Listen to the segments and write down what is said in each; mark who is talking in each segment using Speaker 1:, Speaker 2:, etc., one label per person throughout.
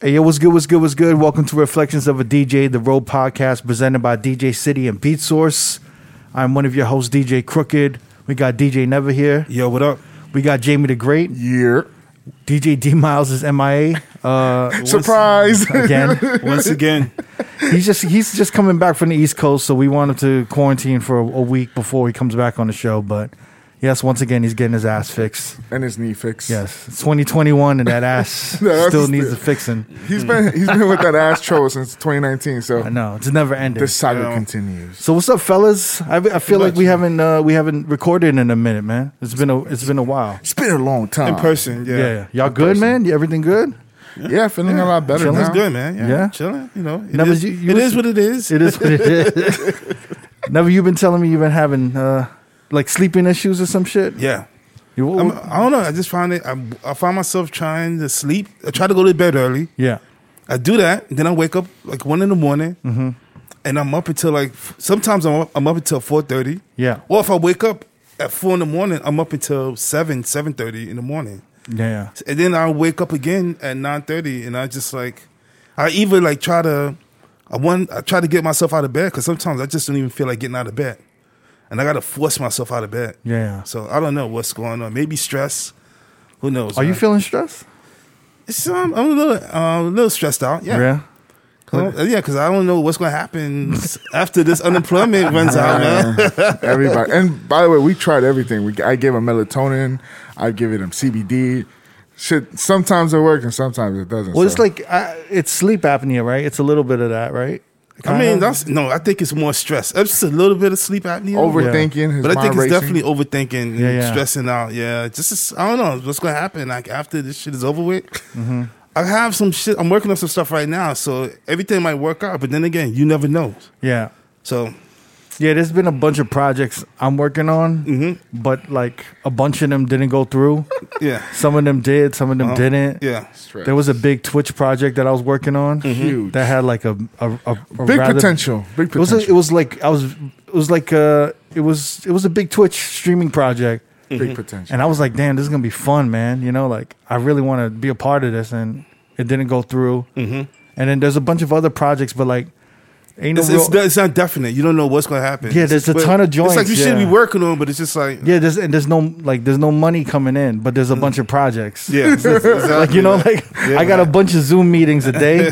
Speaker 1: Hey, yo, what's good? What's good? What's good? Welcome to Reflections of a DJ, the Road podcast presented by DJ City and Beat Source. I'm one of your hosts, DJ Crooked. We got DJ Never here.
Speaker 2: Yo, what up?
Speaker 1: We got Jamie the Great.
Speaker 3: Yeah.
Speaker 1: DJ D Miles is MIA. Uh, once-
Speaker 3: Surprise.
Speaker 1: again.
Speaker 2: Once again,
Speaker 1: He's just he's just coming back from the East Coast, so we want him to quarantine for a, a week before he comes back on the show. But yes, once again, he's getting his ass fixed.
Speaker 3: and his knee fix.
Speaker 1: Yes, it's 2021, and that ass
Speaker 3: No, that's
Speaker 1: still
Speaker 3: just
Speaker 1: needs
Speaker 3: the-
Speaker 1: a fixing.
Speaker 3: He's been he's been with that ass troll since 2019.
Speaker 1: I
Speaker 3: So
Speaker 1: know it's never ending.
Speaker 3: this saga
Speaker 2: Yeah.
Speaker 3: continues.
Speaker 1: So what's up, fellas? I, I feel like we haven't uh, we haven't recorded in a minute, man. It's been a it's been a while.
Speaker 3: It's been a long time.
Speaker 2: in person, yeah.
Speaker 1: Yeah, y'all good, man. Yeah, everything good.
Speaker 3: Yeah, feeling a lot better
Speaker 1: Feeling
Speaker 3: now.
Speaker 2: That's good, man. Yeah.
Speaker 1: Yeah.
Speaker 2: Chilling, you know. It,
Speaker 1: Now, but
Speaker 2: is,
Speaker 1: you- you
Speaker 2: it
Speaker 1: was-
Speaker 2: is what it is.
Speaker 1: It is what it is. Never, you've been telling me you've been having uh, like sleeping issues or some shit.
Speaker 2: yeah.
Speaker 1: You-
Speaker 2: I'm, I don't know. I just find it. I, I find myself trying to sleep. I try to go to bed early.
Speaker 1: yeah,
Speaker 2: I do that. Then I wake up like one in the morning,
Speaker 1: Mm-hmm.
Speaker 2: and I'm up until like f- sometimes I'm up, I'm up until four thirty.
Speaker 1: Yeah.
Speaker 2: Or if I wake up at four in the morning, I'm up until seven seven thirty in the morning.
Speaker 1: yeah,
Speaker 2: and then I wake up again at nine thirty, and I just like, I even like try to, I want, I try to get myself out of bed because sometimes I just don't even feel like getting out of bed, and I gotta force myself out of bed.
Speaker 1: yeah.
Speaker 2: So I don't know what's going on. Maybe stress. Who knows?
Speaker 1: Are you
Speaker 2: man?
Speaker 1: feeling stressed?
Speaker 2: It's, um, I'm a little, uh, a little stressed out. Yeah. Well, uh, yeah, because I don't know what's gonna happen s- after this unemployment runs out, man.
Speaker 3: Everybody. And by the way, we tried everything. We I gave him melatonin. I give it him CBD. Shit. Sometimes it works and sometimes it doesn't.
Speaker 1: Well, it's
Speaker 3: so.
Speaker 1: like uh, it's sleep apnea, right? It's a little bit of that, right?
Speaker 2: I
Speaker 1: Kinda?
Speaker 2: mean, that's no. I think it's more stress. It's just a little bit of sleep apnea.
Speaker 3: overthinking. His
Speaker 2: but I think it's
Speaker 3: mind racing.
Speaker 2: definitely overthinking, and
Speaker 1: Yeah, yeah.
Speaker 2: stressing out. Yeah, it's just it's- I don't know what's gonna happen. Like after this shit is over with,
Speaker 1: Mm-hmm.
Speaker 2: I have some shit. I'm working on some stuff right now, so everything might work out. But then again, you never know.
Speaker 1: yeah,
Speaker 2: So
Speaker 1: yeah. There's been a bunch of projects I'm working on,
Speaker 2: Mm-hmm.
Speaker 1: but like a bunch of them didn't go through.
Speaker 2: yeah,
Speaker 1: Some of them did, some
Speaker 3: Uh-huh.
Speaker 1: of them didn't.
Speaker 2: yeah.
Speaker 1: There was a big Twitch project that I was working on.
Speaker 3: Huge.
Speaker 1: That had like a a, a, a
Speaker 3: big
Speaker 1: rather-
Speaker 3: potential. Big
Speaker 1: It was, a, it
Speaker 3: potential.
Speaker 1: was like I was it was like uh it was it was a big Twitch streaming project,
Speaker 3: big potential.
Speaker 1: and I was like, damn, this is gonna be fun, man. You know, like I really want to be a part of this, and it didn't go through. Mm-hmm. And then there's a bunch of other projects, but like ain't no
Speaker 2: It's,
Speaker 1: real,
Speaker 2: it's, it's not definite. You don't know what's gonna happen.
Speaker 1: Yeah, there's a
Speaker 2: But
Speaker 1: ton of
Speaker 2: It's like
Speaker 1: joints,
Speaker 2: you should
Speaker 1: yeah.
Speaker 2: be working on, but it's just like yeah,
Speaker 1: yeah. There's and there's no like there's no money coming in, but there's a bunch of projects.
Speaker 2: it's- it's- it's
Speaker 1: like you know like i got a bunch of zoom meetings a day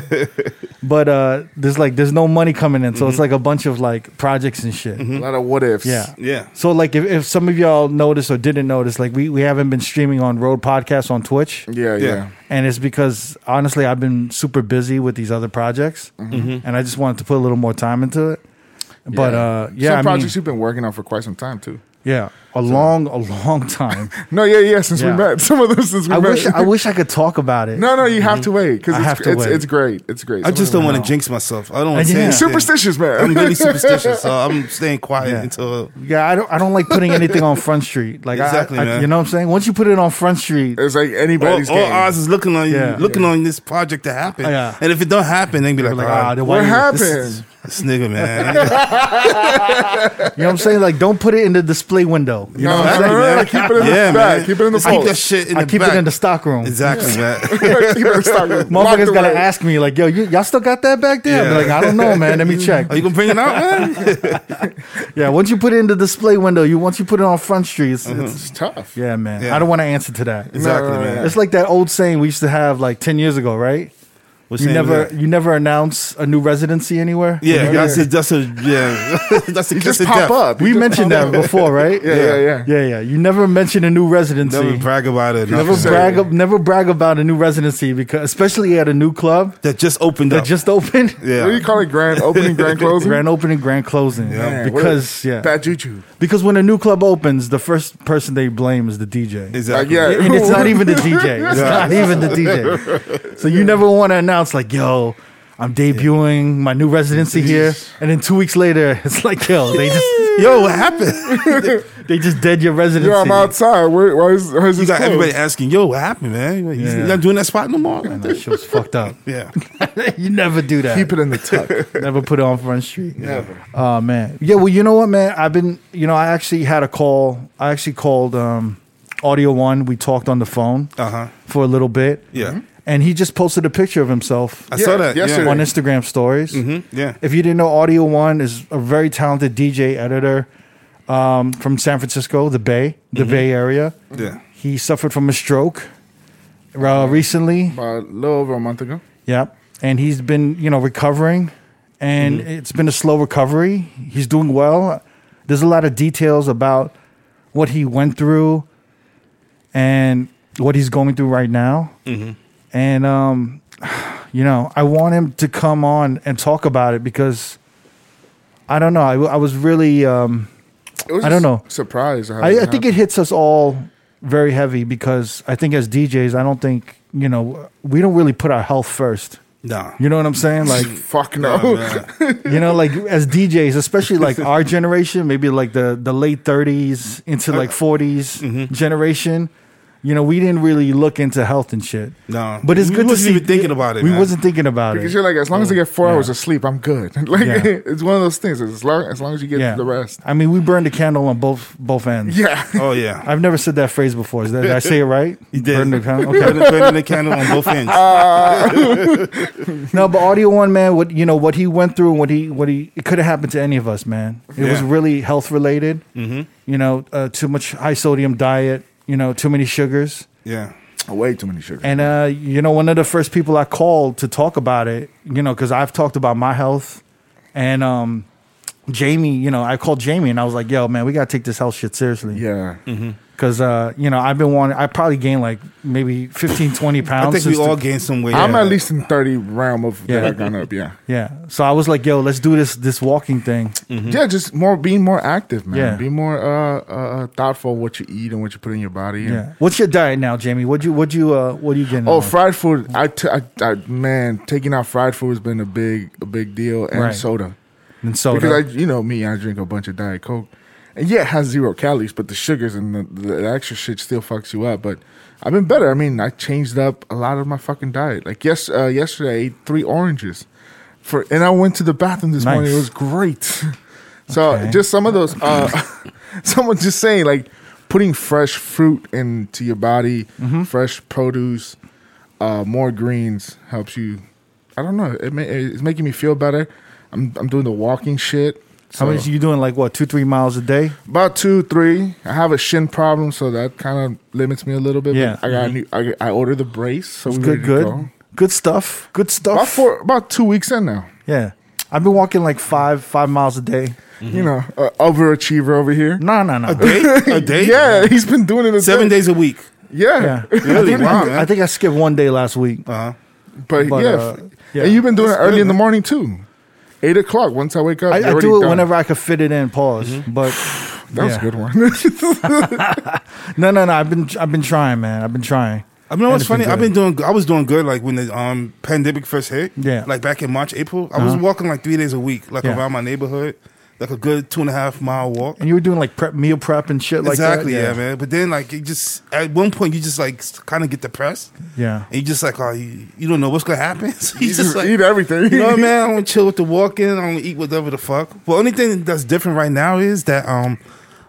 Speaker 1: but uh there's like there's no money coming in so
Speaker 3: Mm-hmm.
Speaker 1: it's like a bunch of like projects and shit
Speaker 3: a lot of what ifs.
Speaker 1: yeah
Speaker 2: yeah.
Speaker 1: so like if, if some of y'all noticed or didn't notice like we, we haven't been streaming on road podcast on twitch
Speaker 3: Yeah. Yeah.
Speaker 2: Yeah.
Speaker 1: and it's because honestly i've been super busy with these other projects
Speaker 3: Mm-hmm.
Speaker 1: and i just wanted to put a little more time into it but uh yeah
Speaker 3: Some
Speaker 1: I mean,
Speaker 3: projects you've been working on for quite some time too.
Speaker 1: yeah a long a long time
Speaker 3: No, yeah, yeah. Since
Speaker 1: Yeah.
Speaker 3: we met, some of those since we
Speaker 1: i
Speaker 3: met.
Speaker 1: wish i wish i could talk about it
Speaker 3: No, no, you have to wait because
Speaker 1: I
Speaker 3: it's,
Speaker 1: have to
Speaker 3: it's,
Speaker 1: wait.
Speaker 3: it's great. It's great.
Speaker 2: I just don't want
Speaker 1: No.
Speaker 2: to jinx myself. I don't
Speaker 1: Uh,
Speaker 2: want to
Speaker 1: yeah.
Speaker 2: say anything.
Speaker 3: superstitious man.
Speaker 2: I'm really superstitious, so I'm staying quiet
Speaker 1: Yeah.
Speaker 2: until
Speaker 1: Yeah, I don't. I don't like putting anything on Front Street. Like I-
Speaker 2: Exactly,
Speaker 1: I,
Speaker 2: man.
Speaker 1: you know what I'm saying. Once you put it on Front Street,
Speaker 3: it's like
Speaker 2: all,
Speaker 1: Oh,
Speaker 3: anybody's
Speaker 2: all
Speaker 3: game.
Speaker 2: eyes is looking on you,
Speaker 1: Yeah.
Speaker 2: looking on this project to happen.
Speaker 3: Oh,
Speaker 1: Yeah.
Speaker 2: And if it don't happen, they be
Speaker 1: you're
Speaker 2: like,
Speaker 1: like, ah,
Speaker 2: "Ah,
Speaker 1: then why
Speaker 3: what
Speaker 1: you-
Speaker 3: happened?
Speaker 2: this, this nigga, man.
Speaker 1: You know what I'm saying? Like, don't put it in the display window. You know
Speaker 3: No,
Speaker 1: what I'm
Speaker 3: no,
Speaker 1: saying?
Speaker 3: no, no, keep it in the
Speaker 2: yeah,
Speaker 3: back.
Speaker 2: man.
Speaker 3: Keep it in the
Speaker 2: Just keep that
Speaker 3: post.
Speaker 2: shit in
Speaker 1: I
Speaker 2: the
Speaker 1: keep
Speaker 2: back.
Speaker 1: it in the stockroom.
Speaker 2: Exactly, man.
Speaker 3: Keep it stocked. Locked
Speaker 1: Motherfuckers gotta
Speaker 3: away.
Speaker 1: ask me like, yo, you, y'all still got that back there? I'll be like,
Speaker 2: Yeah.
Speaker 1: I don't know, man. Let me check.
Speaker 2: Are Oh, you gonna bring it out, man?
Speaker 1: Yeah, once you put it in the display window, you once you put it on Front Street, it's, it's
Speaker 3: It's tough.
Speaker 1: yeah, man.
Speaker 2: Mm-hmm. Yeah.
Speaker 1: I don't want to answer to that.
Speaker 2: exactly,
Speaker 3: no,
Speaker 2: man.
Speaker 3: no.
Speaker 1: It's like that old saying we used to have like ten years ago, right?
Speaker 2: What's
Speaker 1: You
Speaker 2: the name of
Speaker 1: never,
Speaker 2: that?
Speaker 1: you never announce a new residency anywhere.
Speaker 2: Yeah, that's a, that's a yeah, that's a kiss
Speaker 3: Just
Speaker 2: of
Speaker 3: pop
Speaker 2: death.
Speaker 3: up.
Speaker 1: we mentioned that before, right?
Speaker 3: Yeah, yeah, yeah.
Speaker 1: Yeah, yeah. You never mention a new residency.
Speaker 2: Never brag about it.
Speaker 1: Never
Speaker 2: nothing.
Speaker 1: brag. Never brag about a new residency because, especially at a new club
Speaker 2: That just opened
Speaker 1: that
Speaker 2: up.
Speaker 1: just opened,
Speaker 3: What do you
Speaker 2: yeah,
Speaker 3: call it? Grand opening, grand closing.
Speaker 1: grand opening, grand closing.
Speaker 3: Man, what
Speaker 1: Because
Speaker 3: a-
Speaker 1: yeah,
Speaker 3: bad juju.
Speaker 1: because when a new club opens, the first person they blame is the DJ,
Speaker 3: Like,
Speaker 2: exactly.
Speaker 3: yeah,
Speaker 1: and it's not even the DJ. It's
Speaker 2: Yeah.
Speaker 1: not even the DJ. So you never want to announce like, "Yo, I'm debuting my new residency here," and then two weeks later, it's like, "Yo, they just
Speaker 2: Yo, what happened?
Speaker 1: they just dead your residency."
Speaker 3: Yo, I'm outside. Where, why is, why is
Speaker 2: You
Speaker 3: this
Speaker 2: got
Speaker 3: closed?
Speaker 2: everybody asking, "Yo, what happened, man? He's
Speaker 1: Yeah.
Speaker 2: not doing that spot no more."
Speaker 1: Man, that shit was fucked up.
Speaker 2: Yeah,
Speaker 1: you never do that.
Speaker 3: Keep it in the tuck.
Speaker 1: Never put it on Front Street.
Speaker 3: Never.
Speaker 1: Oh man. Yeah. Well, you know what, man? I've been. You know, I actually had a call. I actually called um, Audio One. We talked on the phone
Speaker 2: uh huh.
Speaker 1: for a little bit. Mm-hmm.
Speaker 2: Yeah.
Speaker 1: and he just posted a picture of himself
Speaker 2: I saw
Speaker 3: Yeah,
Speaker 2: that.
Speaker 3: yesterday.
Speaker 1: on Instagram stories.
Speaker 2: Yeah. hmm yeah.
Speaker 1: If you didn't know, Audio One is a very talented DJ editor um, from San Francisco, the Bay, the Bay Area.
Speaker 2: Yeah.
Speaker 1: He suffered from a stroke uh, recently.
Speaker 3: About a little over a month ago.
Speaker 1: Yep. And he's been, you know, recovering and it's been a slow recovery. He's doing well. There's a lot of details about what he went through and what he's going through right now. And, um, you know, I want him to come on and talk about it because I don't know. I, w- I was really, um,
Speaker 3: It was
Speaker 1: I don't know.
Speaker 3: Surprise. how
Speaker 1: I, I
Speaker 3: that
Speaker 1: think
Speaker 3: happened.
Speaker 1: it hits us all very heavy because I think as DJs, I don't think, you know, we don't really put our health first.
Speaker 2: Nah.
Speaker 1: You know what I'm saying? Like,
Speaker 3: Fuck no.
Speaker 2: Nah, man.
Speaker 1: you know, like as DJs, especially like our generation, maybe like the the late 30s into
Speaker 2: Uh,
Speaker 1: like 40s
Speaker 2: mm-hmm.
Speaker 1: generation. You know, we didn't really look into health and shit.
Speaker 2: No.
Speaker 1: but it's
Speaker 2: We
Speaker 1: good to
Speaker 2: wasn't
Speaker 1: see.
Speaker 2: even thinking about it,
Speaker 1: We
Speaker 2: man.
Speaker 1: wasn't thinking about
Speaker 3: Because
Speaker 1: it.
Speaker 3: you're like, as long as I get four
Speaker 1: Yeah.
Speaker 3: hours of sleep, I'm good. like
Speaker 1: Yeah.
Speaker 3: it's one of those things. As long as long as you get
Speaker 1: yeah,
Speaker 3: the rest.
Speaker 1: I mean, we burned a candle on both both ends.
Speaker 3: Yeah.
Speaker 2: oh yeah.
Speaker 1: I've never said that phrase before. Is that, did I say it right?
Speaker 2: You did.
Speaker 1: Burned a candle? Okay.
Speaker 2: Burning burning the candle on both ends.
Speaker 1: No, but Audio One, man, what you know, what he went through, and what he, what he, it could have happened to any of us, man. It was
Speaker 2: Yeah.
Speaker 1: really health related. Mm-hmm. You know, uh, too much high sodium diet. You know, too many sugars.
Speaker 2: yeah.
Speaker 3: Way too many sugar.
Speaker 1: And uh, you know, one of the first people I called to talk about it, you know, because I've talked about my health, and um, Jamie, you know, I called Jamie and I was like, "Yo, man, we gotta take this health shit seriously."
Speaker 3: yeah.
Speaker 1: Because uh, you know, I've been wanting. I probably gained like maybe 15, 20 pounds.
Speaker 2: I think
Speaker 1: since
Speaker 2: we
Speaker 1: the-
Speaker 2: all gained some weight.
Speaker 3: I'm
Speaker 2: Yeah.
Speaker 3: at least in thirty realm of
Speaker 1: Yeah.
Speaker 3: that I've gone up. Yeah.
Speaker 1: yeah. So I was like, "Yo, let's do this this walking thing."
Speaker 3: Yeah. Just more being more active, man.
Speaker 1: Yeah.
Speaker 3: Be more uh, uh uh, thoughtful of what you eat and what you put in your body. and-
Speaker 1: Yeah. What's your diet now, Jamie? What you what you uh what are you getting?
Speaker 3: Oh,
Speaker 1: on?
Speaker 3: fried food! I, t- I, I man, taking out fried food has been a big, a big deal, and
Speaker 1: Right.
Speaker 3: soda
Speaker 1: and soda.
Speaker 3: because I, you know me, I drink a bunch of diet coke, and yeah, it has zero calories, but the sugars and the, the extra shit still fucks you up. But I've been better. I mean, I changed up a lot of my fucking diet. Like yes, uh, yesterday I ate three oranges, for and I went to the bathroom this morning. It
Speaker 1: Nice.
Speaker 3: was great. so
Speaker 1: Okay.
Speaker 3: just some of those. Uh, someone just saying like putting fresh fruit into your body,
Speaker 1: Mm-hmm.
Speaker 3: fresh produce, uh, more greens helps you. I don't know. It may, it's making me feel better. I'm I'm doing the walking shit.
Speaker 1: How
Speaker 3: so-
Speaker 1: many you doing? Like what, two three miles a day?
Speaker 3: about two, three. I have a shin problem, so that kind of limits me a little bit. but
Speaker 1: Yeah. mm-hmm.
Speaker 3: I got. a new- I, I ordered the brace, so we're
Speaker 1: Good, Oh,
Speaker 3: good.
Speaker 1: good, good stuff. Good stuff.
Speaker 3: About four, about two weeks in now.
Speaker 1: Yeah, I've been walking like five five miles a day.
Speaker 3: You know, uh, overachiever over here.
Speaker 1: No, no, no.
Speaker 2: Day? a day.
Speaker 3: Yeah, he's been doing it a
Speaker 2: Seven
Speaker 3: day.
Speaker 2: days a week.
Speaker 1: Yeah,
Speaker 3: Yeah,
Speaker 2: Really? Wow, man.
Speaker 1: I think I skipped one day last week.
Speaker 2: Uh huh.
Speaker 3: but,
Speaker 1: But,
Speaker 3: yeah,
Speaker 1: uh,
Speaker 3: f-
Speaker 1: yeah.
Speaker 3: and you've been doing it
Speaker 2: That's
Speaker 3: early
Speaker 2: good,
Speaker 3: in the
Speaker 2: man.
Speaker 3: morning too. Eight o'clock. Once I wake up,
Speaker 1: I,
Speaker 3: you're
Speaker 1: I
Speaker 3: already
Speaker 1: do it
Speaker 3: done.
Speaker 1: whenever I could fit it in. Pause, but
Speaker 3: That was
Speaker 1: yeah.
Speaker 3: a good one.
Speaker 1: No, no, no. I've been I've been trying, man. I've been trying.
Speaker 2: I mean, what's
Speaker 1: it's been
Speaker 2: funny? I've
Speaker 1: good.
Speaker 2: been doing. I was doing good. Like when the um pandemic first hit.
Speaker 1: Yeah.
Speaker 2: Like back in March, April, I was walking like three days a week, like
Speaker 1: Yeah.
Speaker 2: around my neighborhood, like a good two and a half mile walk.
Speaker 1: And you were doing like prep meal prep and shit like
Speaker 2: exactly.
Speaker 1: that.
Speaker 2: yeah. man. But then like it just at one point you just like kind of get depressed.
Speaker 1: Yeah.
Speaker 2: And you just like, oh, you, you don't know what's gonna happen. So you
Speaker 3: you just
Speaker 2: just like,
Speaker 3: eat everything.
Speaker 2: you know what, man? I want to chill with the walk in. I want to eat whatever the fuck. But only thing that's different right now is that um,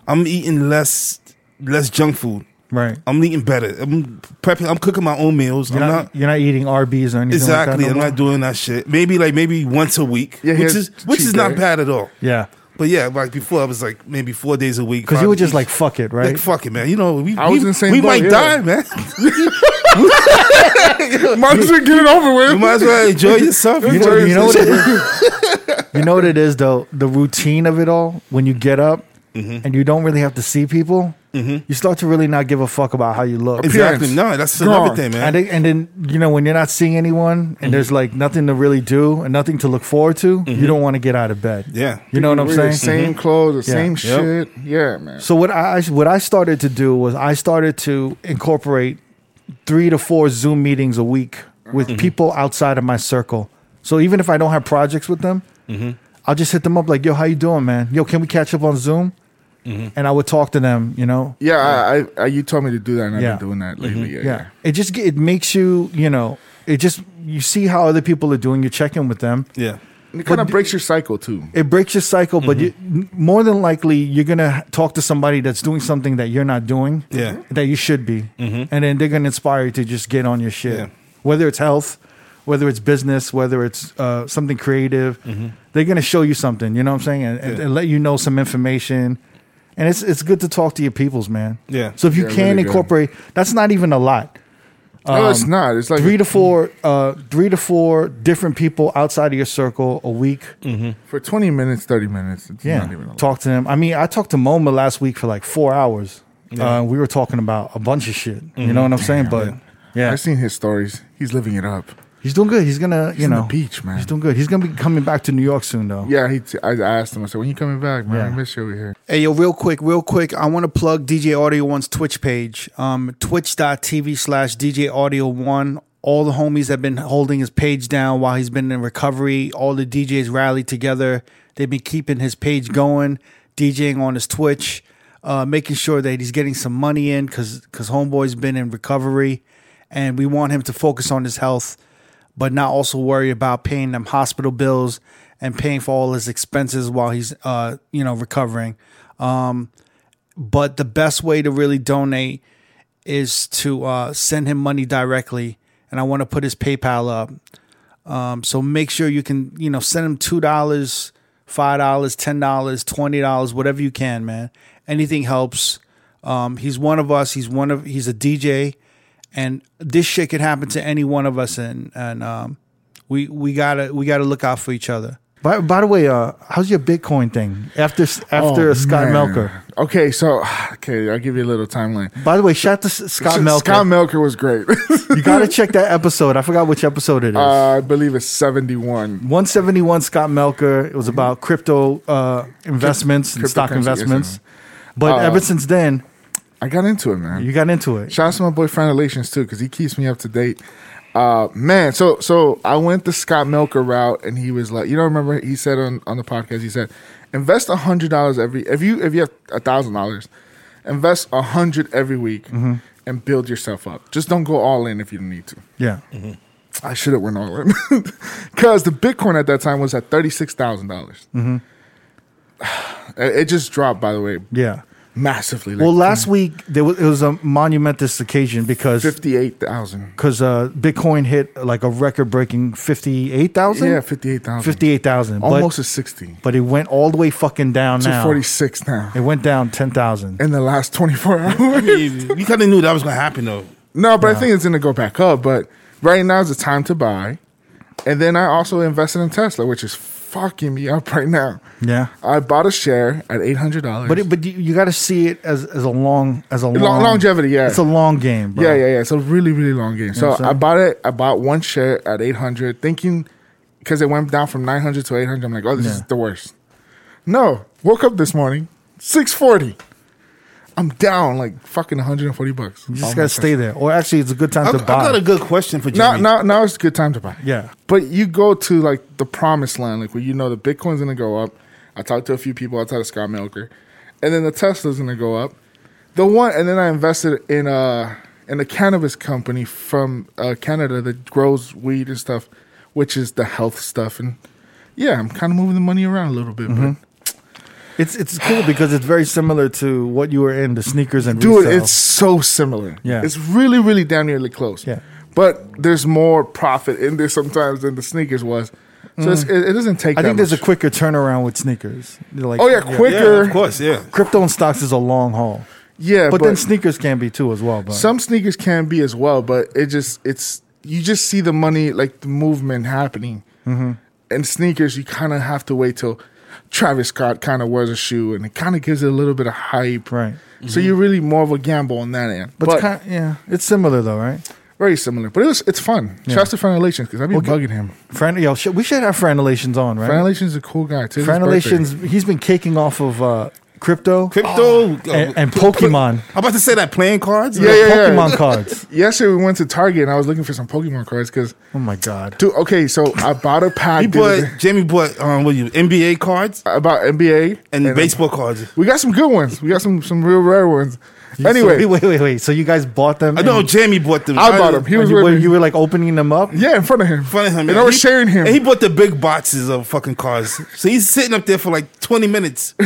Speaker 2: I'm eating less less junk food.
Speaker 1: Right.
Speaker 2: I'm eating better. I'm prepping. I'm cooking my own meals.
Speaker 1: You're
Speaker 2: I'm
Speaker 1: not, you're not eating RBs or anything. Like
Speaker 2: exactly.
Speaker 1: that no
Speaker 2: I'm
Speaker 1: more?
Speaker 2: not doing that shit. Maybe like maybe once a week,
Speaker 3: Yeah, he
Speaker 2: which
Speaker 3: has
Speaker 2: is which
Speaker 3: cheat
Speaker 2: is not
Speaker 3: day.
Speaker 2: bad at all.
Speaker 1: yeah.
Speaker 2: But yeah, like before, I was like maybe four days a week.
Speaker 1: Because you were
Speaker 2: would
Speaker 1: just like fuck it, right?
Speaker 2: like fuck it, man. You know, we
Speaker 3: I was
Speaker 2: we,
Speaker 3: in the same
Speaker 2: we
Speaker 3: boat,
Speaker 2: might
Speaker 3: yeah.
Speaker 2: die, man.
Speaker 3: Might as well get it over with.
Speaker 2: you might as well enjoy yourself.
Speaker 1: You know, you know what it is. you know what it is though. The routine of it all. When you get up
Speaker 2: Mm-hmm.
Speaker 1: and you don't really have to see people, you start to really not give a fuck about how you look.
Speaker 2: exactly.
Speaker 3: Appearance.
Speaker 2: No, that's
Speaker 3: Gone.
Speaker 2: another thing, man.
Speaker 1: And, then- and then you know when you're not seeing anyone and
Speaker 2: Mm-hmm.
Speaker 1: there's like nothing to really do and nothing to look forward to, you don't want to get out of bed.
Speaker 2: Yeah. Mm-hmm.
Speaker 1: you know what I'm
Speaker 3: Wear the
Speaker 1: saying.
Speaker 3: Same clothes, the
Speaker 1: Mm-hmm. Yeah.
Speaker 3: same
Speaker 1: Yep.
Speaker 3: shit. Yeah, man.
Speaker 1: So what I what I started to do was I started to incorporate three to four Zoom meetings a week with
Speaker 3: Mm-hmm.
Speaker 1: people outside of my circle. So even if I don't have projects with them,
Speaker 3: Mm-hmm.
Speaker 1: I'll just hit them up like, "Yo, how you doing, man? Yo, can we catch up on Zoom?" And I would talk to them, you know.
Speaker 3: Mm-hmm. Yeah, I, I, I, you told me to do that, and I've
Speaker 1: Yeah. Mm-hmm.
Speaker 3: been doing that lately. Yeah,
Speaker 1: Yeah, it just ge- it makes you, you know, it just you see how other people are doing. You check in with them.
Speaker 2: Yeah.
Speaker 3: yeah. It kind of breaks your cycle too.
Speaker 1: It breaks your cycle, but you,
Speaker 2: Mm-hmm.
Speaker 1: n- more than likely you're gonna talk to somebody that's doing something that you're not doing.
Speaker 2: Yeah. Mm-hmm.
Speaker 1: that you should be, and then they're gonna inspire you to just get on your shit.
Speaker 2: Yeah.
Speaker 1: whether it's health, whether it's business, whether it's uh, something creative. They're going to show you something. You know what I'm saying? And, and,
Speaker 2: Mm-hmm. Yeah.
Speaker 1: and let you know some information. And it's it's good to talk to your peoples, man.
Speaker 2: Yeah.
Speaker 1: So if you
Speaker 3: Yeah,
Speaker 1: can
Speaker 3: really good.
Speaker 1: incorporate, that's not even a lot.
Speaker 3: no, it's not. It's like
Speaker 1: Um, Three to four, uh, three to four different people outside of your circle a week.
Speaker 3: for twenty minutes, thirty minutes. It's
Speaker 1: Yeah,
Speaker 3: not even a lot.
Speaker 1: talk to them. I mean, I talked to Moma last week for like four hours. Uh, we were talking about a bunch of shit.
Speaker 3: Mm-hmm.
Speaker 1: You know what I'm saying? But yeah,
Speaker 3: I've seen his stories. He's living it up.
Speaker 1: he's doing good. He's gonna, you
Speaker 3: on the
Speaker 1: know,
Speaker 3: beach, man.
Speaker 1: He's doing good. He's gonna be coming back to New York soon, though.
Speaker 3: Yeah, he. T- I I asked him. I said, "When you coming back, man? I
Speaker 1: Yeah.
Speaker 3: miss you over here."
Speaker 4: Hey, yo, real quick, real quick. I want to plug DJ Audio One's Twitch page. Um, twitch.tv slash DJ Audio One. All the homies have been holding his page down while he's been in recovery. All the DJs rallied together. They've been keeping his page going, DJing on his Twitch, uh, making sure that he's getting some money in because Homeboy's been in recovery. And we want him to focus on his health but not also worry about paying them hospital bills and paying for all his expenses while he's uh you know recovering um but the best way to really donate is to uh send him money directly and i want to put his paypal up um so make sure you can you know send him two dollars five dollars ten dollars twenty dollars whatever you can man anything helps um he's one of us he's one of he's a dj and this shit could happen to any one of us and and um we we gotta we gotta look out for each other
Speaker 1: By, by the way, uh, how's your Bitcoin thing after after
Speaker 3: Oh,
Speaker 1: Scott
Speaker 3: man.
Speaker 1: Melker?
Speaker 3: Okay, so okay, I'll give you a little timeline.
Speaker 1: By the way, shout out to S- Scott Melker.
Speaker 3: Scott Melker was great.
Speaker 1: you gotta check that episode. I forgot which episode it is.
Speaker 3: uh, I believe it's seventy-one.
Speaker 1: 171 Scott Melker. It was about crypto uh, investments and
Speaker 3: Crypto-
Speaker 1: stock
Speaker 3: cryptocurrency,
Speaker 1: investments.
Speaker 3: yes,
Speaker 1: But
Speaker 3: Uh,
Speaker 1: ever since then,
Speaker 3: I got into it, man.
Speaker 1: you got into it.
Speaker 3: Shout out to my boy Friend Relations too, because he keeps me up to date. Uh, man, so so I went the Scott Melker route, and he was like, you know, remember he said on, on the podcast, he said, invest a hundred dollars every if you if you have a thousand dollars, invest a hundred every week
Speaker 1: Mm-hmm.
Speaker 3: and build yourself up. Just don't go all in if you don't need to.
Speaker 1: Yeah.
Speaker 3: Mm-hmm. I should have went all in because the Bitcoin at that time was at thirty six dollars.
Speaker 1: Mm-hmm.
Speaker 3: It it just dropped, by the way,
Speaker 1: Yeah.
Speaker 3: massively. Like
Speaker 1: Well, last week there was, it was a monumentous occasion because
Speaker 3: fifty eight thousand.
Speaker 1: because uh, Bitcoin hit like a record breaking fifty eight thousand.
Speaker 3: Yeah, fifty eight thousand.
Speaker 1: fifty eight thousand.
Speaker 3: almost
Speaker 1: But
Speaker 3: a 60
Speaker 1: but it went all the way fucking down
Speaker 3: to
Speaker 1: now.
Speaker 3: 46 now
Speaker 1: It went down ten thousand.
Speaker 3: in the last 24 hours
Speaker 2: we kind of knew that was gonna happen though.
Speaker 3: no but i think it's going to go back up but right now is the time to buy and then i also invested in tesla which is fucking me up right now
Speaker 1: Yeah.
Speaker 3: i bought a share at $800
Speaker 1: But it, but you, you got to see it as as a long as a long,
Speaker 3: longevity, yeah.
Speaker 1: It's a long game. Bro.
Speaker 3: yeah yeah yeah it's a really really long game
Speaker 1: know what I'm
Speaker 3: so i
Speaker 1: saying?
Speaker 3: bought it i bought one share at 800 thinking because it went down from 900 to 800 i'm like oh this is
Speaker 1: Yeah.
Speaker 3: the worst no woke up this morning 640 i'm down like fucking 140 bucks Oh
Speaker 1: You just gotta stay there, or actually, it's a good time
Speaker 2: I, I
Speaker 1: to buy.
Speaker 2: got a good question for
Speaker 3: Now,
Speaker 2: Jimmy.
Speaker 3: now, now it's a good time to buy.
Speaker 1: Yeah.
Speaker 3: But you go to like the promised land, like where you know the Bitcoin's gonna go up. I talked to a few people outside of Scott Milker, and then the Tesla's gonna go up. The one, and then I invested in a in a cannabis company from uh, Canada that grows weed and stuff, which is the health stuff. And yeah, I'm kind of moving the money around a little bit,
Speaker 2: Mm-hmm.
Speaker 3: but
Speaker 1: It's it's cool because it's very similar to what you were in the sneakers and
Speaker 3: dude,
Speaker 1: resale.
Speaker 3: it's so similar.
Speaker 1: Yeah.
Speaker 3: it's really, really damn nearly close.
Speaker 1: Yeah.
Speaker 3: but there's more profit in there sometimes than the sneakers was. So it's, it, it doesn't take.
Speaker 1: Mm. I
Speaker 3: that
Speaker 1: think there's a
Speaker 3: much.
Speaker 1: quicker turnaround with sneakers. They're Like,
Speaker 3: Oh yeah,
Speaker 2: yeah,
Speaker 3: quicker.
Speaker 2: of course, yeah.
Speaker 1: crypto and stocks is a long haul,
Speaker 3: Yeah,
Speaker 1: but, then sneakers can be too as well. But
Speaker 3: some sneakers can be as well, but it just it's you just see the money like the movement happening. Mm-hmm. And sneakers, you kind of have to wait till Travis Scott kind of wears a shoe, and it kind of gives it a little bit of hype.
Speaker 1: right,
Speaker 3: So you're really more of a gamble on that end,
Speaker 1: but,
Speaker 3: but,
Speaker 1: it's kind of, yeah, it's similar though, right?
Speaker 3: very similar. But it was it's fun. Shout out to Fran Relations because I've been
Speaker 1: Okay.
Speaker 3: bugging him.
Speaker 1: Friend, yo, sh- we should have friend relations on, right?
Speaker 3: Fran Relations is a cool guy too.
Speaker 1: Friend relations, he's been kicking off of uh, crypto,
Speaker 2: Crypto uh,
Speaker 1: Oh, and, and Pokemon,
Speaker 2: I'm about to say that playing cards.
Speaker 3: Yeah, yeah, yeah.
Speaker 1: Pokemon cards.
Speaker 3: Yesterday we went to Target and I was looking for some Pokemon cards because,
Speaker 1: Oh my god,
Speaker 3: dude. Okay, so I bought a pack.
Speaker 2: He
Speaker 3: the other day.
Speaker 2: bought Jamie bought um what you NBA cards
Speaker 3: about NBA
Speaker 2: and,
Speaker 3: and uh,
Speaker 2: baseball cards.
Speaker 3: We got some good ones. We got some some real rare
Speaker 1: So,
Speaker 3: ones.
Speaker 1: wait,
Speaker 3: Anyway,
Speaker 1: wait, wait, wait. So you guys bought them?
Speaker 2: I know
Speaker 1: and-
Speaker 2: Jamie bought them.
Speaker 3: I bought them. He was
Speaker 1: you, were,
Speaker 3: with
Speaker 1: you
Speaker 3: me.
Speaker 1: were like opening them up.
Speaker 3: Yeah, in front of him. In
Speaker 2: front of him.
Speaker 3: And I
Speaker 2: he-
Speaker 3: was sharing him.
Speaker 2: And he bought the big boxes of fucking cards. So he's sitting up there for like 20 minutes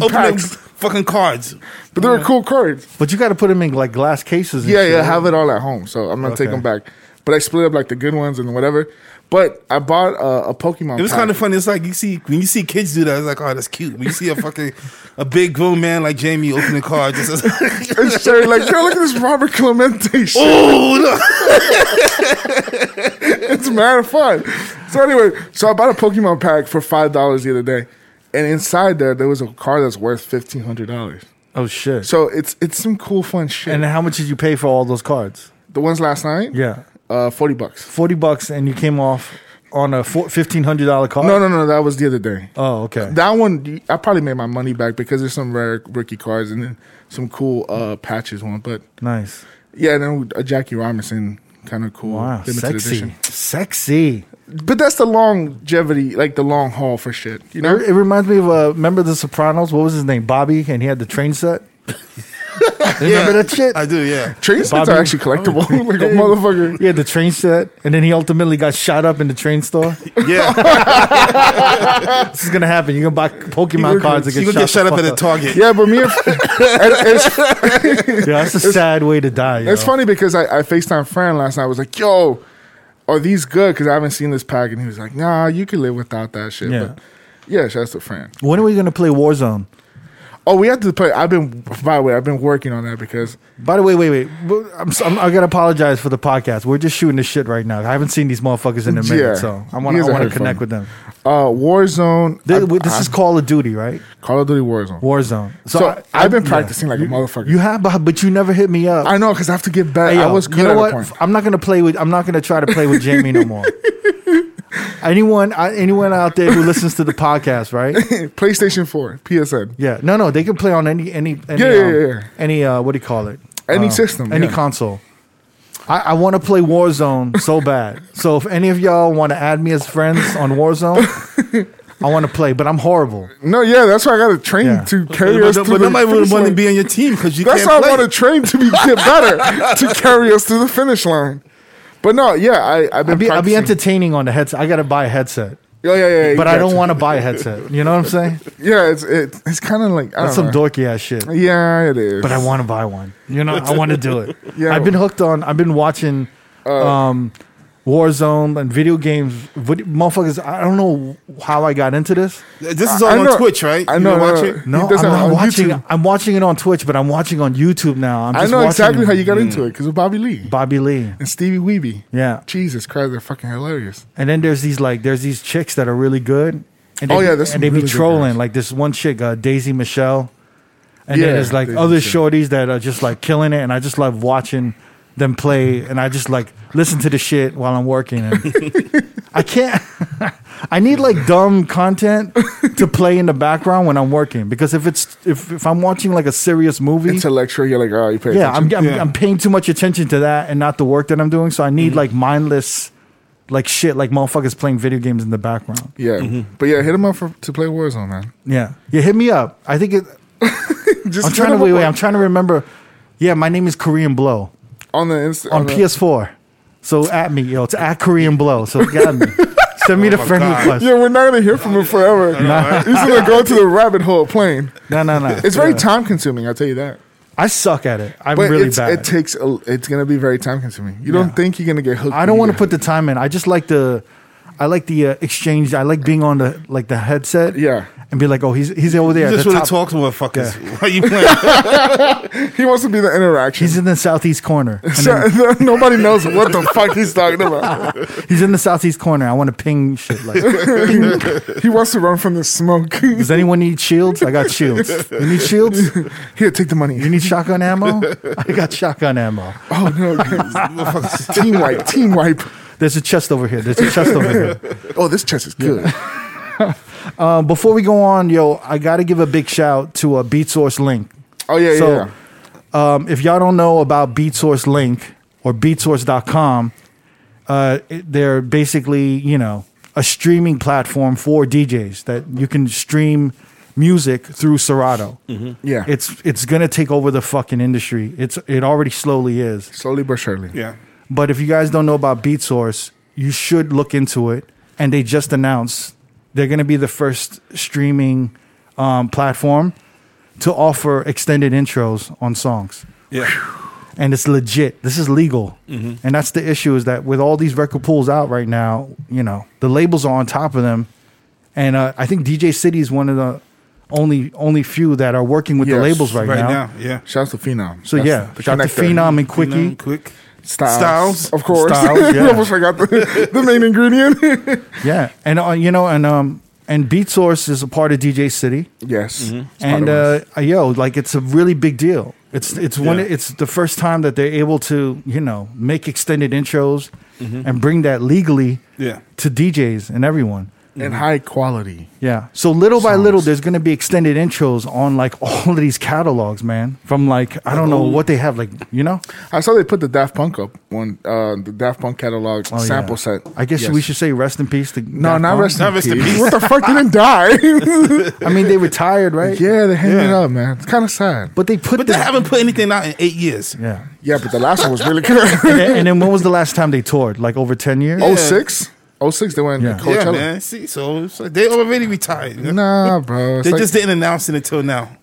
Speaker 2: opening
Speaker 3: packs.
Speaker 2: fucking cards.
Speaker 3: But they were cool cards.
Speaker 1: But you got to put them in like glass cases. And
Speaker 3: Yeah,
Speaker 1: shit.
Speaker 3: yeah. I have it all at home, so I'm gonna take
Speaker 1: Okay.
Speaker 3: them back. But I split up like the good ones and whatever. But I bought a, a Pokemon.
Speaker 2: It was
Speaker 3: pack.
Speaker 2: kind of funny. It's like you see when you see kids do that. It's like, oh, that's cute. When you see a fucking a big grown man like Jamie opening a car, just
Speaker 3: It's very like, yo, look at this Robert Clemente shit. it's mad fun. So anyway, so I bought a Pokemon pack for five dollars the other day, and inside there there was a car that's worth fifteen hundred dollars.
Speaker 1: Oh shit!
Speaker 3: So it's it's some cool fun shit.
Speaker 1: And how much did you pay for all those cards?
Speaker 3: the ones last night,
Speaker 1: Yeah,
Speaker 3: uh, forty bucks.
Speaker 1: forty bucks, and you came off on a fifteen hundred dollar card.
Speaker 3: No, no, no, that was the other day.
Speaker 1: Oh, okay.
Speaker 3: That one, I probably made my money back because there's some rare rookie cards and then some cool uh, patches one. But
Speaker 1: nice.
Speaker 3: yeah, and then a Jackie Robinson, kind of cool,
Speaker 1: Wow.
Speaker 3: limited
Speaker 1: Sexy.
Speaker 3: edition.
Speaker 1: Sexy.
Speaker 3: But that's the longevity, like the long haul for shit. You know,
Speaker 1: It, it reminds me of uh, remember the Sopranos? What was his name? Bobby, and he had the train set. Remember that shit?
Speaker 2: I do, yeah.
Speaker 3: train sets
Speaker 1: Bobby-
Speaker 3: are actually collectible, like a motherfucker.
Speaker 1: Yeah, the train set, and then he ultimately got shot up in the train store.
Speaker 2: Yeah,
Speaker 1: this is gonna happen. You're gonna buy Pokemon
Speaker 3: You're gonna-
Speaker 1: cards and
Speaker 2: you
Speaker 1: get
Speaker 2: gonna
Speaker 1: shot,
Speaker 2: get shut
Speaker 1: the
Speaker 2: up at
Speaker 1: fuck
Speaker 2: a Target.
Speaker 3: Yeah, but me, and, and it's,
Speaker 1: Yeah, that's a sad way to die. yo.
Speaker 3: it's funny because I, I Facetime Fran last night. I was like, "Yo, are these good?" Because I haven't seen this pack, and he was like, "Nah, you can live without that shit."
Speaker 1: Yeah.
Speaker 3: But yeah, shouts to Fran.
Speaker 1: When are we gonna play Warzone?
Speaker 3: Oh, we have to play. I've been, by the way, I've been working on that because
Speaker 1: By the way, wait, wait. But I'm, so- I'm, I gotta apologize for the podcast. We're just shooting the shit right now. I haven't seen these motherfuckers in a minute,
Speaker 3: Yeah.
Speaker 1: so I
Speaker 3: You
Speaker 1: want to
Speaker 3: guys
Speaker 1: I want to
Speaker 3: are having
Speaker 1: connect
Speaker 3: fun.
Speaker 1: with them.
Speaker 3: uh, Warzone.
Speaker 1: Th-
Speaker 3: I-
Speaker 1: this
Speaker 3: I-
Speaker 1: is Call of Duty, right?
Speaker 3: Call of Duty Warzone.
Speaker 1: Warzone.
Speaker 3: so I, have been
Speaker 1: yeah.
Speaker 3: practicing like a motherfucker.
Speaker 1: You have, but, but you never hit me up.
Speaker 3: I know because I have to get better.
Speaker 1: Hey,
Speaker 3: I
Speaker 1: yo,
Speaker 3: was good
Speaker 1: you know
Speaker 3: at
Speaker 1: what?
Speaker 3: a point.
Speaker 1: I'm not gonna play with. I'm not gonna try to play with Jamie no more. anyone, I, anyone out there who listens to the podcast, right?
Speaker 3: PlayStation 4, PSN,
Speaker 1: Yeah, no, no, they can play on any any any
Speaker 3: Yeah, yeah,
Speaker 1: um,
Speaker 3: yeah, yeah.
Speaker 1: any uh, what do you call it?
Speaker 3: any
Speaker 1: Um,
Speaker 3: system,
Speaker 1: any
Speaker 3: yeah.
Speaker 1: console. I, I want to play Warzone so bad. so if any of y'all want to add me as friends on Warzone, I want to play, but I'm horrible.
Speaker 3: no, yeah, that's why I got to train
Speaker 1: Yeah.
Speaker 3: to carry
Speaker 2: But,
Speaker 3: us.
Speaker 2: but
Speaker 3: to the
Speaker 2: nobody would
Speaker 3: finish
Speaker 2: want to
Speaker 3: line.
Speaker 2: be on your team because you
Speaker 3: That's
Speaker 2: can't
Speaker 3: how I
Speaker 2: play.
Speaker 3: want to train to be get better to carry us to the finish line. But no, yeah, I, I've been.
Speaker 1: I'll be, I'll be
Speaker 3: practicing.
Speaker 1: entertaining on the headset. I got to buy a headset,
Speaker 3: Oh, yeah, yeah, yeah, you
Speaker 1: but I
Speaker 3: got
Speaker 1: don't
Speaker 3: to.
Speaker 1: want to buy a headset. You know what I'm saying?
Speaker 3: Yeah, it's it's, it's kind of like I
Speaker 1: That's
Speaker 3: don't
Speaker 1: some
Speaker 3: know.
Speaker 1: dorky ass shit.
Speaker 3: Yeah, it is.
Speaker 1: But I want to buy one. You know, I want to do it.
Speaker 3: Yeah.
Speaker 1: I've been hooked on. I've been watching
Speaker 3: Uh.
Speaker 1: um, Warzone and video games. Vid- motherfuckers, I don't know how I got into this.
Speaker 2: This is
Speaker 3: I-
Speaker 2: all
Speaker 3: I
Speaker 2: on
Speaker 3: know-
Speaker 2: Twitch, right?
Speaker 3: I
Speaker 2: You
Speaker 3: know,
Speaker 2: been
Speaker 3: no, no.
Speaker 2: watching.
Speaker 1: No,
Speaker 3: He does
Speaker 1: I'm
Speaker 3: it
Speaker 1: not
Speaker 3: on
Speaker 1: watching.
Speaker 3: YouTube.
Speaker 1: I'm watching it on Twitch, but I'm watching on YouTube now. I'm
Speaker 3: I
Speaker 1: just
Speaker 3: know
Speaker 1: watching
Speaker 3: exactly how you got into it because of Bobby Lee.
Speaker 1: Bobby Lee.
Speaker 3: and Stevie Weeby.
Speaker 1: Yeah,
Speaker 3: Jesus Christ, they're fucking hilarious.
Speaker 1: and then there's these like there's these chicks that are really good. And they,
Speaker 3: Oh,
Speaker 1: be-
Speaker 3: yeah, there's
Speaker 1: and
Speaker 3: some
Speaker 1: they
Speaker 3: really
Speaker 1: be
Speaker 3: good
Speaker 1: trolling
Speaker 3: girls.
Speaker 1: like this one chick, uh, Daisy Michelle, and
Speaker 3: Yeah,
Speaker 1: then there's like
Speaker 3: Daisy
Speaker 1: other
Speaker 3: Michelle.
Speaker 1: shorties that are just like killing it, and I just love watching them play, and I just like listen to the shit while I'm working. And I can't. I need like dumb content to play in the background when I'm working because if it's if if I'm watching like a serious movie,
Speaker 3: Intellectual, you're like, oh, you pay
Speaker 1: yeah, I'm,
Speaker 3: attention.
Speaker 1: I'm,
Speaker 2: Yeah.
Speaker 1: I'm paying too much attention to that and not the work that I'm doing. So I need
Speaker 3: Mm-hmm.
Speaker 1: like mindless, like shit, like motherfuckers playing video games in the background.
Speaker 3: yeah,
Speaker 2: Mm-hmm.
Speaker 3: but yeah, hit him up for, to play Warzone, man.
Speaker 1: Yeah, yeah. Hit me up. I think it.
Speaker 3: Just
Speaker 1: I'm
Speaker 3: hit
Speaker 1: trying
Speaker 3: him
Speaker 1: to wait,
Speaker 3: up
Speaker 1: wait.
Speaker 3: on-
Speaker 1: I'm trying to remember. Yeah, my name is Korean Blow
Speaker 3: on the Insta,
Speaker 1: on
Speaker 3: the-
Speaker 1: PS4. So at me, yo. It's at Korean Blow. So get me. Send
Speaker 3: Oh
Speaker 1: me the friend
Speaker 2: God.
Speaker 1: request.
Speaker 3: Yeah, we're not gonna hear from him forever. He's gonna go to the rabbit hole of playing.
Speaker 1: No, no, no.
Speaker 3: It's very time consuming. I'll tell you that.
Speaker 1: I suck at it. I'm
Speaker 3: But
Speaker 1: really
Speaker 3: it's,
Speaker 1: bad.
Speaker 3: it takes. A, it's gonna be very time consuming. You don't
Speaker 1: Yeah.
Speaker 3: think you're gonna get hooked.
Speaker 1: I
Speaker 3: when
Speaker 1: don't
Speaker 3: you
Speaker 1: want to
Speaker 3: get
Speaker 1: put the time in. I just like the, I like the uh, exchange. I like being on the like the headset.
Speaker 3: Yeah.
Speaker 1: and be like, oh, he's he's over there.
Speaker 2: You
Speaker 1: at
Speaker 2: just
Speaker 1: the
Speaker 2: want
Speaker 1: top
Speaker 2: to talk to motherfuckers. Why you playing?
Speaker 3: hooked. He wants to be the interaction.
Speaker 1: He's in the southeast corner. And
Speaker 3: So-
Speaker 1: then
Speaker 3: Nobody knows what the fuck he's talking about.
Speaker 1: he's in the southeast corner. I want to ping shit. Like,
Speaker 3: He wants to run from the smoke.
Speaker 1: does anyone need shields? I got shields. You need shields?
Speaker 3: Here, take the money.
Speaker 1: You need shotgun ammo? I got shotgun ammo.
Speaker 3: Oh no! guys. team wipe, team wipe.
Speaker 1: There's a chest over here. There's a chest over here.
Speaker 3: Oh, this chest is good.
Speaker 1: Um, before we go on, yo, I got to give a big shout to uh, Beat Source Link.
Speaker 3: Oh yeah,
Speaker 1: so,
Speaker 3: yeah.
Speaker 1: Um, if y'all don't know about BeatSource Link or BeatSource.com, uh, it- they're basically, you know, a streaming platform for DJs that you can stream music through Serato.
Speaker 3: Yeah.
Speaker 1: It's it's gonna take over the fucking industry. It's it already slowly is.
Speaker 3: Slowly but surely.
Speaker 2: yeah.
Speaker 1: But if you guys don't know about Beat Source, you should look into it. And they just announced they're going to be the first streaming um, platform to offer extended intros on songs.
Speaker 2: Yeah.
Speaker 1: and it's legit. This is legal,
Speaker 3: Mm-hmm.
Speaker 1: and that's the issue. Is that with all these record pools out right now, you know, the labels are on top of them, and uh, I think DJ City is one of the only only few that are working with the
Speaker 3: Yes,
Speaker 1: labels right,
Speaker 2: right
Speaker 1: now.
Speaker 2: now. Yeah.
Speaker 3: Shouts to Phenom.
Speaker 1: So
Speaker 3: That's
Speaker 1: yeah,
Speaker 3: the
Speaker 1: shout out to
Speaker 3: connector.
Speaker 1: Phenom and Quickie.
Speaker 2: You know, quick.
Speaker 3: Styles,
Speaker 2: Styles.
Speaker 3: of course.
Speaker 1: Styles,
Speaker 3: We
Speaker 1: yeah.
Speaker 3: almost forgot the, the main ingredient.
Speaker 1: Yeah, and uh, you know, and um, and Beat Source is a part of DJ City,
Speaker 3: yes, It's part
Speaker 1: and
Speaker 3: of us.
Speaker 1: uh, yo, like it's a really big deal. It's it's one
Speaker 2: Yeah.
Speaker 1: it's the first time that they're able to you know make extended intros
Speaker 3: Mm-hmm.
Speaker 1: and bring that legally
Speaker 2: Yeah.
Speaker 1: to DJs and everyone.
Speaker 3: and high quality.
Speaker 1: Yeah. So little by little,
Speaker 3: Songs.
Speaker 1: there's going to be extended intros on like all of these catalogs, man. From like I don't know
Speaker 3: Oh.
Speaker 1: what they have, like you know.
Speaker 3: I saw they put the Daft Punk up one, uh, the Daft Punk catalog
Speaker 1: Oh, yeah.
Speaker 3: sample set.
Speaker 1: I guess
Speaker 3: Yes.
Speaker 1: we should say rest in peace. To
Speaker 3: No,
Speaker 1: Daft
Speaker 3: not
Speaker 1: Punk.
Speaker 3: rest,
Speaker 2: Not rest in
Speaker 3: in
Speaker 2: peace.
Speaker 3: peace. What the fuck? They didn't die.
Speaker 1: I mean, they retired, right?
Speaker 3: yeah, they hanging
Speaker 2: Yeah.
Speaker 3: up, man. It's kind of sad.
Speaker 1: But they put
Speaker 2: But they
Speaker 1: that.
Speaker 2: haven't put anything out in eight years.
Speaker 1: yeah.
Speaker 3: Yeah, but the last one was really good.
Speaker 1: and, then- and then when was the last time they toured? Like over ten years.
Speaker 3: Oh six, oh six. they went
Speaker 1: Yeah.
Speaker 3: to
Speaker 2: Yeah,
Speaker 3: Coachella.
Speaker 2: man. See, so, it's like they already retired.
Speaker 3: Nah, bro. It's
Speaker 2: they
Speaker 3: like,
Speaker 2: just didn't announce it until now.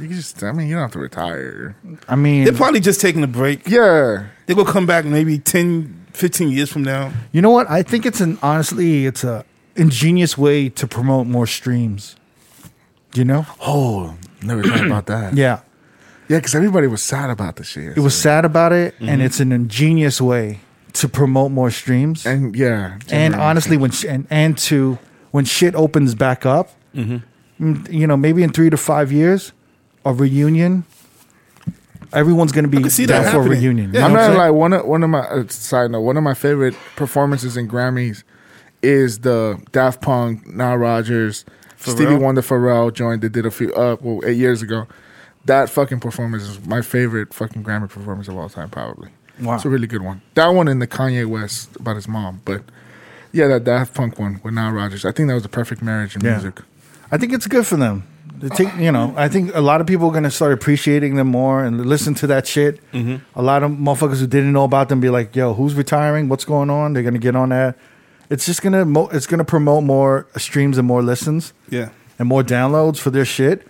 Speaker 3: you just. I mean, you don't have to retire.
Speaker 1: I mean,
Speaker 2: They're probably just taking a break.
Speaker 3: Yeah,
Speaker 2: They will come back maybe 10, 15 years from now.
Speaker 1: you know what? I think it's an honestly, it's a ingenious way to promote more streams. You know?
Speaker 3: Oh, never thought about that. Yeah,
Speaker 1: Yeah.
Speaker 3: because everybody was sad about this shit.
Speaker 1: It was sad about it,
Speaker 2: Mm-hmm.
Speaker 1: and it's an ingenious way to promote more streams. And,
Speaker 3: and yeah,
Speaker 1: honestly, when sh- and and to when shit opens back up,
Speaker 2: Mm-hmm.
Speaker 1: mm, you know, maybe in three to five years, a reunion. Everyone's going to be
Speaker 2: could see
Speaker 1: down
Speaker 2: that
Speaker 1: for a
Speaker 2: happening.
Speaker 1: reunion.
Speaker 2: Yeah.
Speaker 1: You
Speaker 3: I'm
Speaker 1: know what
Speaker 3: not
Speaker 1: I'm
Speaker 3: like one of one of my uh, side note. One of my favorite performances in Grammys is the Daft Punk, Nile Rodgers, Stevie Wonder, Pharrell joined. They did a few uh well eight years ago. That fucking performance is my favorite fucking Grammy performance of all time, probably.
Speaker 1: Wow.
Speaker 3: it's a really good one. That one and the Kanye West about his mom, but yeah, that Daft Punk one with Nile Rodgers. I think that was a perfect marriage in
Speaker 1: Yeah.
Speaker 3: music.
Speaker 1: I think it's good for them. They take, you know, I think a lot of people are gonna start appreciating them more and listen to that shit.
Speaker 2: Mm-hmm.
Speaker 1: A lot of motherfuckers who didn't know about them be like, "Yo, who's retiring? What's going on?" They're gonna get on that. It's just gonna mo- it's gonna promote more streams and more listens
Speaker 2: Yeah.
Speaker 1: and more downloads for their shit.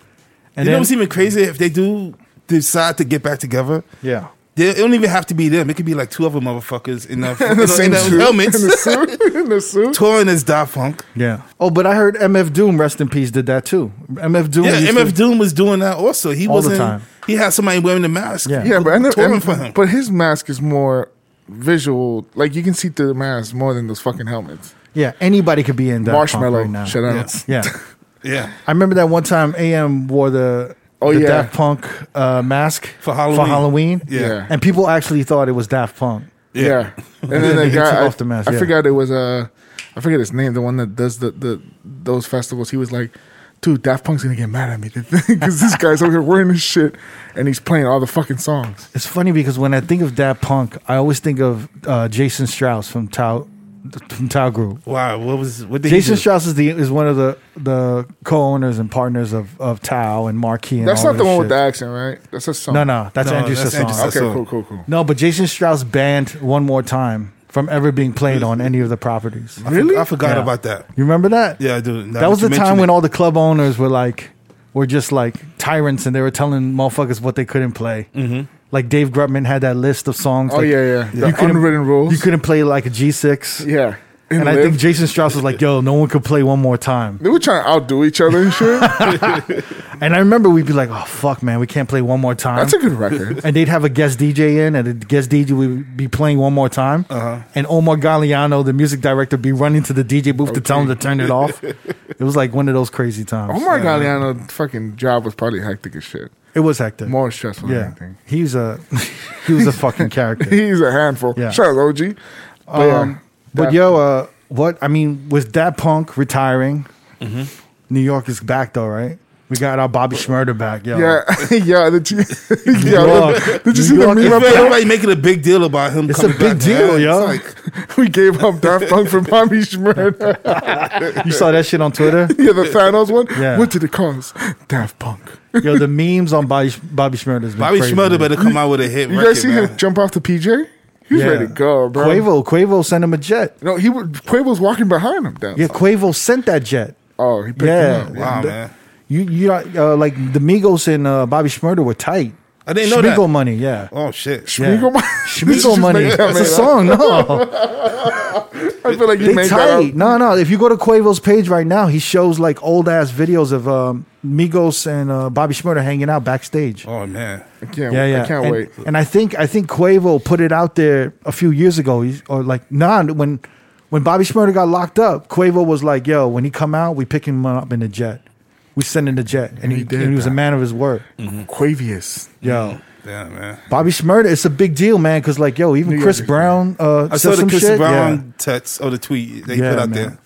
Speaker 1: And
Speaker 2: you know
Speaker 1: then,
Speaker 2: what's even crazy? If they do decide to get back together,
Speaker 1: yeah,
Speaker 2: they, it don't even have to be them. It could be like two other motherfuckers in the, in
Speaker 3: The
Speaker 2: the
Speaker 3: same
Speaker 2: in the
Speaker 3: suit. In the
Speaker 2: helmets
Speaker 3: suit. In the suit.
Speaker 2: touring as Daft Punk.
Speaker 1: yeah. Oh, but I heard MF Doom, rest in peace, did that too. MF Doom,
Speaker 2: Yeah,
Speaker 1: used to-
Speaker 2: MF Doom was doing that also. He
Speaker 1: All the
Speaker 2: wasn't.
Speaker 1: time.
Speaker 2: He had somebody wearing the mask.
Speaker 1: Yeah.
Speaker 3: Yeah, but and,
Speaker 2: touring
Speaker 3: and-
Speaker 2: for him.
Speaker 3: but his mask is more visual. Like you can see through the mask more than those fucking helmets.
Speaker 1: yeah. Anybody could be in that
Speaker 3: Marshmallow,
Speaker 1: right now.
Speaker 3: shut up.
Speaker 1: Yeah,
Speaker 2: yeah,
Speaker 1: I remember that one time AM wore the
Speaker 3: Oh,
Speaker 1: the
Speaker 3: yeah.
Speaker 1: Daft Punk uh, mask
Speaker 2: For Halloween.
Speaker 1: for Halloween.
Speaker 2: yeah.
Speaker 3: Yeah.
Speaker 1: and people actually thought it was Daft Punk.
Speaker 3: Yeah, and
Speaker 1: Yeah,
Speaker 3: then
Speaker 1: they
Speaker 3: the
Speaker 1: took
Speaker 3: guy, I,
Speaker 1: off the mask,
Speaker 3: I
Speaker 1: yeah.
Speaker 3: forgot it was uh, I forget his name. The one that does the, the those festivals. He was like, "Dude, Daft Punk's gonna get mad at me because this guy's over here wearing this shit and he's playing all the fucking songs."
Speaker 1: It's funny because when I think of Daft Punk, I always think of uh, Jason Strauss from Tau from Tau Group.
Speaker 2: Wow, what was what did
Speaker 1: Jason
Speaker 2: he do?
Speaker 1: Strauss is the is one of the the co-owners and partners of of Tau and Marquee. And
Speaker 3: That's
Speaker 1: all
Speaker 3: not the
Speaker 1: this
Speaker 3: one
Speaker 1: shit.
Speaker 3: with the accent, right? That's a song.
Speaker 1: No, no, that's
Speaker 2: No,
Speaker 1: Andrew
Speaker 2: that's
Speaker 1: Sasson.
Speaker 2: Andrew Sasson.
Speaker 3: Okay,
Speaker 2: That's a-
Speaker 3: cool, cool, cool.
Speaker 1: No, but Jason Strauss banned one more time from ever being played on any of the properties.
Speaker 3: Really?
Speaker 2: I forgot
Speaker 1: Yeah.
Speaker 2: about that.
Speaker 1: You remember that?
Speaker 2: Yeah, I do. Now
Speaker 1: that was
Speaker 2: you
Speaker 1: the time
Speaker 2: mention
Speaker 1: when
Speaker 2: it.
Speaker 1: all the club owners were like, were just like tyrants, and they were telling motherfuckers what they couldn't play. Mm-hmm. Like Dave Grubman had that list of songs.
Speaker 3: Oh
Speaker 1: like,
Speaker 3: yeah, yeah. The
Speaker 1: You couldn't-
Speaker 3: unwritten rules.
Speaker 1: You couldn't play like a G six.
Speaker 3: yeah.
Speaker 1: And I
Speaker 3: Live.
Speaker 1: think Jason Strauss was like, "Yo, no one could play one more time."
Speaker 3: they were trying to outdo each other and shit.
Speaker 1: And I remember we'd be like, "Oh fuck, man, we can't play one more time."
Speaker 3: That's a good record.
Speaker 1: and they'd have a guest DJ in, and the guest DJ would be playing one more time.
Speaker 3: Uh-huh.
Speaker 1: And Omar Galliano, the music director, be running to the DJ booth to tell him to turn it off. it was like one of those crazy times.
Speaker 3: Omar Galliano fucking job was probably hectic as shit.
Speaker 1: It was hectic.
Speaker 3: More stressful
Speaker 1: yeah,
Speaker 3: than anything.
Speaker 1: he's a he was a fucking character.
Speaker 3: He's a handful.
Speaker 1: Yeah.
Speaker 3: Shout out OG. But, yeah,
Speaker 1: Um, but
Speaker 3: that-
Speaker 1: yo, uh, what I mean with that punk retiring,
Speaker 2: Mm-hmm.
Speaker 1: New York is back though, right? We got our Bobby Schmurder back, yo.
Speaker 3: yeah, yeah. Did you,
Speaker 1: York.
Speaker 3: yeah, did, did you see
Speaker 1: New
Speaker 3: the
Speaker 1: York is
Speaker 3: meme up
Speaker 2: Everybody-
Speaker 3: there?
Speaker 2: everybody making a big deal about him.
Speaker 1: It's a
Speaker 2: coming
Speaker 1: big
Speaker 2: back.
Speaker 1: deal,
Speaker 2: Yeah,
Speaker 1: yo.
Speaker 2: It's like,
Speaker 3: we gave up Daft Punk for Bobby Schmurda.
Speaker 1: You saw that shit on Twitter,
Speaker 3: yeah, the Thanos one.
Speaker 1: Yeah.
Speaker 3: What did it cause? Daft Punk.
Speaker 1: yo. The memes on Bobby Bobby Schmurder has been
Speaker 2: Bobby
Speaker 1: crazy,
Speaker 2: Schmurda
Speaker 1: man.
Speaker 2: better come out with a hit.
Speaker 3: You
Speaker 2: record,
Speaker 3: guys see
Speaker 2: man.
Speaker 3: him jump off the PJ? He's
Speaker 1: Yeah.
Speaker 3: ready to go, bro.
Speaker 1: Quavo, Quavo sent him a jet.
Speaker 3: No, he was, Quavo's walking behind him. Down.
Speaker 1: Yeah, Quavo sent that jet.
Speaker 3: Oh, he picked
Speaker 1: Yeah,
Speaker 3: him up.
Speaker 2: Wow,
Speaker 1: The-
Speaker 2: man.
Speaker 1: You you uh, like the Migos and uh, Bobby Schmurder were tight.
Speaker 2: I didn't know
Speaker 1: Schmiegel
Speaker 2: that.
Speaker 1: money, yeah.
Speaker 2: Oh shit!
Speaker 1: Yeah.
Speaker 3: Schmiegel money. This
Speaker 1: Schmiegel
Speaker 3: is
Speaker 1: money.
Speaker 3: like-
Speaker 1: It's a song. No,
Speaker 3: I feel like you
Speaker 1: they
Speaker 3: made that
Speaker 1: tight.
Speaker 3: up.
Speaker 1: No, no. If you go to Quavo's page right now, he shows like old ass videos of um, Migos and uh, Bobby Schmurda hanging out backstage.
Speaker 2: Oh man.
Speaker 3: I can't,
Speaker 1: yeah, yeah.
Speaker 3: I can't
Speaker 1: and,
Speaker 3: wait.
Speaker 1: And I think I think Quavo put it out there a few years ago, He's- or like nah, when when Bobby Schmurda got locked up, Quavo was like, "Yo, when he come out, we pick him up in a jet, we send in a jet," and,
Speaker 3: And
Speaker 1: he,
Speaker 3: he did
Speaker 1: and he was a
Speaker 3: that. Mm-hmm.
Speaker 1: man of his word.
Speaker 3: Quavius.
Speaker 1: Yo,
Speaker 2: Damn man.
Speaker 1: Bobby Schmurda, it's a big deal, man, because like yo, even
Speaker 3: New
Speaker 1: Chris
Speaker 3: Yorkers,
Speaker 1: Brown, uh,
Speaker 2: I
Speaker 1: said
Speaker 2: saw the
Speaker 1: some
Speaker 2: Chris
Speaker 1: shit. Yeah.
Speaker 2: Brown text or the tweet they
Speaker 1: Yeah,
Speaker 2: put out
Speaker 1: man.
Speaker 2: there.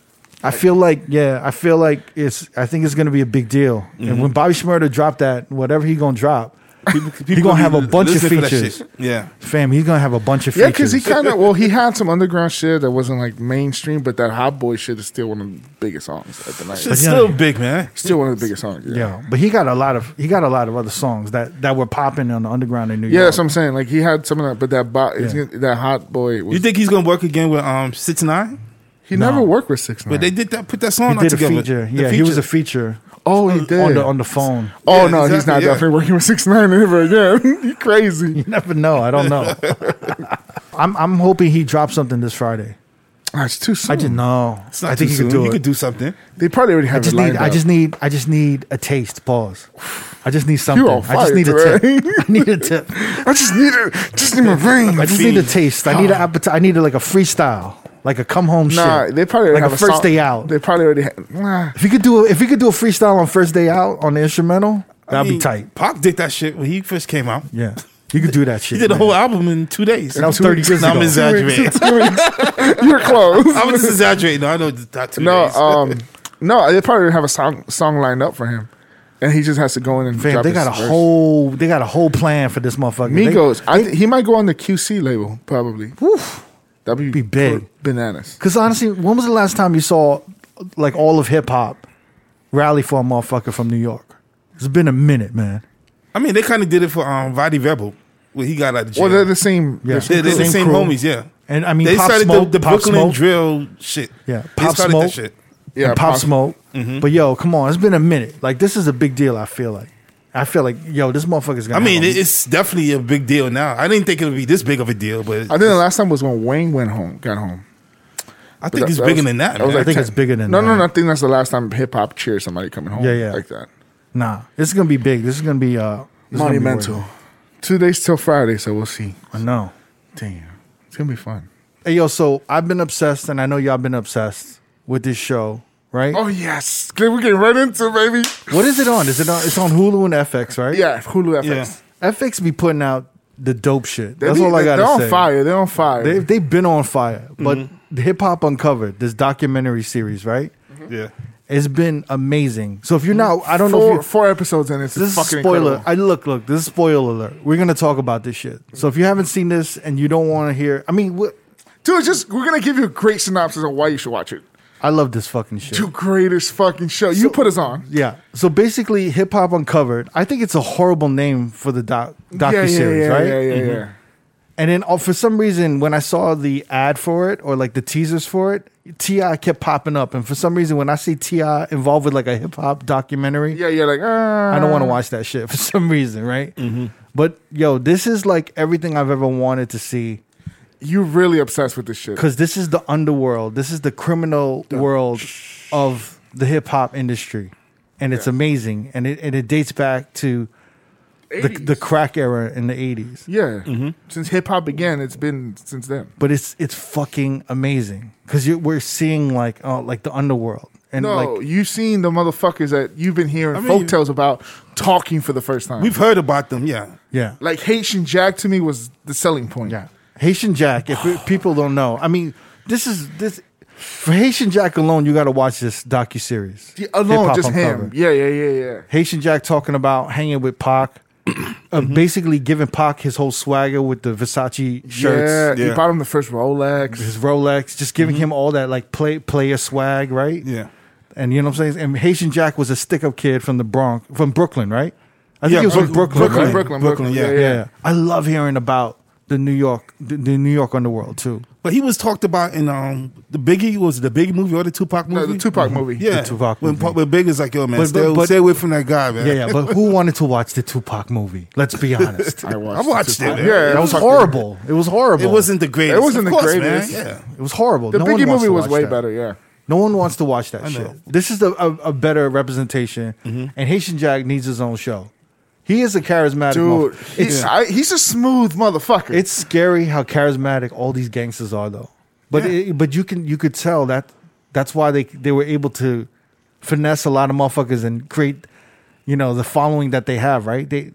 Speaker 1: I feel like yeah, I feel like it's. I think it's gonna be a big deal. And
Speaker 2: Mm-hmm.
Speaker 1: when Bobby Schmurda dropped that, whatever he gonna drop,
Speaker 2: People, people
Speaker 1: gonna have a
Speaker 2: be
Speaker 1: bunch of
Speaker 2: listening for that
Speaker 1: features.
Speaker 2: shit. Yeah.
Speaker 1: fam, he's gonna have a bunch of
Speaker 3: Yeah,
Speaker 1: features.
Speaker 3: because he kind of well, he had some underground shit that wasn't like mainstream, but that Hot Boy shit is still one of the biggest songs at the night.
Speaker 2: It's
Speaker 1: yeah.
Speaker 2: still big, man.
Speaker 3: Still one of the biggest songs. Yeah.
Speaker 1: yeah, but he got a lot of he got a lot of other songs that that were popping on the underground in New
Speaker 3: Yeah,
Speaker 1: York.
Speaker 3: that's what I'm saying. Like he had some of that, but that bo-
Speaker 1: Yeah.
Speaker 3: it's- that hot boy, was,
Speaker 2: You think he's gonna work again with um Six Nine?
Speaker 3: he
Speaker 1: No.
Speaker 3: never worked with Six Nine.
Speaker 2: But they did that. Put that song
Speaker 1: he
Speaker 2: out
Speaker 1: did a
Speaker 2: together.
Speaker 1: feature.
Speaker 2: The
Speaker 1: yeah, he was a
Speaker 2: feature.
Speaker 1: feature
Speaker 3: oh, he did.
Speaker 1: on the on the phone.
Speaker 3: oh
Speaker 2: Yeah,
Speaker 3: no, he's
Speaker 2: exactly,
Speaker 3: not
Speaker 2: yeah.
Speaker 3: definitely working with Six Nine ever again. he crazy.
Speaker 1: You never know. I don't know. I'm I'm hoping he drops something this Friday.
Speaker 3: Ah, it's too soon.
Speaker 1: I didn't know.
Speaker 2: Hmm. It's not
Speaker 1: I think
Speaker 2: too
Speaker 1: he could
Speaker 2: soon.
Speaker 1: do
Speaker 2: you
Speaker 1: it.
Speaker 2: could do something.
Speaker 3: They probably already have
Speaker 1: I just
Speaker 3: it lined
Speaker 1: need. I
Speaker 3: up.
Speaker 1: just need. I just need a taste. Pause. I just need something.
Speaker 3: You on
Speaker 1: I just
Speaker 3: fire
Speaker 1: need a
Speaker 3: today.
Speaker 1: tip. I need a tip.
Speaker 3: I just need it. Just need my vein.
Speaker 1: I just need a taste. I need an appetite. I need a, like a freestyle, like a come home
Speaker 3: Nah,
Speaker 1: shit.
Speaker 3: they probably already
Speaker 1: like
Speaker 3: have
Speaker 1: a first
Speaker 3: song-
Speaker 1: day out.
Speaker 3: They probably already. Have, nah.
Speaker 1: if you could do, a, if you could do a freestyle on first day out on the instrumental, that'd
Speaker 2: I mean,
Speaker 1: be tight.
Speaker 2: Pac did that shit when he first came out.
Speaker 1: Yeah, you could do that shit.
Speaker 2: He did a
Speaker 1: man.
Speaker 2: whole album in two days.
Speaker 1: That was 30 years ago.
Speaker 2: No, I'm exaggerating.
Speaker 3: You're close.
Speaker 2: I was just exaggerating. No, I know that two
Speaker 3: No,
Speaker 2: days.
Speaker 3: um, no, they probably have a song song lined up for him, and he just has to go in and
Speaker 1: Fam,
Speaker 3: drop
Speaker 1: they
Speaker 3: his
Speaker 1: got a
Speaker 3: verse.
Speaker 1: whole. They got a whole plan for this motherfucker.
Speaker 3: Migos. I th- he might go on the QC label probably. That'd be,
Speaker 1: Be big.
Speaker 3: bananas.
Speaker 1: Because honestly, when was the last time you saw like all of hip hop rally for a motherfucker from New York? It's been a minute, man.
Speaker 2: I mean, they kind of did it for um Vadi Rebel when he got out of jail.
Speaker 3: Well, they're the same.
Speaker 1: Yeah.
Speaker 3: they're
Speaker 2: They're, they're the
Speaker 1: Same
Speaker 2: same
Speaker 1: crew.
Speaker 2: homies, yeah.
Speaker 1: And I mean,
Speaker 2: They
Speaker 1: Pop
Speaker 2: started
Speaker 1: Smoke,
Speaker 2: the, the
Speaker 1: Pop
Speaker 2: Brooklyn
Speaker 1: Smoke.
Speaker 2: drill shit.
Speaker 1: Yeah,
Speaker 2: they
Speaker 1: Pop
Speaker 2: started
Speaker 1: Smoke.
Speaker 2: that shit.
Speaker 1: yeah,
Speaker 3: yeah, Mm-hmm.
Speaker 1: Pop, Smoke. But yo, come on, it's been a minute. Like this is a big deal. I feel like, I feel like, yo, this motherfucker's
Speaker 2: I
Speaker 1: gonna.
Speaker 2: mean,
Speaker 1: have
Speaker 2: it-
Speaker 1: a-
Speaker 2: it's definitely a big deal now. I didn't think it would be this big of a deal, but
Speaker 3: I think the last time was when Wayne went home, got home.
Speaker 2: I think
Speaker 3: that-
Speaker 2: it's
Speaker 3: that
Speaker 2: bigger
Speaker 3: was-
Speaker 2: than that.
Speaker 3: that was
Speaker 2: man.
Speaker 1: I think it's bigger than
Speaker 3: No,
Speaker 1: that.
Speaker 3: no, no. I think that's the last time hip hop cheered somebody coming home.
Speaker 1: Yeah, yeah.
Speaker 3: like that.
Speaker 1: nah, this is gonna be big. This is gonna be uh this is gonna be
Speaker 3: Monumental. Two days till Friday, so we'll see.
Speaker 1: worth it. I know.
Speaker 3: Damn, it's gonna be fun.
Speaker 1: Hey, yo, so I've been obsessed, and I know y'all been obsessed with this show, right?
Speaker 3: Oh yes, we're getting right into it, baby.
Speaker 1: What is it on? Is it on? It's on Hulu and FX, right?
Speaker 3: Yeah, Hulu FX.
Speaker 2: Yeah.
Speaker 1: FX be putting out the dope shit.
Speaker 3: They
Speaker 1: That's
Speaker 3: be-
Speaker 1: all I
Speaker 3: they-
Speaker 1: gotta
Speaker 3: They're on
Speaker 1: say.
Speaker 3: fire. Mm-hmm. They're on fire.
Speaker 1: They, they've been on fire, but Hip Hop Uncovered, this documentary series, right?
Speaker 3: Mm-hmm.
Speaker 2: yeah.
Speaker 1: It's been amazing. So if you're not, I don't know.
Speaker 3: four,
Speaker 1: If you
Speaker 3: four episodes and it's
Speaker 1: this is
Speaker 3: fucking
Speaker 1: spoiler.
Speaker 3: incredible.
Speaker 1: I look, look. This is spoiler alert. We're gonna talk about this shit. So if you haven't seen this and you don't want to hear, I mean, what,
Speaker 3: Dude, just we're gonna give you a great synopsis on why you should watch it.
Speaker 1: I love this fucking shit.
Speaker 3: The greatest fucking show. You put us on.
Speaker 1: Yeah. So basically, Hip Hop Uncovered. I think it's a horrible name for the doc docu series,
Speaker 3: yeah,
Speaker 1: right? Mm-hmm.
Speaker 3: Yeah, yeah, yeah.
Speaker 1: And then uh, for some reason, when I saw the ad for it or like the teasers for it, Ti kept popping up. And for some reason, when I see Ti involved with like a hip hop documentary,
Speaker 3: Yeah, you're like, ah.
Speaker 1: I don't want to watch that shit for some reason, right?
Speaker 3: Mm-hmm.
Speaker 1: But yo, this is like everything I've ever wanted to see
Speaker 3: You're really obsessed with this shit.
Speaker 1: because this is the underworld. This is the criminal world of the hip hop industry, and it's amazing. And it and it dates back to the, the
Speaker 3: 80s.
Speaker 1: crack era in the eighties.
Speaker 3: yeah.
Speaker 1: Mm-hmm.
Speaker 3: Since hip hop began, it's been since then.
Speaker 1: But it's it's fucking amazing because we're seeing like oh like the underworld and
Speaker 3: No,
Speaker 1: like
Speaker 3: you've seen the motherfuckers that you've been hearing
Speaker 2: I mean-
Speaker 3: folk tales about talking for the first time.
Speaker 2: We've heard about them, yeah.
Speaker 1: yeah
Speaker 3: like Haitian Jack to me was the selling point.
Speaker 1: yeah Haitian Jack. If it- people don't know, I mean this is this for Haitian Jack alone. You got to watch this docu series
Speaker 3: Yeah, alone, just him. Yeah, yeah, yeah, yeah.
Speaker 1: Haitian Jack talking about hanging with Pac, uh, basically giving Pac his whole swagger with the Versace shirts,
Speaker 3: yeah,
Speaker 2: yeah.
Speaker 3: he bought him the first Rolex.
Speaker 1: his Rolex, just giving him all that like play player swag, right?
Speaker 2: Yeah.
Speaker 1: And you know what I'm saying? And Haitian Jack was a stick up kid from the Bronx, from Brooklyn, right? I think he was from Brooklyn.
Speaker 3: Brooklyn,
Speaker 1: right?
Speaker 3: Brooklyn, Brooklyn,
Speaker 2: yeah.
Speaker 3: yeah,
Speaker 1: Yeah. I love hearing about the New York, the, the New York underworld too.
Speaker 2: But he was talked about in um the Biggie was it the Big movie or the Tupac movie.
Speaker 3: No, the Tupac movie.
Speaker 2: Yeah,
Speaker 1: Mm-hmm. The Tupac
Speaker 2: when,
Speaker 1: movie.
Speaker 2: when Big is like, yo man,
Speaker 1: But-
Speaker 2: stay,
Speaker 1: but- but-
Speaker 2: stay away from that guy, man.
Speaker 1: Yeah, yeah. But who wanted to watch the Tupac movie? Let's be honest.
Speaker 3: I watched,
Speaker 2: I watched
Speaker 3: the Tupac-
Speaker 2: it.
Speaker 3: Yeah,
Speaker 1: that
Speaker 3: I
Speaker 1: was
Speaker 3: fucking-
Speaker 1: horrible. It was horrible.
Speaker 2: It wasn't the greatest.
Speaker 3: It wasn't
Speaker 2: Of
Speaker 3: the
Speaker 2: course,
Speaker 3: greatest.
Speaker 2: Man. Yeah.
Speaker 1: It was horrible.
Speaker 3: The
Speaker 1: no one
Speaker 3: Biggie
Speaker 1: wants
Speaker 3: movie
Speaker 1: to
Speaker 3: was
Speaker 1: watch
Speaker 3: way
Speaker 1: that.
Speaker 3: better. Yeah.
Speaker 1: No one wants to watch that
Speaker 2: know.
Speaker 1: shit. This is the, a, a better representation,
Speaker 3: Mm-hmm.
Speaker 1: and Haitian Jack needs his own show. He is a charismatic
Speaker 3: Dude,
Speaker 1: motherfucker.
Speaker 3: he's,
Speaker 1: It's,
Speaker 3: I, he's a smooth motherfucker.
Speaker 1: it's scary how charismatic all these gangsters are, though. But
Speaker 2: Yeah.
Speaker 1: it, but you can you could tell that that's why they they were able to finesse a lot of motherfuckers and create you know the following that they have. Right? They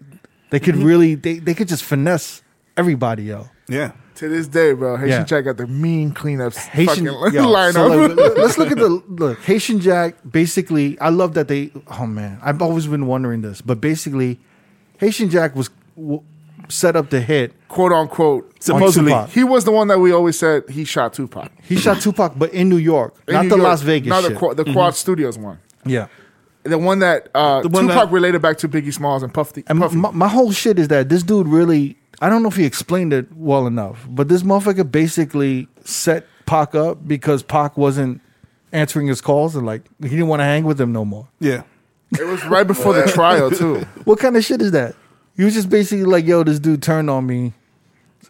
Speaker 1: they
Speaker 3: Mm-hmm.
Speaker 1: could really they, they could just finesse everybody, yo.
Speaker 2: Yeah.
Speaker 3: to this day, bro. Haitian
Speaker 1: Yeah.
Speaker 3: Jack got the mean cleanups.
Speaker 1: Haitian
Speaker 3: Haitian fucking
Speaker 1: yo,
Speaker 3: lineup.
Speaker 1: so, like, let- let's look at the look. Haitian Jack. Basically, I love that they. Oh man, I've always been wondering this, but basically, Haitian Jack was w- set up to hit.
Speaker 3: quote unquote.
Speaker 2: Supposedly.
Speaker 1: Tupac.
Speaker 3: He was the one that we always said he shot Tupac.
Speaker 1: He shot Tupac, but in New York,
Speaker 3: In
Speaker 1: not
Speaker 3: New
Speaker 1: the
Speaker 3: York.
Speaker 1: Las Vegas.
Speaker 3: No, the,
Speaker 1: shit. Mm-hmm.
Speaker 3: Quad- the Quad Studios one.
Speaker 1: yeah,
Speaker 3: The one that uh,
Speaker 2: one
Speaker 3: Tupac
Speaker 2: that-
Speaker 3: related back to Biggie Smalls and Puff. The,
Speaker 1: and
Speaker 3: Puff
Speaker 1: my, my whole shit is that this dude really. I don't know if he explained it well enough, but this motherfucker basically set Pac up because Pac wasn't answering his calls and like he didn't want to hang with him no more.
Speaker 2: Yeah.
Speaker 3: it was right before the trial too.
Speaker 1: What kind of shit is that? You was just basically like, yo, this dude turned on me,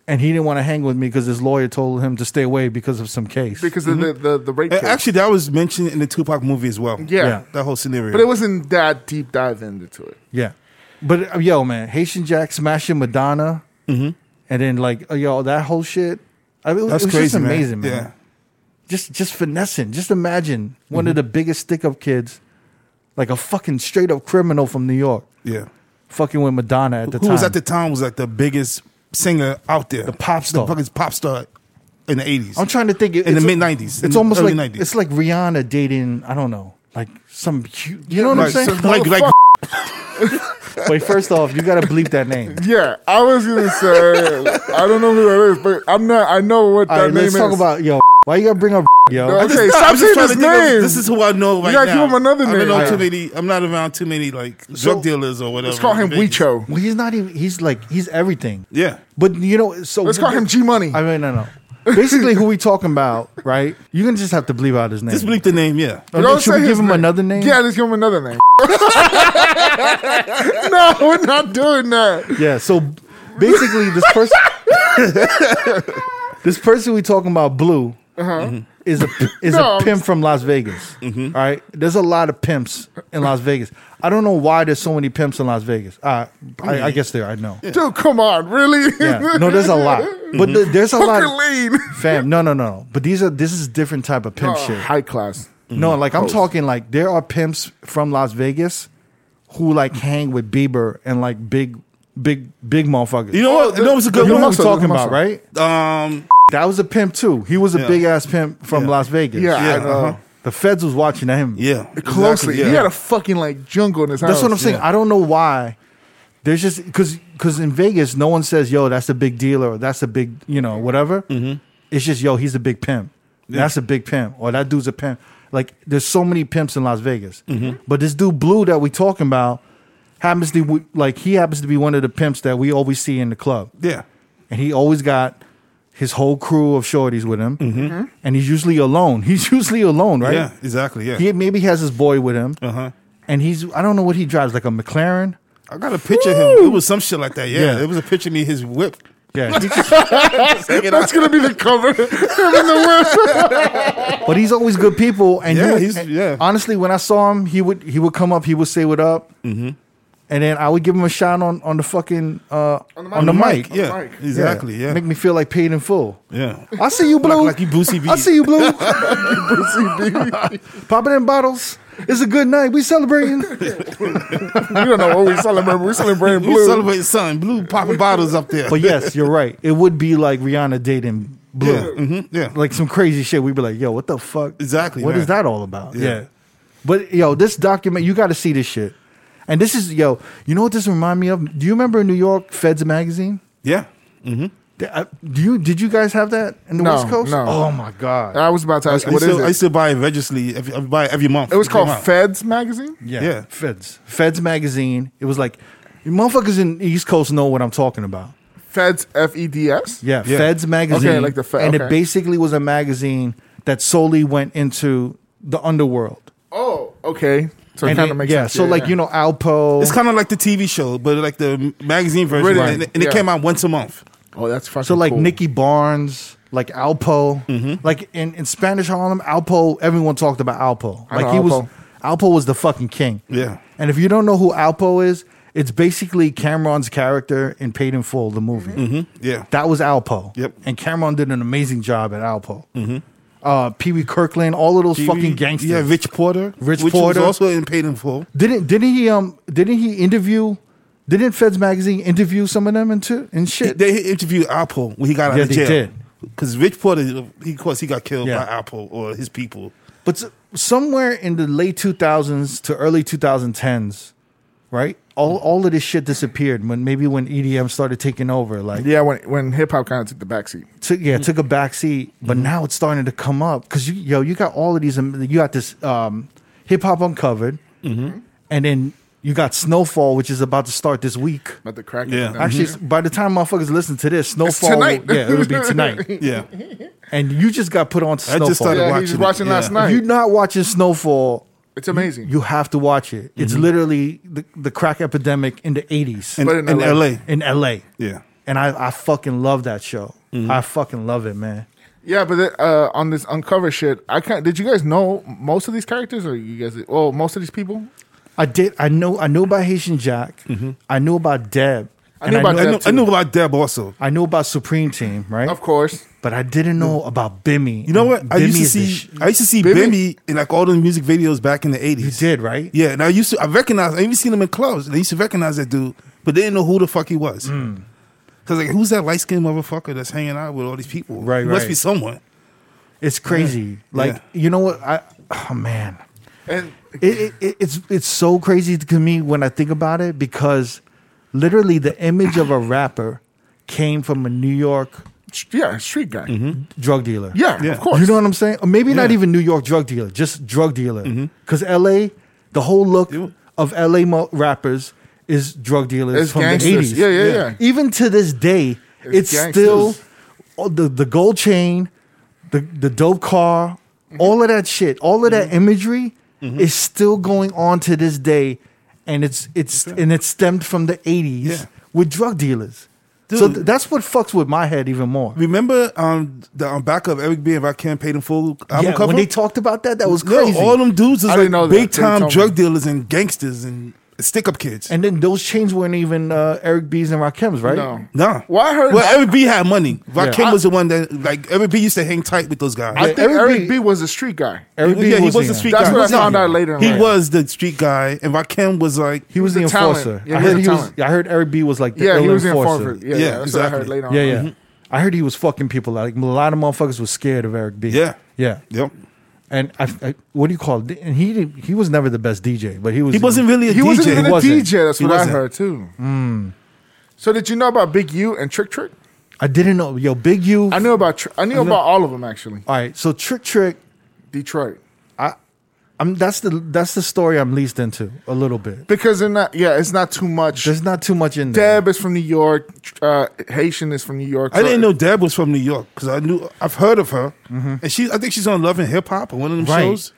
Speaker 1: and he didn't want to hang with me because his lawyer told him to stay away because of some case.
Speaker 3: Because of
Speaker 1: Mm-hmm.
Speaker 3: the, the, the rape
Speaker 2: And
Speaker 3: case.
Speaker 2: Actually, that was mentioned in the Tupac movie as well.
Speaker 3: yeah.
Speaker 1: Yeah.
Speaker 2: That whole scenario.
Speaker 3: But it wasn't that deep dive into it.
Speaker 1: yeah, but uh, yo, man, Haitian Jack smashing Madonna, and then like uh, yo, that whole shit. I mean,
Speaker 2: Mm-hmm. That's
Speaker 1: it was
Speaker 2: crazy,
Speaker 1: just amazing, man.
Speaker 2: man.
Speaker 1: Just just finessing. Just imagine one
Speaker 2: Mm-hmm.
Speaker 1: of the biggest stick up kids, like a fucking straight up criminal from New York,
Speaker 2: Yeah. Yeah.
Speaker 1: fucking with Madonna at the
Speaker 2: Who
Speaker 1: time.
Speaker 2: was at the time was like the biggest singer out there. The
Speaker 1: pop star.
Speaker 2: The biggest pop star in the 80s.
Speaker 1: I'm trying to think.
Speaker 2: In the
Speaker 1: it's-
Speaker 2: mid-nineties, in
Speaker 1: It's
Speaker 2: the
Speaker 1: almost
Speaker 2: early
Speaker 1: like
Speaker 2: 90s.
Speaker 1: it's like Rihanna dating. I don't know, like some. Huge, you know what I'm
Speaker 2: Like,
Speaker 1: saying?
Speaker 2: some- like, like,
Speaker 1: Wait, first off, you gotta bleep that name.
Speaker 3: Yeah, I was gonna say I don't know who that is, but I'm not. I know what
Speaker 1: All
Speaker 3: that
Speaker 1: right,
Speaker 3: name
Speaker 1: let's
Speaker 3: is.
Speaker 1: talk about yo. Why you gotta bring up yo?
Speaker 3: Okay,
Speaker 2: No,
Speaker 3: stop
Speaker 2: I'm just
Speaker 3: saying
Speaker 2: trying
Speaker 3: his
Speaker 2: to think of-
Speaker 3: name.
Speaker 2: This is who I know right now.
Speaker 3: gotta give him another
Speaker 2: I
Speaker 3: name.
Speaker 2: don't know
Speaker 3: Yeah.
Speaker 2: too many. I'm not around too many like drug dealers or whatever.
Speaker 3: Let's call him
Speaker 2: in Vegas.
Speaker 3: Weecho.
Speaker 1: Well, he's not even. He's like he's everything.
Speaker 2: Yeah.
Speaker 1: But you know, so
Speaker 3: Let's call him G Money.
Speaker 1: I mean, no, no. Basically, who we talking about, right? You're gonna just have to bleep out his name.
Speaker 2: Just bleep the name. Yeah.
Speaker 1: Or
Speaker 3: Don't
Speaker 1: should
Speaker 3: say
Speaker 1: we give
Speaker 3: his
Speaker 1: him
Speaker 3: name.
Speaker 1: another name?
Speaker 3: Yeah, let's give him another name. no, we're not doing that.
Speaker 1: Yeah. So basically, this person, this person we talking about, Blue, is a is
Speaker 3: No,
Speaker 1: a
Speaker 3: I'm
Speaker 1: pimp from Las Vegas. All right. There's a lot of pimps in Las Vegas. I don't know why there's so many pimps in Las Vegas. Uh, I, I guess there. I know.
Speaker 3: Dude, come on, really?
Speaker 1: Yeah. No, there's a lot, but there- there's a lot.
Speaker 3: Hooker
Speaker 1: Of,
Speaker 3: Lane.
Speaker 1: fam, no, no, no. But these are this is different type of pimp
Speaker 3: Oh,
Speaker 1: shit.
Speaker 3: High class.
Speaker 1: No, like I'm talking like there are pimps from Las Vegas who like hang with Bieber and like big, big, big motherfuckers.
Speaker 2: You know what? You know what's a good
Speaker 1: you know
Speaker 2: one?
Speaker 1: what I'm
Speaker 3: Muscle,
Speaker 1: talking
Speaker 3: Muscle.
Speaker 1: about, right?
Speaker 2: Um,
Speaker 1: That was a pimp too. He was a
Speaker 2: Yeah.
Speaker 1: big ass pimp from
Speaker 2: Yeah.
Speaker 1: Las Vegas.
Speaker 3: Yeah,
Speaker 2: Yeah,
Speaker 3: I know.
Speaker 2: uh-huh.
Speaker 1: The feds was watching him.
Speaker 2: yeah.
Speaker 3: Closely.
Speaker 2: Exactly,
Speaker 3: He had a fucking like jungle in his
Speaker 1: That's
Speaker 3: house.
Speaker 1: what I'm saying. I don't know why. There's just because because in Vegas, no one says, "Yo, that's a big dealer," or "That's a big," you know, whatever. It's just, "Yo, he's a big pimp." That's a big pimp, or that dude's a pimp. Like, there's so many pimps in Las Vegas, but this dude Blue that we talking about happens to be- like he happens to be one of the pimps that we always see in the club.
Speaker 2: yeah.
Speaker 1: and he always got his whole crew of shorties with him, and he's usually alone. He's usually alone, right?
Speaker 2: Mm-hmm. Yeah. Exactly. Yeah.
Speaker 1: He maybe has his boy with him,
Speaker 2: Uh huh.
Speaker 1: and he's I don't know what he drives, like a McLaren.
Speaker 2: I got a picture of him. It was some shit like that. Yeah.
Speaker 1: Yeah.
Speaker 2: It was a picture of me, his whip.
Speaker 1: Yeah, he-
Speaker 3: That's gonna be the cover. Him in the whip.
Speaker 1: but he's always good people. And he
Speaker 2: Yeah,
Speaker 1: would-
Speaker 2: he's-
Speaker 1: and
Speaker 2: yeah.
Speaker 1: Honestly, when I saw him, he would he would come up, he would say what up,
Speaker 2: Mm-hmm.
Speaker 1: and then I would give him a shout on on the fucking uh, on the mic.
Speaker 3: On the
Speaker 2: Yeah.
Speaker 3: mic.
Speaker 2: Exactly. Yeah.
Speaker 1: make me feel like paid in full.
Speaker 2: Yeah.
Speaker 1: I see you, blue.
Speaker 2: Like- like you Boosie B.
Speaker 1: I see you, blue. Popping in bottles. It's a good night. We celebrating.
Speaker 3: We don't know what we celebrating. We celebrating
Speaker 2: We
Speaker 3: blue.
Speaker 2: celebrate son. Blue popping bottles up there.
Speaker 1: But yes, you're right. It would be like Rihanna dating Blue.
Speaker 2: Mhm, Yeah.
Speaker 1: Like some crazy shit. We'd be like, yo, what the fuck?
Speaker 2: Exactly,
Speaker 1: What is
Speaker 2: man.
Speaker 1: that all about?
Speaker 2: Yeah.
Speaker 1: But yo, this document, you got to see this shit. And this is yo. You know what this remind me of? Do you remember New York Feds magazine?
Speaker 2: yeah.
Speaker 1: Th- uh, Do you did you guys have that in the
Speaker 3: No,
Speaker 1: West Coast?
Speaker 3: no.
Speaker 1: Oh my god.
Speaker 3: I was about to ask
Speaker 2: I
Speaker 3: you, what
Speaker 2: used,
Speaker 3: is
Speaker 2: to, I used
Speaker 3: it?
Speaker 2: to buy it religiously. Every, I buy it every month.
Speaker 3: It was
Speaker 2: It
Speaker 3: called
Speaker 2: came out.
Speaker 3: Feds Magazine.
Speaker 1: Yeah.
Speaker 2: Yeah.
Speaker 1: Feds. Feds magazine. It was like you motherfuckers in the East Coast know what I'm talking about.
Speaker 3: Feds F E D S.
Speaker 1: Yeah,
Speaker 2: Yeah.
Speaker 1: Feds magazine.
Speaker 3: Okay, like the Fe-
Speaker 1: and it
Speaker 3: okay.
Speaker 1: basically was a magazine that solely went into the underworld.
Speaker 3: Oh, okay. So it
Speaker 1: And
Speaker 3: kind
Speaker 1: it-
Speaker 3: of makes
Speaker 1: yeah,
Speaker 3: sense.
Speaker 1: so like you know, Alpo.
Speaker 2: It's kind of like the TV show, but like the magazine version,
Speaker 3: Really?
Speaker 2: and, and
Speaker 3: Yeah.
Speaker 2: it came out once a month.
Speaker 3: oh, that's fucking.
Speaker 1: so like
Speaker 3: cool. Mm-hmm.
Speaker 1: Nicky Barnes, like Alpo, like in, in Spanish Harlem, Alpo. Everyone talked about Alpo.
Speaker 3: I
Speaker 1: Like
Speaker 3: know
Speaker 1: he was
Speaker 3: Alpo.
Speaker 1: Alpo was the fucking king.
Speaker 2: Yeah.
Speaker 1: And if you don't know who Alpo is, it's basically Cameron's character in Paid in Full, the movie.
Speaker 3: Mm-hmm.
Speaker 2: Yeah,
Speaker 1: That was Alpo.
Speaker 2: Yep. Mm-hmm.
Speaker 1: And Cameron did an amazing job at Alpo. Uh, Pee Wee Kirkland, all of those fucking gangsters.
Speaker 2: Yeah, Rich Porter.
Speaker 1: Rich
Speaker 2: which
Speaker 1: Porter.
Speaker 2: was also in Paid in Full.
Speaker 1: Didn't didn't he um didn't he interview didn't Feds magazine interview some of them and too and shit?
Speaker 2: They interviewed Alpo when he got out
Speaker 1: Yeah,
Speaker 2: of
Speaker 1: they
Speaker 2: jail.
Speaker 1: did.
Speaker 2: Because Rich Porter, he, of course, he got killed
Speaker 1: Yeah.
Speaker 2: by Alpo or his people.
Speaker 1: but s- somewhere in the late 2000s to early 2010s, right? All all of this shit disappeared when maybe when EDM started taking over like
Speaker 3: yeah, when when hip hop kind of took the backseat.
Speaker 1: took
Speaker 2: Mm.
Speaker 1: yeah took a back seat, but
Speaker 2: Mm-hmm.
Speaker 1: now it's starting to come up because you yo you got all of these um, you got this um, hip hop uncovered,
Speaker 2: Mm-hmm.
Speaker 1: and then you got Snowfall, which is about to start this week.
Speaker 2: Mm-hmm.
Speaker 3: About the crack.
Speaker 2: Yeah.
Speaker 1: Actually, it's- by the time motherfuckers listen to this, Snowfall,
Speaker 3: tonight.
Speaker 1: yeah, it'll be tonight.
Speaker 2: Yeah,
Speaker 1: and you just got put on to
Speaker 2: I
Speaker 1: Snowfall.
Speaker 2: just started
Speaker 3: Yeah,
Speaker 2: watching.
Speaker 3: he
Speaker 2: it.
Speaker 3: was watching
Speaker 2: Yeah.
Speaker 3: last night.
Speaker 1: if you're not watching Snowfall,
Speaker 3: it's amazing.
Speaker 1: you have to watch it. It's literally the, the crack epidemic in the '80s
Speaker 2: Mm-hmm. in,
Speaker 3: But in
Speaker 2: in
Speaker 3: LA.
Speaker 2: LA.
Speaker 1: in LA,
Speaker 2: Yeah, Mm-hmm.
Speaker 1: and I, I fucking love that show. I fucking love it, man.
Speaker 3: Yeah, but the- uh, on this uncover shit, I can't. Did you guys know most of these characters, or you guys? Well, most of these people.
Speaker 1: I did. I know. I knew about Haitian Jack. I knew about Deb.
Speaker 3: I
Speaker 1: and
Speaker 3: knew about
Speaker 2: Mm-hmm. I
Speaker 3: Deb.
Speaker 2: knew,
Speaker 3: That
Speaker 2: I
Speaker 3: too.
Speaker 2: knew about Deb also.
Speaker 1: I knew about Supreme Team, right?
Speaker 3: Of course,
Speaker 1: But I didn't know about Bimmy.
Speaker 2: You know what? I used to
Speaker 1: is the
Speaker 2: see.
Speaker 1: sh-
Speaker 2: I used to see
Speaker 3: Bimmy-
Speaker 2: Bimmy in like all the music videos back in the
Speaker 1: you
Speaker 2: eighties.
Speaker 1: did right.
Speaker 2: Yeah, and I used to. I recognized. I even seen him in clubs. They used to recognize that dude, but they didn't know who the fuck he was.
Speaker 1: Hmm.
Speaker 2: Cause like, who's that light skinned motherfucker that's hanging out with all these people?
Speaker 1: Right,
Speaker 2: He Must
Speaker 1: right.
Speaker 2: be someone.
Speaker 1: It's crazy. Like
Speaker 2: Yeah.
Speaker 1: you know what? I oh man,
Speaker 3: and
Speaker 1: it, it it's it's so crazy to me when I think about it because literally the image of a rapper came from a New York
Speaker 3: yeah, street guy.
Speaker 1: drug dealer.
Speaker 3: Yeah,
Speaker 2: Mm-hmm. Yeah.
Speaker 3: of course.
Speaker 1: You know what I'm saying? Or maybe not
Speaker 2: Yeah. Mm-hmm.
Speaker 1: even New York drug dealer, just drug dealer. Because LA, the whole look
Speaker 2: Yeah.
Speaker 1: of LA mo- rappers is drug dealers
Speaker 3: It's
Speaker 1: from
Speaker 3: gangsters.
Speaker 1: the 80s.
Speaker 3: Yeah, yeah, yeah.
Speaker 1: Even to this day, it's,
Speaker 3: It's
Speaker 1: still
Speaker 3: gangsters.
Speaker 1: all the, the gold chain, the, the dope car,
Speaker 2: Mm-hmm.
Speaker 1: all of that shit, all of that imagery is still going on to this day. And it's it's and it stemmed from the 80s
Speaker 2: Yeah.
Speaker 1: with drug dealers. so
Speaker 2: Dude.
Speaker 1: th- that's what fucks with my head even more.
Speaker 2: Remember um, the um, back of Eric B. and Rakim paid in full album
Speaker 1: Yeah,
Speaker 2: cover?
Speaker 1: when they talked about that, that was
Speaker 2: No,
Speaker 1: crazy.
Speaker 2: all them dudes is
Speaker 3: I
Speaker 2: like
Speaker 3: didn't know that.
Speaker 2: big
Speaker 3: They told
Speaker 2: time
Speaker 3: me.
Speaker 2: drug dealers and gangsters and stick up kids.
Speaker 1: and then those chains weren't even uh, Eric B's and Rakim's, right?
Speaker 3: No.
Speaker 2: nah.
Speaker 3: Well, I heard-
Speaker 2: Well, Eric B had money. Rakim
Speaker 1: Yeah.
Speaker 2: was the one that like Eric B used to hang tight with those guys.
Speaker 3: I think
Speaker 1: Eric
Speaker 3: Eric
Speaker 1: B-
Speaker 3: B. was a street guy.
Speaker 1: Eric B
Speaker 2: yeah, he was
Speaker 1: wasn't
Speaker 2: the
Speaker 1: in.
Speaker 2: street
Speaker 3: That's
Speaker 2: guy.
Speaker 3: what I
Speaker 2: He was
Speaker 3: found
Speaker 2: not-
Speaker 3: out later in
Speaker 2: He
Speaker 3: life.
Speaker 2: was the street guy, and Rakim was like
Speaker 1: He was
Speaker 3: He
Speaker 1: the
Speaker 3: was a talent.
Speaker 1: enforcer.
Speaker 3: Yeah,
Speaker 1: I
Speaker 3: he
Speaker 1: heard
Speaker 3: was
Speaker 1: he
Speaker 3: a
Speaker 1: was.
Speaker 3: talent.
Speaker 1: I heard Eric B was like the
Speaker 3: Yeah,
Speaker 1: ill
Speaker 3: he was the
Speaker 1: enforcer.
Speaker 3: enforcer. Mm-hmm. Yeah,
Speaker 2: Yeah,
Speaker 3: yeah, that's what I heard
Speaker 2: exactly.
Speaker 3: later on.
Speaker 1: Yeah, yeah. I heard he was fucking people. Like a lot of motherfuckers was scared of Eric B.
Speaker 2: Yeah.
Speaker 1: yeah.
Speaker 2: Yep.
Speaker 1: And I, I- what do you call it? And he didn't, he was never the best DJ, but he was.
Speaker 2: He wasn't really a
Speaker 3: He
Speaker 2: DJ.
Speaker 3: wasn't even a
Speaker 1: wasn't.
Speaker 3: DJ. That's
Speaker 2: He
Speaker 3: what I
Speaker 2: wasn't. Hmm.
Speaker 3: heard too. So did you know about Big U and Trick Trick?
Speaker 1: I didn't know. Yo, Big U.
Speaker 3: I knew about. Tr- I knew about all of them actually.
Speaker 1: All right, so Trick Trick.
Speaker 3: Detroit.
Speaker 1: I'm that's the that's the story I'm least into a little bit.
Speaker 3: Because they're not. Yeah, it's not too much.
Speaker 1: There's not too much in there.
Speaker 3: Deb is from New York. Tr- Uh, Haitian is from New York.
Speaker 2: I didn't know Deb was from New York because I knew I've heard of her,
Speaker 3: Mm-hmm.
Speaker 2: and she I think she's on Love and Hip Hop or one of them
Speaker 1: Right.
Speaker 2: shows.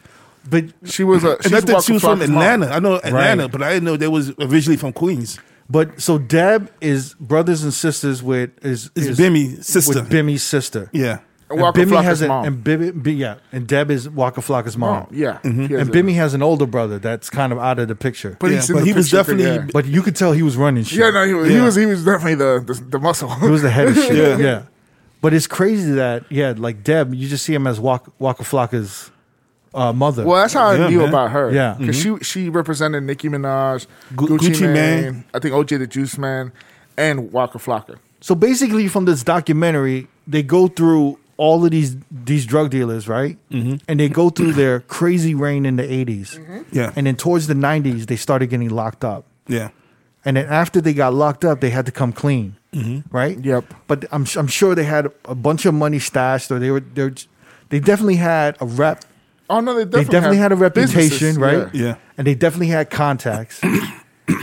Speaker 1: But
Speaker 3: she was a.
Speaker 2: And I think she was from Atlanta. I know Atlanta,
Speaker 1: Right.
Speaker 2: but I didn't know they was originally from Queens.
Speaker 1: But so Deb is brothers and sisters with is
Speaker 2: It's Bimmy's sister.
Speaker 1: with Bimmy's sister.
Speaker 2: Yeah,
Speaker 1: And
Speaker 3: Waka
Speaker 1: Bimmy
Speaker 3: Flocka's
Speaker 1: has an,
Speaker 3: mom.
Speaker 1: and Bimmy, B- yeah, and Deb is Waka Flocka's mom.
Speaker 3: Oh, yeah. He has
Speaker 1: and
Speaker 3: a-
Speaker 1: Bimmy has an older brother that's kind of out of the picture. But,
Speaker 3: But,
Speaker 2: Yeah,
Speaker 3: he's in
Speaker 2: Mm-hmm. but
Speaker 3: the
Speaker 2: he was
Speaker 3: picture,
Speaker 2: definitely-
Speaker 3: yeah.
Speaker 1: you could tell he was running shit.
Speaker 3: Yeah, no, he was, he
Speaker 2: Yeah.
Speaker 3: was he was definitely the the, the muscle.
Speaker 1: he was the head of shit.
Speaker 2: Yeah.
Speaker 1: yeah. But it's crazy that yeah, like Deb, you just see him as Waka, Waka Flocka's uh, mother.
Speaker 3: well, that's how
Speaker 2: Yeah,
Speaker 3: I knew
Speaker 2: man.
Speaker 3: about her.
Speaker 1: Yeah. Mm-hmm.
Speaker 3: because she she represented Nicki Minaj,
Speaker 2: Gu-
Speaker 3: Gucci,
Speaker 2: Gucci
Speaker 3: Mane,
Speaker 2: Mane.
Speaker 3: I think OJ the Juice Man, and Walker Flocka.
Speaker 1: So basically, from this documentary, they go through all of these these drug dealers, right? And they go through their crazy reign in the 80s
Speaker 3: Mm-hmm.
Speaker 2: Yeah.
Speaker 1: and then towards the nineties, they started getting locked up.
Speaker 2: yeah.
Speaker 1: And then after they got locked up, they had to come clean, right?
Speaker 3: Yep.
Speaker 1: But I'm I'm sure they had a bunch of money stashed, or they were they're they definitely had a rep.
Speaker 3: Oh no, they
Speaker 1: They
Speaker 3: definitely,
Speaker 1: definitely had, a reputation,
Speaker 3: businesses,
Speaker 1: right?
Speaker 3: yeah.
Speaker 2: Yeah.
Speaker 1: And they definitely had contacts.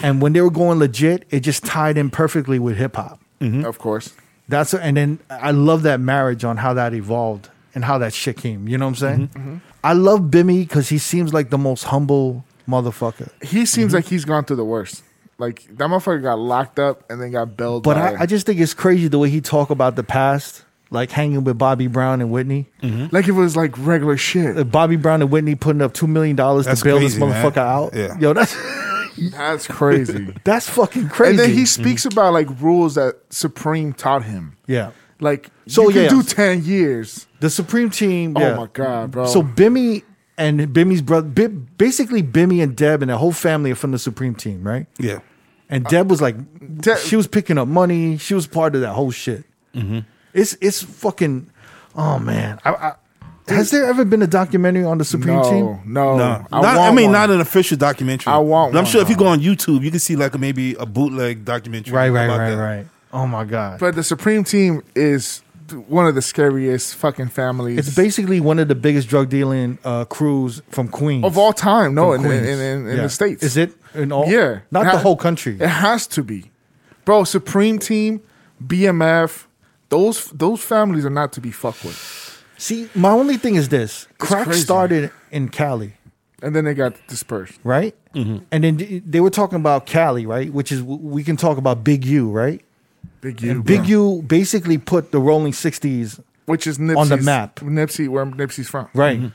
Speaker 1: and when they were going legit, it just tied in perfectly with hip hop.
Speaker 3: of course.
Speaker 1: That's and then I love that marriage on how that evolved and how that shit came. You know what I'm saying?
Speaker 2: Mm-hmm.
Speaker 3: Mm-hmm.
Speaker 1: I love Bimmy because he seems like the most humble motherfucker.
Speaker 3: He
Speaker 1: Mm-hmm.
Speaker 3: seems like he's gone through the worst. Like that motherfucker got locked up and then got bailed.
Speaker 1: But
Speaker 3: by-
Speaker 1: I, I just think it's crazy the way he talk about the past, like hanging with Bobby Brown and Whitney.
Speaker 2: Mm-hmm.
Speaker 3: Mm-hmm. like if it was like regular shit.
Speaker 1: Bobby Brown and Whitney putting up two million dollars to
Speaker 2: That's
Speaker 1: bail this
Speaker 2: crazy, man.
Speaker 1: motherfucker out.
Speaker 2: Yeah.
Speaker 1: Yo, that's
Speaker 3: That's crazy.
Speaker 1: that's fucking crazy. Mm-hmm.
Speaker 3: and then he speaks about like rules that Supreme taught him.
Speaker 1: yeah.
Speaker 3: Like
Speaker 1: So,
Speaker 3: you can
Speaker 1: yeah.
Speaker 3: do ten years.
Speaker 1: The Supreme Team. yeah.
Speaker 3: Oh my god, bro.
Speaker 1: So Bimmy and Bimmy's brother, Bi- basically Bimmy and Deb and the whole family are from the Supreme Team, right?
Speaker 2: Yeah.
Speaker 1: And Deb was like,
Speaker 3: Deb-
Speaker 1: she was picking up money. She was part of that whole shit. Mm-hmm. It's it's fucking. Oh man, I, I, has there ever been a documentary on the Supreme
Speaker 3: no,
Speaker 1: Team?
Speaker 3: no,
Speaker 2: No,
Speaker 3: Oh, I,
Speaker 2: I, not, I
Speaker 3: want
Speaker 2: mean,
Speaker 3: one.
Speaker 2: not an official documentary.
Speaker 3: I want
Speaker 2: But I'm
Speaker 3: one,
Speaker 2: sure if you
Speaker 3: though.
Speaker 2: go on YouTube, you can see like maybe a bootleg documentary.
Speaker 1: Right, right,
Speaker 2: about
Speaker 1: right,
Speaker 2: that.
Speaker 1: right. Oh my god,
Speaker 3: But the Supreme Team is one of the scariest fucking families.
Speaker 1: it's basically one of the biggest drug dealing uh, crews from Queens
Speaker 3: of all time. No, in,
Speaker 1: From
Speaker 3: in,
Speaker 1: Queens.
Speaker 3: in, in
Speaker 1: Yeah.
Speaker 3: the states,
Speaker 1: Is it in all?
Speaker 3: Yeah,
Speaker 1: not the
Speaker 3: It ha-
Speaker 1: whole country.
Speaker 3: It has to be, bro. Supreme Team, BMF, those those families are not to be fucked with.
Speaker 1: See, my only thing is this: crack
Speaker 3: crazy.
Speaker 1: started in Cali.
Speaker 3: And then they got dispersed.
Speaker 1: right? And then th- they were talking about Cali, right? Which is we can talk about Big U, right?
Speaker 3: Big U,
Speaker 1: and Big
Speaker 3: bro.
Speaker 1: U basically put the Rolling Sixties,
Speaker 3: which is Nipsey's,
Speaker 1: on the map.
Speaker 3: Nipsey, where Nipsey's from,
Speaker 1: right?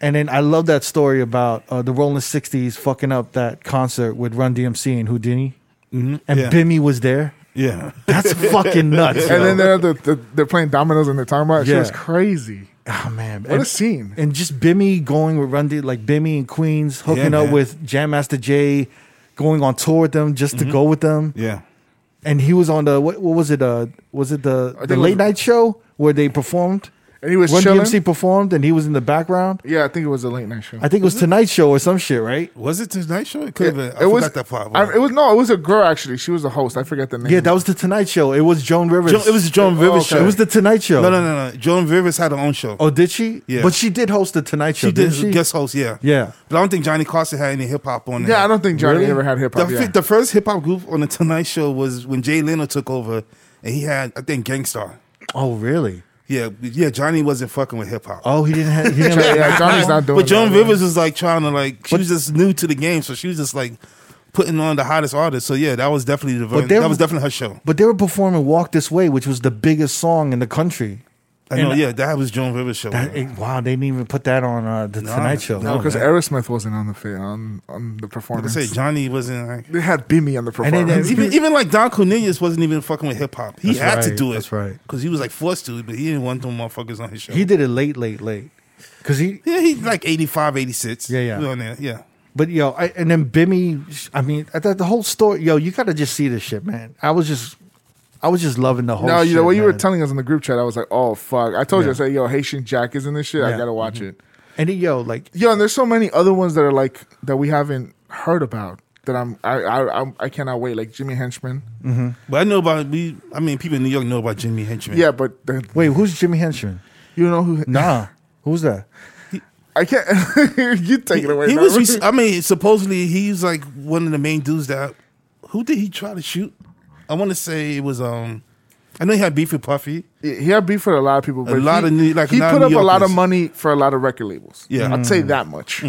Speaker 1: And then I love that story about uh, the Rolling Sixties fucking up that concert with Run DMC and Houdini,
Speaker 3: Mm-hmm.
Speaker 1: and
Speaker 2: yeah.
Speaker 1: Bimmy was there.
Speaker 2: Yeah.
Speaker 1: That's fucking nuts.
Speaker 3: And
Speaker 1: yo.
Speaker 3: then they're the, the, they're playing dominoes and they're talking about. it. She
Speaker 1: Yeah.
Speaker 3: was crazy.
Speaker 1: oh man,
Speaker 3: What
Speaker 1: and,
Speaker 3: a scene.
Speaker 1: and just Bimmy going with Run D, like Bimmy and Queens hooking
Speaker 2: Yeah,
Speaker 1: up
Speaker 2: man.
Speaker 1: with Jam Master Jay, going on tour with them just
Speaker 3: Mm-hmm.
Speaker 1: to go with them.
Speaker 2: Yeah.
Speaker 1: and he was on the what, what was it? Uh, was it the,
Speaker 3: think
Speaker 1: the
Speaker 3: it was-
Speaker 1: late night show where they performed?
Speaker 3: And he was
Speaker 1: Run
Speaker 3: chilling.
Speaker 1: DMC performed, and he was in the background.
Speaker 3: Yeah, I think it was a late night show.
Speaker 1: I think it was Tonight Show or some shit, right?
Speaker 2: Was it tonight show? It could have been. I
Speaker 3: it
Speaker 2: forgot
Speaker 3: was
Speaker 2: that part.
Speaker 3: I- it was no, it was a girl actually. She was the host. I forget the name.
Speaker 1: Yeah, that was the Tonight Show. It was Joan Rivers.
Speaker 2: Jo- it was the Joan Rivers
Speaker 3: okay.
Speaker 2: show.
Speaker 1: It was the Tonight Show.
Speaker 2: no, no, no, no. Joan Rivers had her own show.
Speaker 1: Oh, did she?
Speaker 2: Yeah.
Speaker 1: but she did host the Tonight Show.
Speaker 2: she did
Speaker 1: didn't she?
Speaker 2: guest host. Yeah.
Speaker 1: Yeah.
Speaker 2: But I don't think Johnny Carson had any hip hop on there.
Speaker 3: Yeah, I don't think Johnny
Speaker 1: Really?
Speaker 3: ever had hip
Speaker 2: The,
Speaker 3: hop.
Speaker 2: fi-
Speaker 3: Yeah.
Speaker 2: the first hip hop group on the Tonight Show was when Jay Leno took over, and he had I think Gangstar.
Speaker 1: Oh, really?
Speaker 2: Yeah, yeah. Johnny wasn't fucking with hip hop.
Speaker 1: Oh, he didn't have. He didn't
Speaker 3: yeah,
Speaker 1: have
Speaker 3: yeah, Johnny's not doing.
Speaker 2: But Joan
Speaker 3: that,
Speaker 2: Rivers was like trying to like she was just new to the game, so she was just like putting on the hottest artists. So yeah, that was definitely the
Speaker 1: they-
Speaker 2: that was definitely her show.
Speaker 1: but they were performing "Walk This Way," which was the biggest song in the country.
Speaker 2: I know, yeah, that was Joan Rivers' show.
Speaker 1: That- it- wow, they didn't even put that on uh, the Tonight Show.
Speaker 3: No, because
Speaker 2: man.
Speaker 3: Aerosmith wasn't on the fa- on on the
Speaker 2: I
Speaker 3: performance.
Speaker 2: say Johnny wasn't like
Speaker 3: they had Bimmy on the
Speaker 1: And then-
Speaker 3: performance.
Speaker 2: even even like Don Cornelius wasn't even fucking with hip hop. He
Speaker 1: That's
Speaker 2: had to
Speaker 1: right,
Speaker 2: do it.
Speaker 1: that's right.
Speaker 2: Because he was like forced to, but he didn't want them motherfuckers on his show.
Speaker 1: He did it late, late, late. Because he
Speaker 2: yeah, he's like 85, 86.
Speaker 1: Yeah, yeah.
Speaker 2: He was On there. Yeah.
Speaker 1: But yo, I, and then Bimmy, I mean, I thought the whole story, yo, you gotta just see this shit, man. I was just, I was just loving the whole.
Speaker 3: no, you know
Speaker 1: shit,
Speaker 3: what you were
Speaker 1: man.
Speaker 3: telling us in the group chat. I was like, oh fuck! I told you, I
Speaker 1: Yeah.
Speaker 3: said, yo, Haitian Jack is in this shit. I
Speaker 1: Yeah.
Speaker 3: gotta watch it.
Speaker 1: And then, yo, like,
Speaker 3: Yo, and there's so many other ones that are like that we haven't heard about that I'm I I I, I cannot wait. Like Jimmy Henchman.
Speaker 2: But I know about we I mean people in New York know about Jimmy Henchman.
Speaker 3: Yeah, but the,
Speaker 1: wait, who's Jimmy Henchman?
Speaker 3: you know who?
Speaker 1: Nah, who's that?
Speaker 3: I can't. you take it away.
Speaker 2: He
Speaker 3: now.
Speaker 2: was res- I mean, supposedly he's like one of the main dudes that who did he try to shoot? I wanna say it was um I know he had beef with Puffy.
Speaker 3: he had beef with a lot of people. But
Speaker 2: lot
Speaker 3: he,
Speaker 2: of New- like,
Speaker 3: he
Speaker 2: a lot of
Speaker 3: put up
Speaker 2: New
Speaker 3: a lot of
Speaker 2: Yorkers.
Speaker 3: money for a lot of record labels.
Speaker 2: Yeah. Mm-hmm.
Speaker 3: I'd say that much.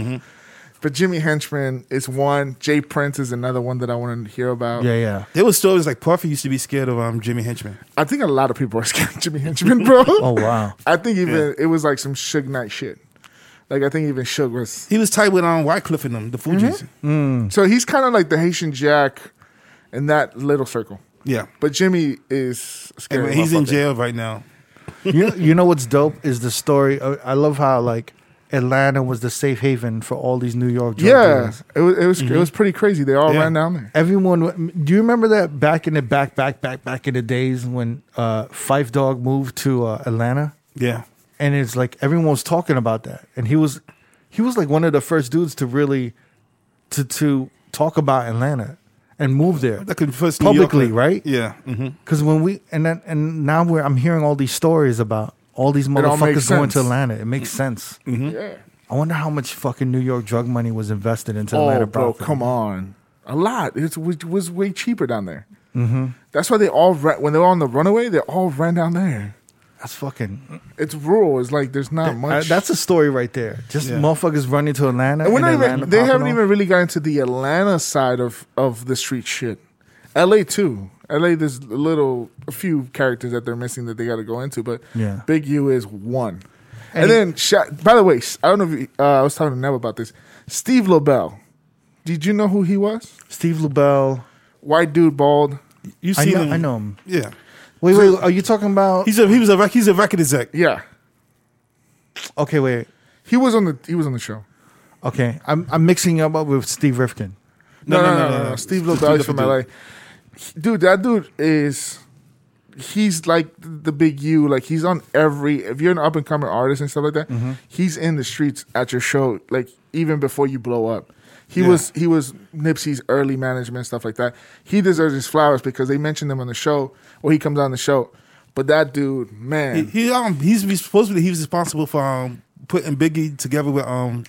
Speaker 3: But Jimmy Henchman is one. Jay Prince is another one that I want to hear about.
Speaker 1: Yeah, yeah.
Speaker 2: There was stories like Puffy used to be scared of um Jimmy Henchman.
Speaker 3: I think a lot of people are scared of Jimmy Henchman, bro.
Speaker 1: Oh wow.
Speaker 3: I think even it was like some Suge Knight shit. Like I think even Suge was.
Speaker 2: He was tight with um Wycliffe and them, the Fugees.
Speaker 3: Mm-hmm.
Speaker 2: Hmm.
Speaker 3: So he's kind of like the Haitian Jack in that little circle.
Speaker 2: Yeah.
Speaker 3: But Jimmy is
Speaker 2: And
Speaker 3: scared.
Speaker 2: he's in jail right now.
Speaker 1: you, you know what's dope is the story. uh, I, I love how like Atlanta was the safe haven for all these New York. drug
Speaker 3: Yeah,
Speaker 1: dealers.
Speaker 3: it was it was it was pretty crazy. They all
Speaker 2: Mm-hmm. Yeah.
Speaker 3: ran down there.
Speaker 1: Everyone, do you remember that back in the back, back, back, back in the days when uh, Fife Dog moved to uh, Atlanta?
Speaker 2: Yeah.
Speaker 1: and it's like everyone was talking about that and he was he was like one of the first dudes to really to to talk about atlanta and move there
Speaker 2: Like the first New
Speaker 1: publicly
Speaker 2: Yorker.
Speaker 1: right
Speaker 2: Yeah. hmm
Speaker 1: because when we and then and now we're i'm hearing all these stories about all these
Speaker 3: all makes
Speaker 1: motherfuckers going
Speaker 3: sense.
Speaker 1: to
Speaker 3: Mm-hmm.
Speaker 1: atlanta it makes sense
Speaker 2: Mm-hmm.
Speaker 3: Yeah.
Speaker 1: i wonder how much fucking new york drug money was invested into
Speaker 3: Oh,
Speaker 1: atlanta
Speaker 3: bro,
Speaker 1: proper.
Speaker 3: come on. A lot. It was, was way cheaper down there.
Speaker 1: Mm-hmm.
Speaker 3: That's why they all ran, when they were on the runaway, they all ran down there.
Speaker 1: That's fucking.
Speaker 3: It's rural. It's like there's not
Speaker 1: I-
Speaker 3: much.
Speaker 1: uh, that's a story right there. Just motherfuckers running to Atlanta.
Speaker 3: and we're
Speaker 1: and
Speaker 3: not
Speaker 1: Atlanta
Speaker 3: even. They
Speaker 1: popping
Speaker 3: haven't
Speaker 1: off.
Speaker 3: even really gotten to the Atlanta side of of the street shit. L.A. too. L.A. There's little a few characters that they're missing that they got to go into, but
Speaker 1: Yeah.
Speaker 3: Big U is one. And,
Speaker 1: And-
Speaker 3: then, Sha- by the way, I don't know if you, uh, I was talking to Nev about this. Steve LaBelle. Did you know who he was?
Speaker 1: Steve LaBelle.
Speaker 3: White dude, bald.
Speaker 2: You
Speaker 1: I
Speaker 2: seen
Speaker 1: know,
Speaker 2: him?
Speaker 1: I know him.
Speaker 2: Yeah,
Speaker 1: Wait, wait. Are you talking about?
Speaker 2: he's a he was a rec- he's a record exec.
Speaker 3: Yeah,
Speaker 1: Okay, wait.
Speaker 3: he was on the he was on the show.
Speaker 1: Okay, I'm I'm mixing him up with Steve Rifkin.
Speaker 3: No, no, no, no.
Speaker 2: no,
Speaker 3: no,
Speaker 2: no.
Speaker 3: Steve
Speaker 2: It's
Speaker 3: LaBelle
Speaker 2: two
Speaker 3: from LA.
Speaker 2: different
Speaker 3: Dude, that dude is. He's like the big U. Like he's on every. If you're an up and coming artist and stuff like that, he's in the streets at your show. Like even before you blow up, he was he was Nipsey's early management stuff like that. He deserves his flowers because they mentioned him on the show or he comes on the show. But that dude, man,
Speaker 2: He, he um he's he's supposed to be he was responsible for um putting Biggie together with um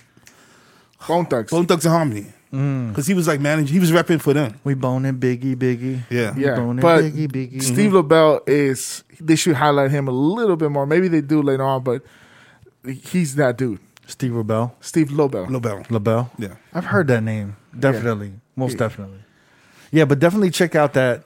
Speaker 3: Bone Thugs.
Speaker 2: Bone Thugs and Harmony because he was like managing he was repping for them.
Speaker 1: We boning Biggie, Biggie.
Speaker 2: Yeah,
Speaker 3: yeah,
Speaker 1: Boning
Speaker 3: but
Speaker 1: Biggie, Biggie.
Speaker 3: Steve LaBelle is they should highlight him a little bit more. Maybe they do later on, but he's that dude,
Speaker 1: Steve LaBelle.
Speaker 3: Steve LaBelle.
Speaker 2: Nobel.
Speaker 1: LaBelle.
Speaker 2: Yeah.
Speaker 1: I've heard that name. Definitely. Most definitely. Yeah, but definitely check out that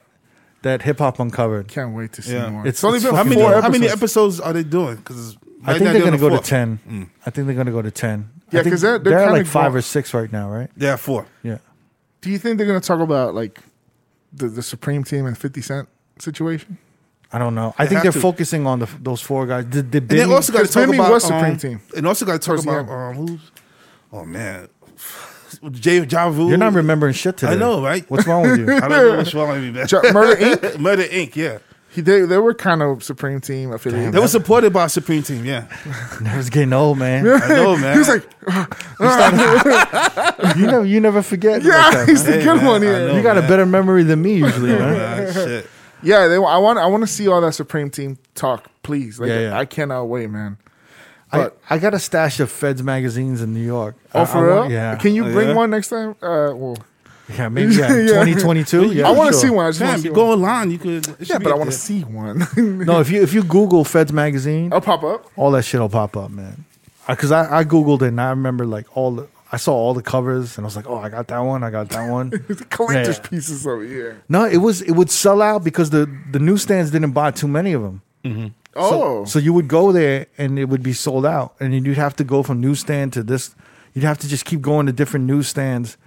Speaker 1: that hip hop uncovered.
Speaker 3: Can't wait to see
Speaker 2: Yeah.
Speaker 3: more.
Speaker 1: It's-
Speaker 3: It's only
Speaker 1: it's
Speaker 3: been
Speaker 2: How
Speaker 1: fucking
Speaker 2: many
Speaker 3: four
Speaker 1: dope.
Speaker 3: episodes.
Speaker 2: how many episodes are they doing? Because
Speaker 1: I think they're gonna go to ten. I think they're gonna go to ten. I
Speaker 3: Mm. Yeah,
Speaker 1: think
Speaker 3: 'cause they're- they're
Speaker 1: they're at
Speaker 3: kinda
Speaker 1: like five
Speaker 3: grown-
Speaker 1: or six right now, right?
Speaker 2: Yeah, four.
Speaker 1: Yeah.
Speaker 3: Do you think they're gonna talk about like the the Supreme Team and Fifty Cent situation?
Speaker 1: I don't know. I
Speaker 2: They
Speaker 1: think
Speaker 2: have
Speaker 1: they're
Speaker 2: to.
Speaker 1: fleming on the, those four guys. Did, did
Speaker 2: And
Speaker 1: Benny-
Speaker 2: they also got to
Speaker 3: 'cause
Speaker 2: talk
Speaker 3: Benny
Speaker 2: about
Speaker 3: was
Speaker 2: um,
Speaker 3: Supreme Team.
Speaker 2: and also got to talk
Speaker 3: Towards the
Speaker 2: about
Speaker 3: end.
Speaker 2: um, who's oh man, Jay Ja Rule.
Speaker 1: you're not remembering shit today.
Speaker 2: I know, right?
Speaker 1: What's wrong with you?
Speaker 2: I don't know what's wrong with me, man.
Speaker 3: Ju- Murder Inc.
Speaker 2: Murder Inc. Yeah,
Speaker 3: He, they they were kind of Supreme Team affiliated.
Speaker 2: they were supported by Supreme Team. Yeah,
Speaker 1: I was getting old, man.
Speaker 2: I know, man.
Speaker 3: he was like,
Speaker 1: You never, you never forget. like
Speaker 3: yeah,
Speaker 1: that,
Speaker 3: he's
Speaker 1: man.
Speaker 3: the
Speaker 2: Hey,
Speaker 3: good
Speaker 2: man,
Speaker 3: one
Speaker 2: I
Speaker 3: here.
Speaker 2: know.
Speaker 1: you got a
Speaker 2: man.
Speaker 1: better memory than me usually, man.
Speaker 2: Ah, shit.
Speaker 3: Yeah, they, I want I want to see all that Supreme Team talk, please. Like,
Speaker 1: Yeah, yeah.
Speaker 3: I cannot wait, man.
Speaker 1: I,
Speaker 3: But-
Speaker 1: I got a stash of Feds magazines in New York. I-
Speaker 3: Oh,
Speaker 1: I
Speaker 3: for
Speaker 1: want-
Speaker 3: real?
Speaker 1: Yeah.
Speaker 3: Can you
Speaker 2: Oh,
Speaker 3: bring
Speaker 2: yeah?
Speaker 3: one next time? Uh, well,
Speaker 1: Yeah, maybe yeah.
Speaker 3: Yeah.
Speaker 1: 2022. Yeah,
Speaker 3: I want to
Speaker 1: sure.
Speaker 3: see one. I just want
Speaker 2: Fam,
Speaker 3: to see
Speaker 2: you
Speaker 3: one.
Speaker 2: go online, you could. it should
Speaker 3: Yeah,
Speaker 2: be
Speaker 3: but I
Speaker 2: up
Speaker 3: want to
Speaker 2: there.
Speaker 3: see one.
Speaker 1: No, if you if you Google Feds magazine,
Speaker 3: I'll pop up.
Speaker 1: all that shit'll pop up, man. Because I, I googled it and I remember like all the I saw all the covers and I was like, oh, I got that one, I got that one.
Speaker 3: It's collector's
Speaker 1: Yeah.
Speaker 3: pieces over here.
Speaker 1: no, it was it would sell out because the the newsstands didn't buy too many of them.
Speaker 3: Oh,
Speaker 1: So you would go there and it would be sold out, and then you'd have to go from newsstand to this. You'd have to just keep going to different newsstands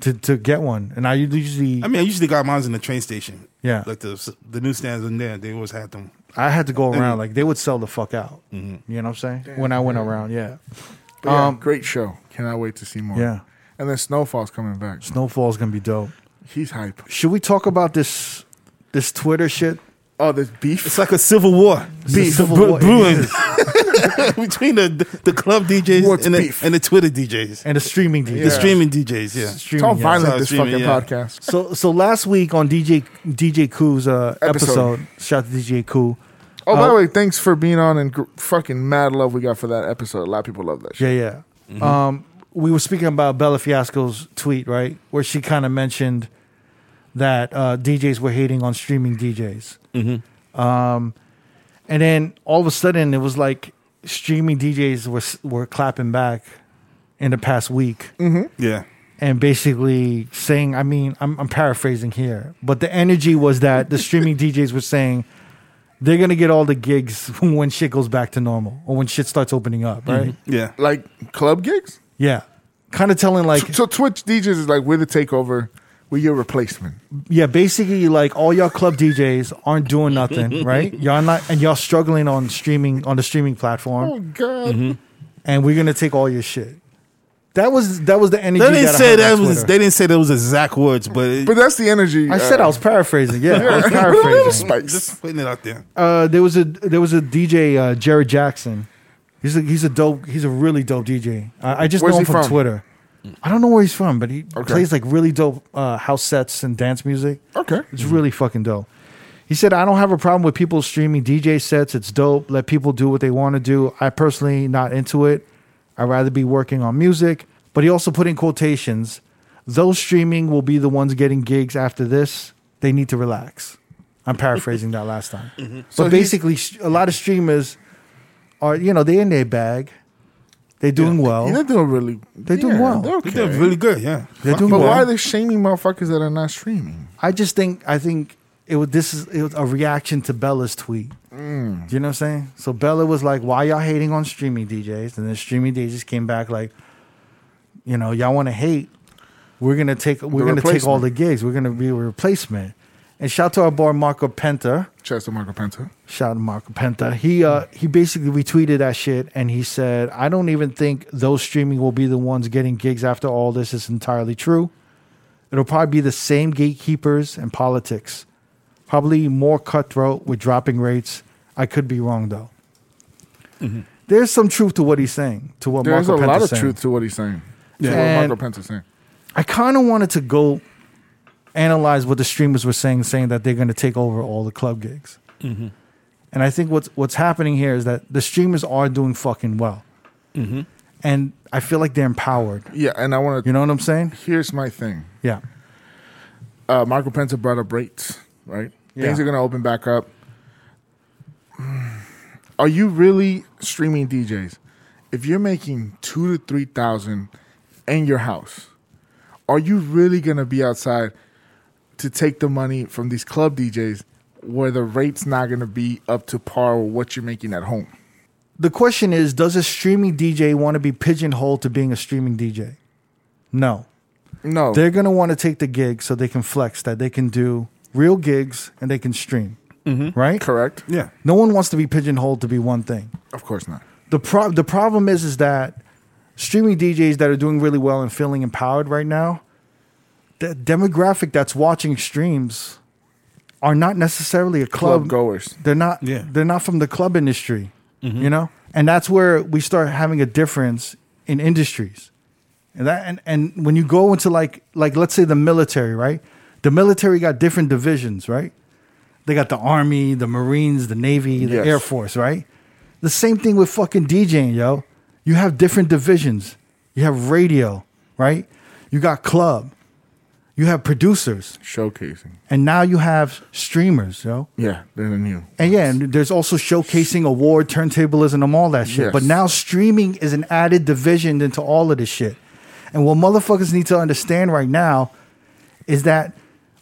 Speaker 1: to to get one. And I usually
Speaker 2: I mean, I usually got mine in the train station.
Speaker 1: Yeah.
Speaker 2: like the the newsstands in there, they always had them.
Speaker 1: I had to go around like they would sell the fuck out.
Speaker 3: Mm-hmm.
Speaker 1: You know what I'm saying? when I went around, yeah.
Speaker 3: But yeah,
Speaker 1: um,
Speaker 3: great show. Cannot wait to see more.
Speaker 1: Yeah.
Speaker 3: And then Snowfall's coming back.
Speaker 1: Snowfall's gonna be dope.
Speaker 3: He's hype.
Speaker 1: Should we talk about this this Twitter shit?
Speaker 3: Oh, there's beef.
Speaker 2: It's like a civil war
Speaker 1: a
Speaker 2: Beef
Speaker 1: civil
Speaker 2: bre-
Speaker 1: war.
Speaker 2: brewing between the the club DJs
Speaker 3: What's
Speaker 2: and the,
Speaker 3: beef?
Speaker 2: and the Twitter DJs,
Speaker 1: And the streaming DJ.
Speaker 2: the
Speaker 3: Yeah.
Speaker 2: streaming DJs. Yeah,
Speaker 3: It's all
Speaker 1: Streaming, yeah.
Speaker 3: violent
Speaker 2: It's all
Speaker 3: this
Speaker 2: streaming,
Speaker 3: fucking
Speaker 2: yeah.
Speaker 3: podcast.
Speaker 1: So so last week on DJ DJ Koo's uh,
Speaker 3: Episode.
Speaker 1: episode. shout out to DJ Koo.
Speaker 3: Oh, by
Speaker 1: Uh,
Speaker 3: the way, thanks for being on and gr- fucking mad love we got for that episode. A lot of people love that. Shit.
Speaker 1: Yeah, yeah.
Speaker 3: Mm-hmm.
Speaker 1: Um, we were speaking about Bella Fiasco's tweet, right, where she kind of mentioned that uh, DJs were hating on streaming DJs. Mm-hmm. Um, and then all of a sudden, it was like streaming DJs were s- were clapping back in the past week
Speaker 2: yeah.
Speaker 1: and basically saying, I mean, I'm, I'm paraphrasing here, but the energy was that the streaming DJs were saying they're gonna get all the gigs when shit goes back to normal or when shit starts opening up, right?
Speaker 2: Yeah.
Speaker 3: Like club gigs.
Speaker 1: Yeah. Kind of telling like,
Speaker 3: So Twitch DJs is like we're the takeover. We're your replacement.
Speaker 1: yeah, basically like all y'all club DJs aren't doing nothing, right? Y'all not, and y'all struggling on streaming on the streaming
Speaker 3: Oh
Speaker 1: platform,
Speaker 3: God.
Speaker 2: Mm-hmm.
Speaker 1: and we're gonna take all your shit. That was that was the energy.
Speaker 2: They didn't
Speaker 1: that I
Speaker 2: say
Speaker 1: heard on
Speaker 2: that was.
Speaker 1: Twitter.
Speaker 2: They didn't say that was exact words, but, it,
Speaker 3: But that's the energy. uh,
Speaker 1: I said I was paraphrasing. Yeah, I was paraphrasing.
Speaker 3: Spikes.
Speaker 2: just putting it out there.
Speaker 1: Uh, there was a there was a DJ uh, Jared Jackson. He's a he's a dope. He's a really dope DJ. I, I just
Speaker 3: Where's
Speaker 1: know
Speaker 3: he
Speaker 1: him from,
Speaker 3: from?
Speaker 1: Twitter. I don't know where he's from, but he
Speaker 3: Okay.
Speaker 1: plays like really dope uh, house sets and dance music.
Speaker 3: Okay.
Speaker 1: It's really fucking dope. He said, I don't have a problem with people streaming DJ sets. It's dope. Let people do what they want to do. I personally not into it. I'd rather be working on music. But he also put in quotations, those streaming will be the ones getting gigs after this. they need to relax. I'm paraphrasing that last time.
Speaker 3: Mm-hmm. So
Speaker 1: but basically, sh- a lot of streamers are, you know, they're in their bag. They're doing well.
Speaker 3: Yeah, they're doing really. They're
Speaker 1: doing well.
Speaker 3: They're
Speaker 2: They
Speaker 3: okay.
Speaker 2: did really good, yeah.
Speaker 1: They're
Speaker 2: Fuck
Speaker 1: doing
Speaker 2: it.
Speaker 3: but
Speaker 1: well.
Speaker 3: why are they shaming motherfuckers that are not streaming?
Speaker 1: I just think I think it was this is it was a reaction to Bella's tweet.
Speaker 3: Mm.
Speaker 1: Do you know what I'm saying? So Bella was like, "Why y'all hating on streaming DJs?" And then streaming DJs came back like, "You know, y'all want to hate? We're gonna take we're
Speaker 3: The
Speaker 1: gonna take all
Speaker 3: replacement.
Speaker 1: the gigs. We're gonna be a replacement." And shout to our boy Marco Penta.
Speaker 3: Chester Marco Penta.
Speaker 1: Shout out to Marco Penta. He uh he basically retweeted that shit and he said, I don't even think those streaming will be the ones getting gigs after all this is entirely true. It'll probably be the same gatekeepers and politics. Probably more cutthroat with dropping rates. I could be wrong though. There's some truth to what he's saying, to what
Speaker 3: There's
Speaker 1: Marco
Speaker 3: Mm-hmm. a lot
Speaker 1: Penta's
Speaker 3: of
Speaker 1: saying.
Speaker 3: truth to what he's saying. Yeah.
Speaker 1: And-
Speaker 3: what Marco Penta's saying.
Speaker 1: I kind of wanted to go analyze what the streamers were saying, saying that they're going to take over all the club gigs. And I think what's what's happening here is that the streamers are doing fucking well, and I feel like they're empowered.
Speaker 3: Yeah, and I want to.
Speaker 1: You know what I'm saying?
Speaker 3: Here's my thing.
Speaker 1: Yeah.
Speaker 3: Uh, Marco Penta brought up rates, right?
Speaker 1: Yeah.
Speaker 3: Things are going to open back up. Mm. Are you really streaming DJs? If you're making two to three thousand in your house, are you really going to be outside to take the money from these club DJs where the rate's not going to be up to par with what you're making at home?
Speaker 1: The question is, does a streaming DJ want to be pigeonholed to being a streaming DJ? No.
Speaker 3: No,
Speaker 1: They're going to want to take the gig so they can flex that they can do real gigs and they can stream. Right?
Speaker 3: correct.
Speaker 2: Yeah.
Speaker 1: No one wants to be pigeonholed to be one thing.
Speaker 3: Of course not.
Speaker 1: the pro- the problem is is that streaming DJs that are doing really well and feeling empowered right now, the demographic that's watching streams are not necessarily a club,
Speaker 3: Club goers.
Speaker 1: They're not
Speaker 2: Yeah.
Speaker 1: they're not from the club industry, you know? And that's where we start having a difference in industries. And that and, and when you go into like like let's say the military, right? The military got different divisions, right? They got the army, the marines, the navy, the
Speaker 3: Yes.
Speaker 1: air force, right? The same thing with fucking DJing, yo. You have different divisions. You have radio, right? You got club. You have producers,
Speaker 3: Showcasing.
Speaker 1: and now you have streamers, yo.
Speaker 3: Yeah, they're the new.
Speaker 1: And yeah, and there's also showcasing award turntablism and all that shit.
Speaker 3: Yes.
Speaker 1: But now streaming is an added division into all of this shit. And what motherfuckers need to understand right now is that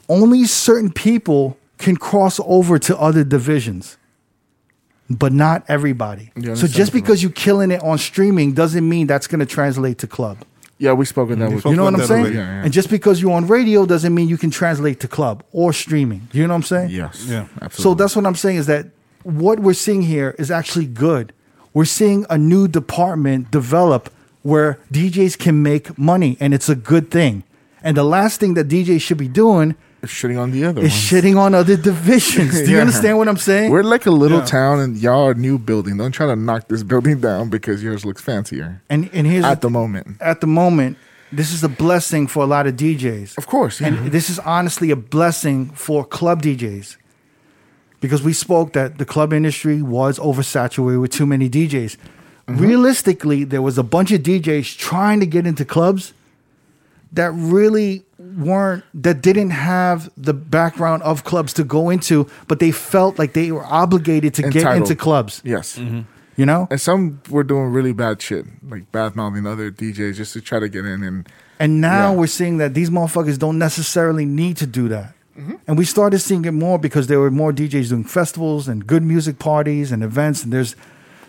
Speaker 1: only certain people can cross over to other divisions, but not everybody. so
Speaker 3: Yeah,
Speaker 1: just
Speaker 3: understandable.
Speaker 1: because you're killing it on streaming doesn't mean that's going to translate to club.
Speaker 3: Yeah, we spoke of that. with-
Speaker 1: You know what I'm
Speaker 2: that
Speaker 1: saying?
Speaker 2: already.
Speaker 3: Yeah, yeah.
Speaker 1: And just because you're on radio doesn't mean you can translate to club or streaming. You know what I'm saying?
Speaker 3: Yes.
Speaker 2: Yeah.
Speaker 1: So that's what I'm saying is that what we're seeing here is actually good. We're seeing a new department develop where DJs can make money, and it's a good thing. And the last thing that DJs should be doing
Speaker 3: shitting on the other.
Speaker 1: is
Speaker 3: ones.
Speaker 1: shitting on other divisions. Do you
Speaker 3: Yeah.
Speaker 1: understand what I'm saying?
Speaker 3: We're like a little
Speaker 2: Yeah.
Speaker 3: town, and y'all are new building. Don't try to knock this building down because yours looks fancier
Speaker 1: and and here's
Speaker 3: at the moment.
Speaker 1: at the moment, this is a blessing for a lot of DJs.
Speaker 3: Of course, yeah. Mm-hmm.
Speaker 1: And this is honestly a blessing for club DJs because we spoke that the club industry was oversaturated with too many DJs. Realistically, there was a bunch of DJs trying to get into clubs that really weren't that didn't have the background of clubs to go into, but they felt like they were obligated to get
Speaker 3: Entitled.
Speaker 1: into clubs.
Speaker 3: Yes,
Speaker 1: You know?
Speaker 3: and some were doing really bad shit, like bad mouthing other DJs just to try to get in. And
Speaker 1: And now
Speaker 3: Yeah.
Speaker 1: we're seeing that these motherfuckers don't necessarily need to do that.
Speaker 3: Mm-hmm.
Speaker 1: And we started seeing it more because there were more DJs doing festivals and good music parties and events. And there's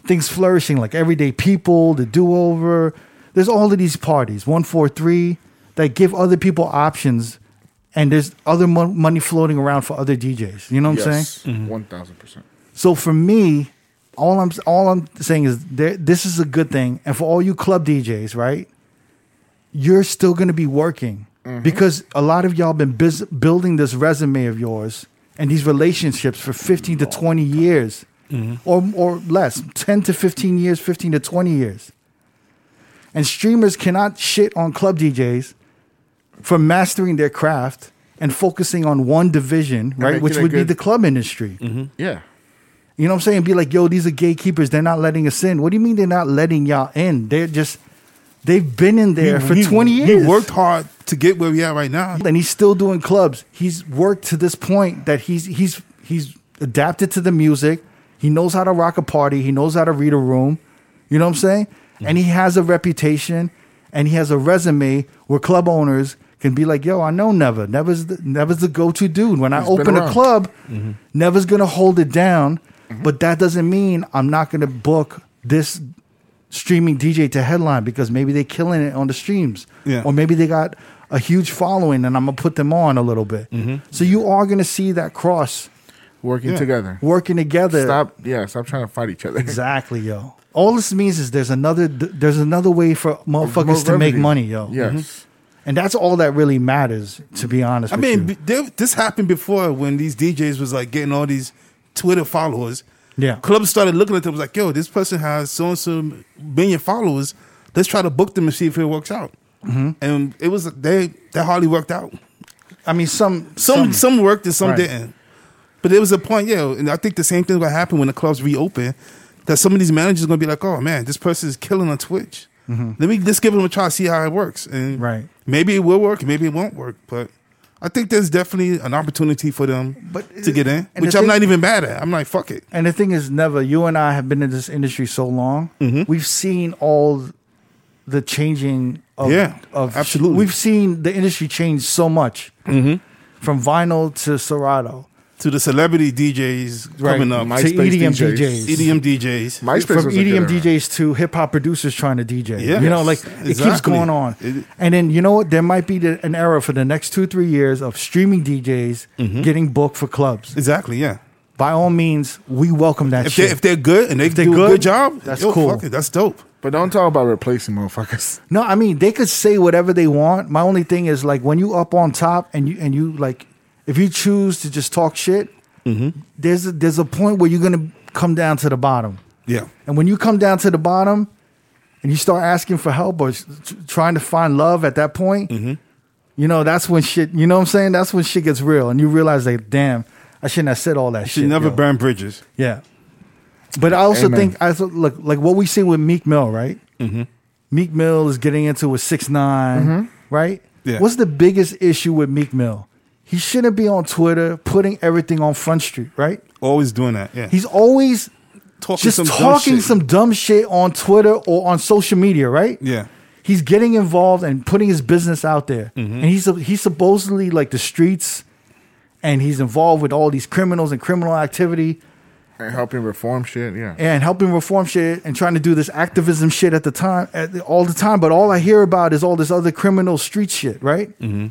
Speaker 1: things flourishing like Everyday People, The Do Over. There's all of these parties, 143, that give other people options. And there's other mon- money floating around for other DJs. You know what I'm saying?
Speaker 3: yes, one thousand percent.
Speaker 1: So for me, all I'm all I'm saying is there, this is a good thing, and for all you club DJs, right? You're still going to be working
Speaker 3: Mm-hmm.
Speaker 1: because a lot of y'all been bus- building this resume of yours and these relationships for 15 to 20 years,
Speaker 3: Mm-hmm.
Speaker 1: or or less, 10 to 15 years, 15 to 20 years. And streamers cannot shit on club DJs for mastering their craft and focusing on one division, right?
Speaker 3: making
Speaker 1: Which
Speaker 3: it
Speaker 1: would be
Speaker 3: good. Mm-hmm.
Speaker 1: the club industry.
Speaker 3: Yeah,
Speaker 1: You know what I'm saying? Be like, yo, these are gatekeepers. They're not letting us in. What do you mean they're not letting y'all in? They're just They've been in there for
Speaker 2: We-
Speaker 1: 20
Speaker 2: we-
Speaker 1: years.
Speaker 2: We worked hard to get where we are right now.
Speaker 1: and he's still doing clubs. He's worked to this point that he's he's he's adapted to the music. He knows how to rock a party. He knows how to read a room. You know what I'm saying? And he has a reputation and he has a resume where club owners can be like, "Yo, I know Never. Never's the, Never's the go-to dude. When I
Speaker 3: He's been
Speaker 1: open a
Speaker 3: around.
Speaker 1: club, Never's gonna hold it down." But that doesn't mean I'm not gonna book this streaming DJ to headline because maybe they're killing it on the streams.
Speaker 2: Yeah.
Speaker 1: Or maybe they got a huge following and I'm going to put them on a little bit.
Speaker 2: Mm-hmm.
Speaker 1: So you are going to see that cross
Speaker 3: working
Speaker 2: Yeah.
Speaker 3: together.
Speaker 1: working together.
Speaker 3: Stop. Yeah, stop trying to fight each other.
Speaker 1: Exactly, yo. All this means is there's another there's another way for motherfuckers
Speaker 3: More
Speaker 1: to make
Speaker 3: remedy.
Speaker 1: money, yo.
Speaker 3: Yes.
Speaker 1: And that's all that really matters, to be honest.
Speaker 2: I
Speaker 1: with
Speaker 2: mean,
Speaker 1: you.
Speaker 2: b- there, this happened before when these DJs was like getting all these Twitter followers.
Speaker 1: Yeah.
Speaker 2: clubs started looking at them was like, "Yo, this person has so and so million followers. Let's try to book them and see if it works out."
Speaker 1: Mm-hmm.
Speaker 2: And it was they that hardly worked out.
Speaker 1: I mean, some
Speaker 2: Some some, worked and some
Speaker 1: Right.
Speaker 2: didn't. But there was a point, yeah, and I think the same thing gonna happen when the clubs reopen. That some of these managers gonna be like, "Oh man, this person is killing on Twitch. Let me just give them a try, see how it works." And
Speaker 1: Mm-hmm. Right.
Speaker 2: maybe it will work, maybe it won't work, but. I think there's definitely an opportunity for them
Speaker 1: But-
Speaker 2: to get in,
Speaker 1: and the
Speaker 2: which I'm
Speaker 1: thing-
Speaker 2: not even mad at. I'm like, fuck it.
Speaker 1: And the thing is, never you and I have been in this industry so long.
Speaker 2: Mm-hmm.
Speaker 1: We've seen all the changing. Of,
Speaker 2: Yeah,
Speaker 1: of
Speaker 2: absolutely. Mm-hmm.
Speaker 1: We've seen the industry change so much from vinyl to Serato,
Speaker 2: To the celebrity DJs coming up,
Speaker 1: to
Speaker 3: MySpace
Speaker 1: EDM
Speaker 3: DJs.
Speaker 1: DJs,
Speaker 2: EDM DJs.
Speaker 3: MySpace
Speaker 1: from
Speaker 3: was a good
Speaker 1: EDM
Speaker 3: era.
Speaker 1: DJs to hip hop producers trying to DJ.
Speaker 2: Yes,
Speaker 1: you know, like it keeps
Speaker 2: exactly.
Speaker 1: going on.
Speaker 2: It-
Speaker 1: and then you know what? There might be the, an era for the next two three years of streaming DJs
Speaker 2: Mm-hmm.
Speaker 1: getting booked for clubs.
Speaker 2: Exactly, yeah.
Speaker 1: By all means, we welcome that
Speaker 2: If, they,
Speaker 1: shit.
Speaker 2: if they're good and they
Speaker 1: they're
Speaker 2: do a
Speaker 1: good,
Speaker 2: good job,
Speaker 1: that's
Speaker 2: yo,
Speaker 1: cool.
Speaker 2: fuck it, that's dope.
Speaker 3: But don't talk about replacing motherfuckers.
Speaker 1: No, I mean they could say whatever they want. My only thing is like when you up on top and you and you like if you choose to just talk shit, there's a, there's a point where you're gonna come down to the bottom.
Speaker 2: Yeah.
Speaker 1: And when you come down to the bottom and you start asking for help or s- t- trying to find love at that point, you know that's when shit. You know what I'm saying? That's when shit gets real, and you realize like, damn, I shouldn't have said all that
Speaker 2: Should
Speaker 1: shit.
Speaker 2: never
Speaker 1: yo.
Speaker 2: burn bridges.
Speaker 1: Yeah. But I also
Speaker 3: Amen.
Speaker 1: think I also- look like what we see with Meek Mill, right?
Speaker 2: Mm-hmm.
Speaker 1: Meek Mill is getting into with six right?
Speaker 2: Mm-hmm. Yeah.
Speaker 1: What's the biggest issue with Meek Mill? He shouldn't be on Twitter putting everything on Front Street, right?
Speaker 2: Always doing that. Yeah.
Speaker 1: He's always
Speaker 2: talking
Speaker 1: just
Speaker 2: dumb
Speaker 1: talking
Speaker 2: shit.
Speaker 1: some dumb shit on Twitter or on social media, right?
Speaker 2: Yeah.
Speaker 1: He's getting involved and putting his business out there,
Speaker 2: Mm-hmm.
Speaker 1: and he's he's supposedly like the streets, and he's involved with all these criminals and criminal activity.
Speaker 3: And helping reform shit. Yeah.
Speaker 1: and helping reform shit and trying to do this activism shit at the time at the, all the time but all i hear about is all this other criminal street shit right mm-hmm.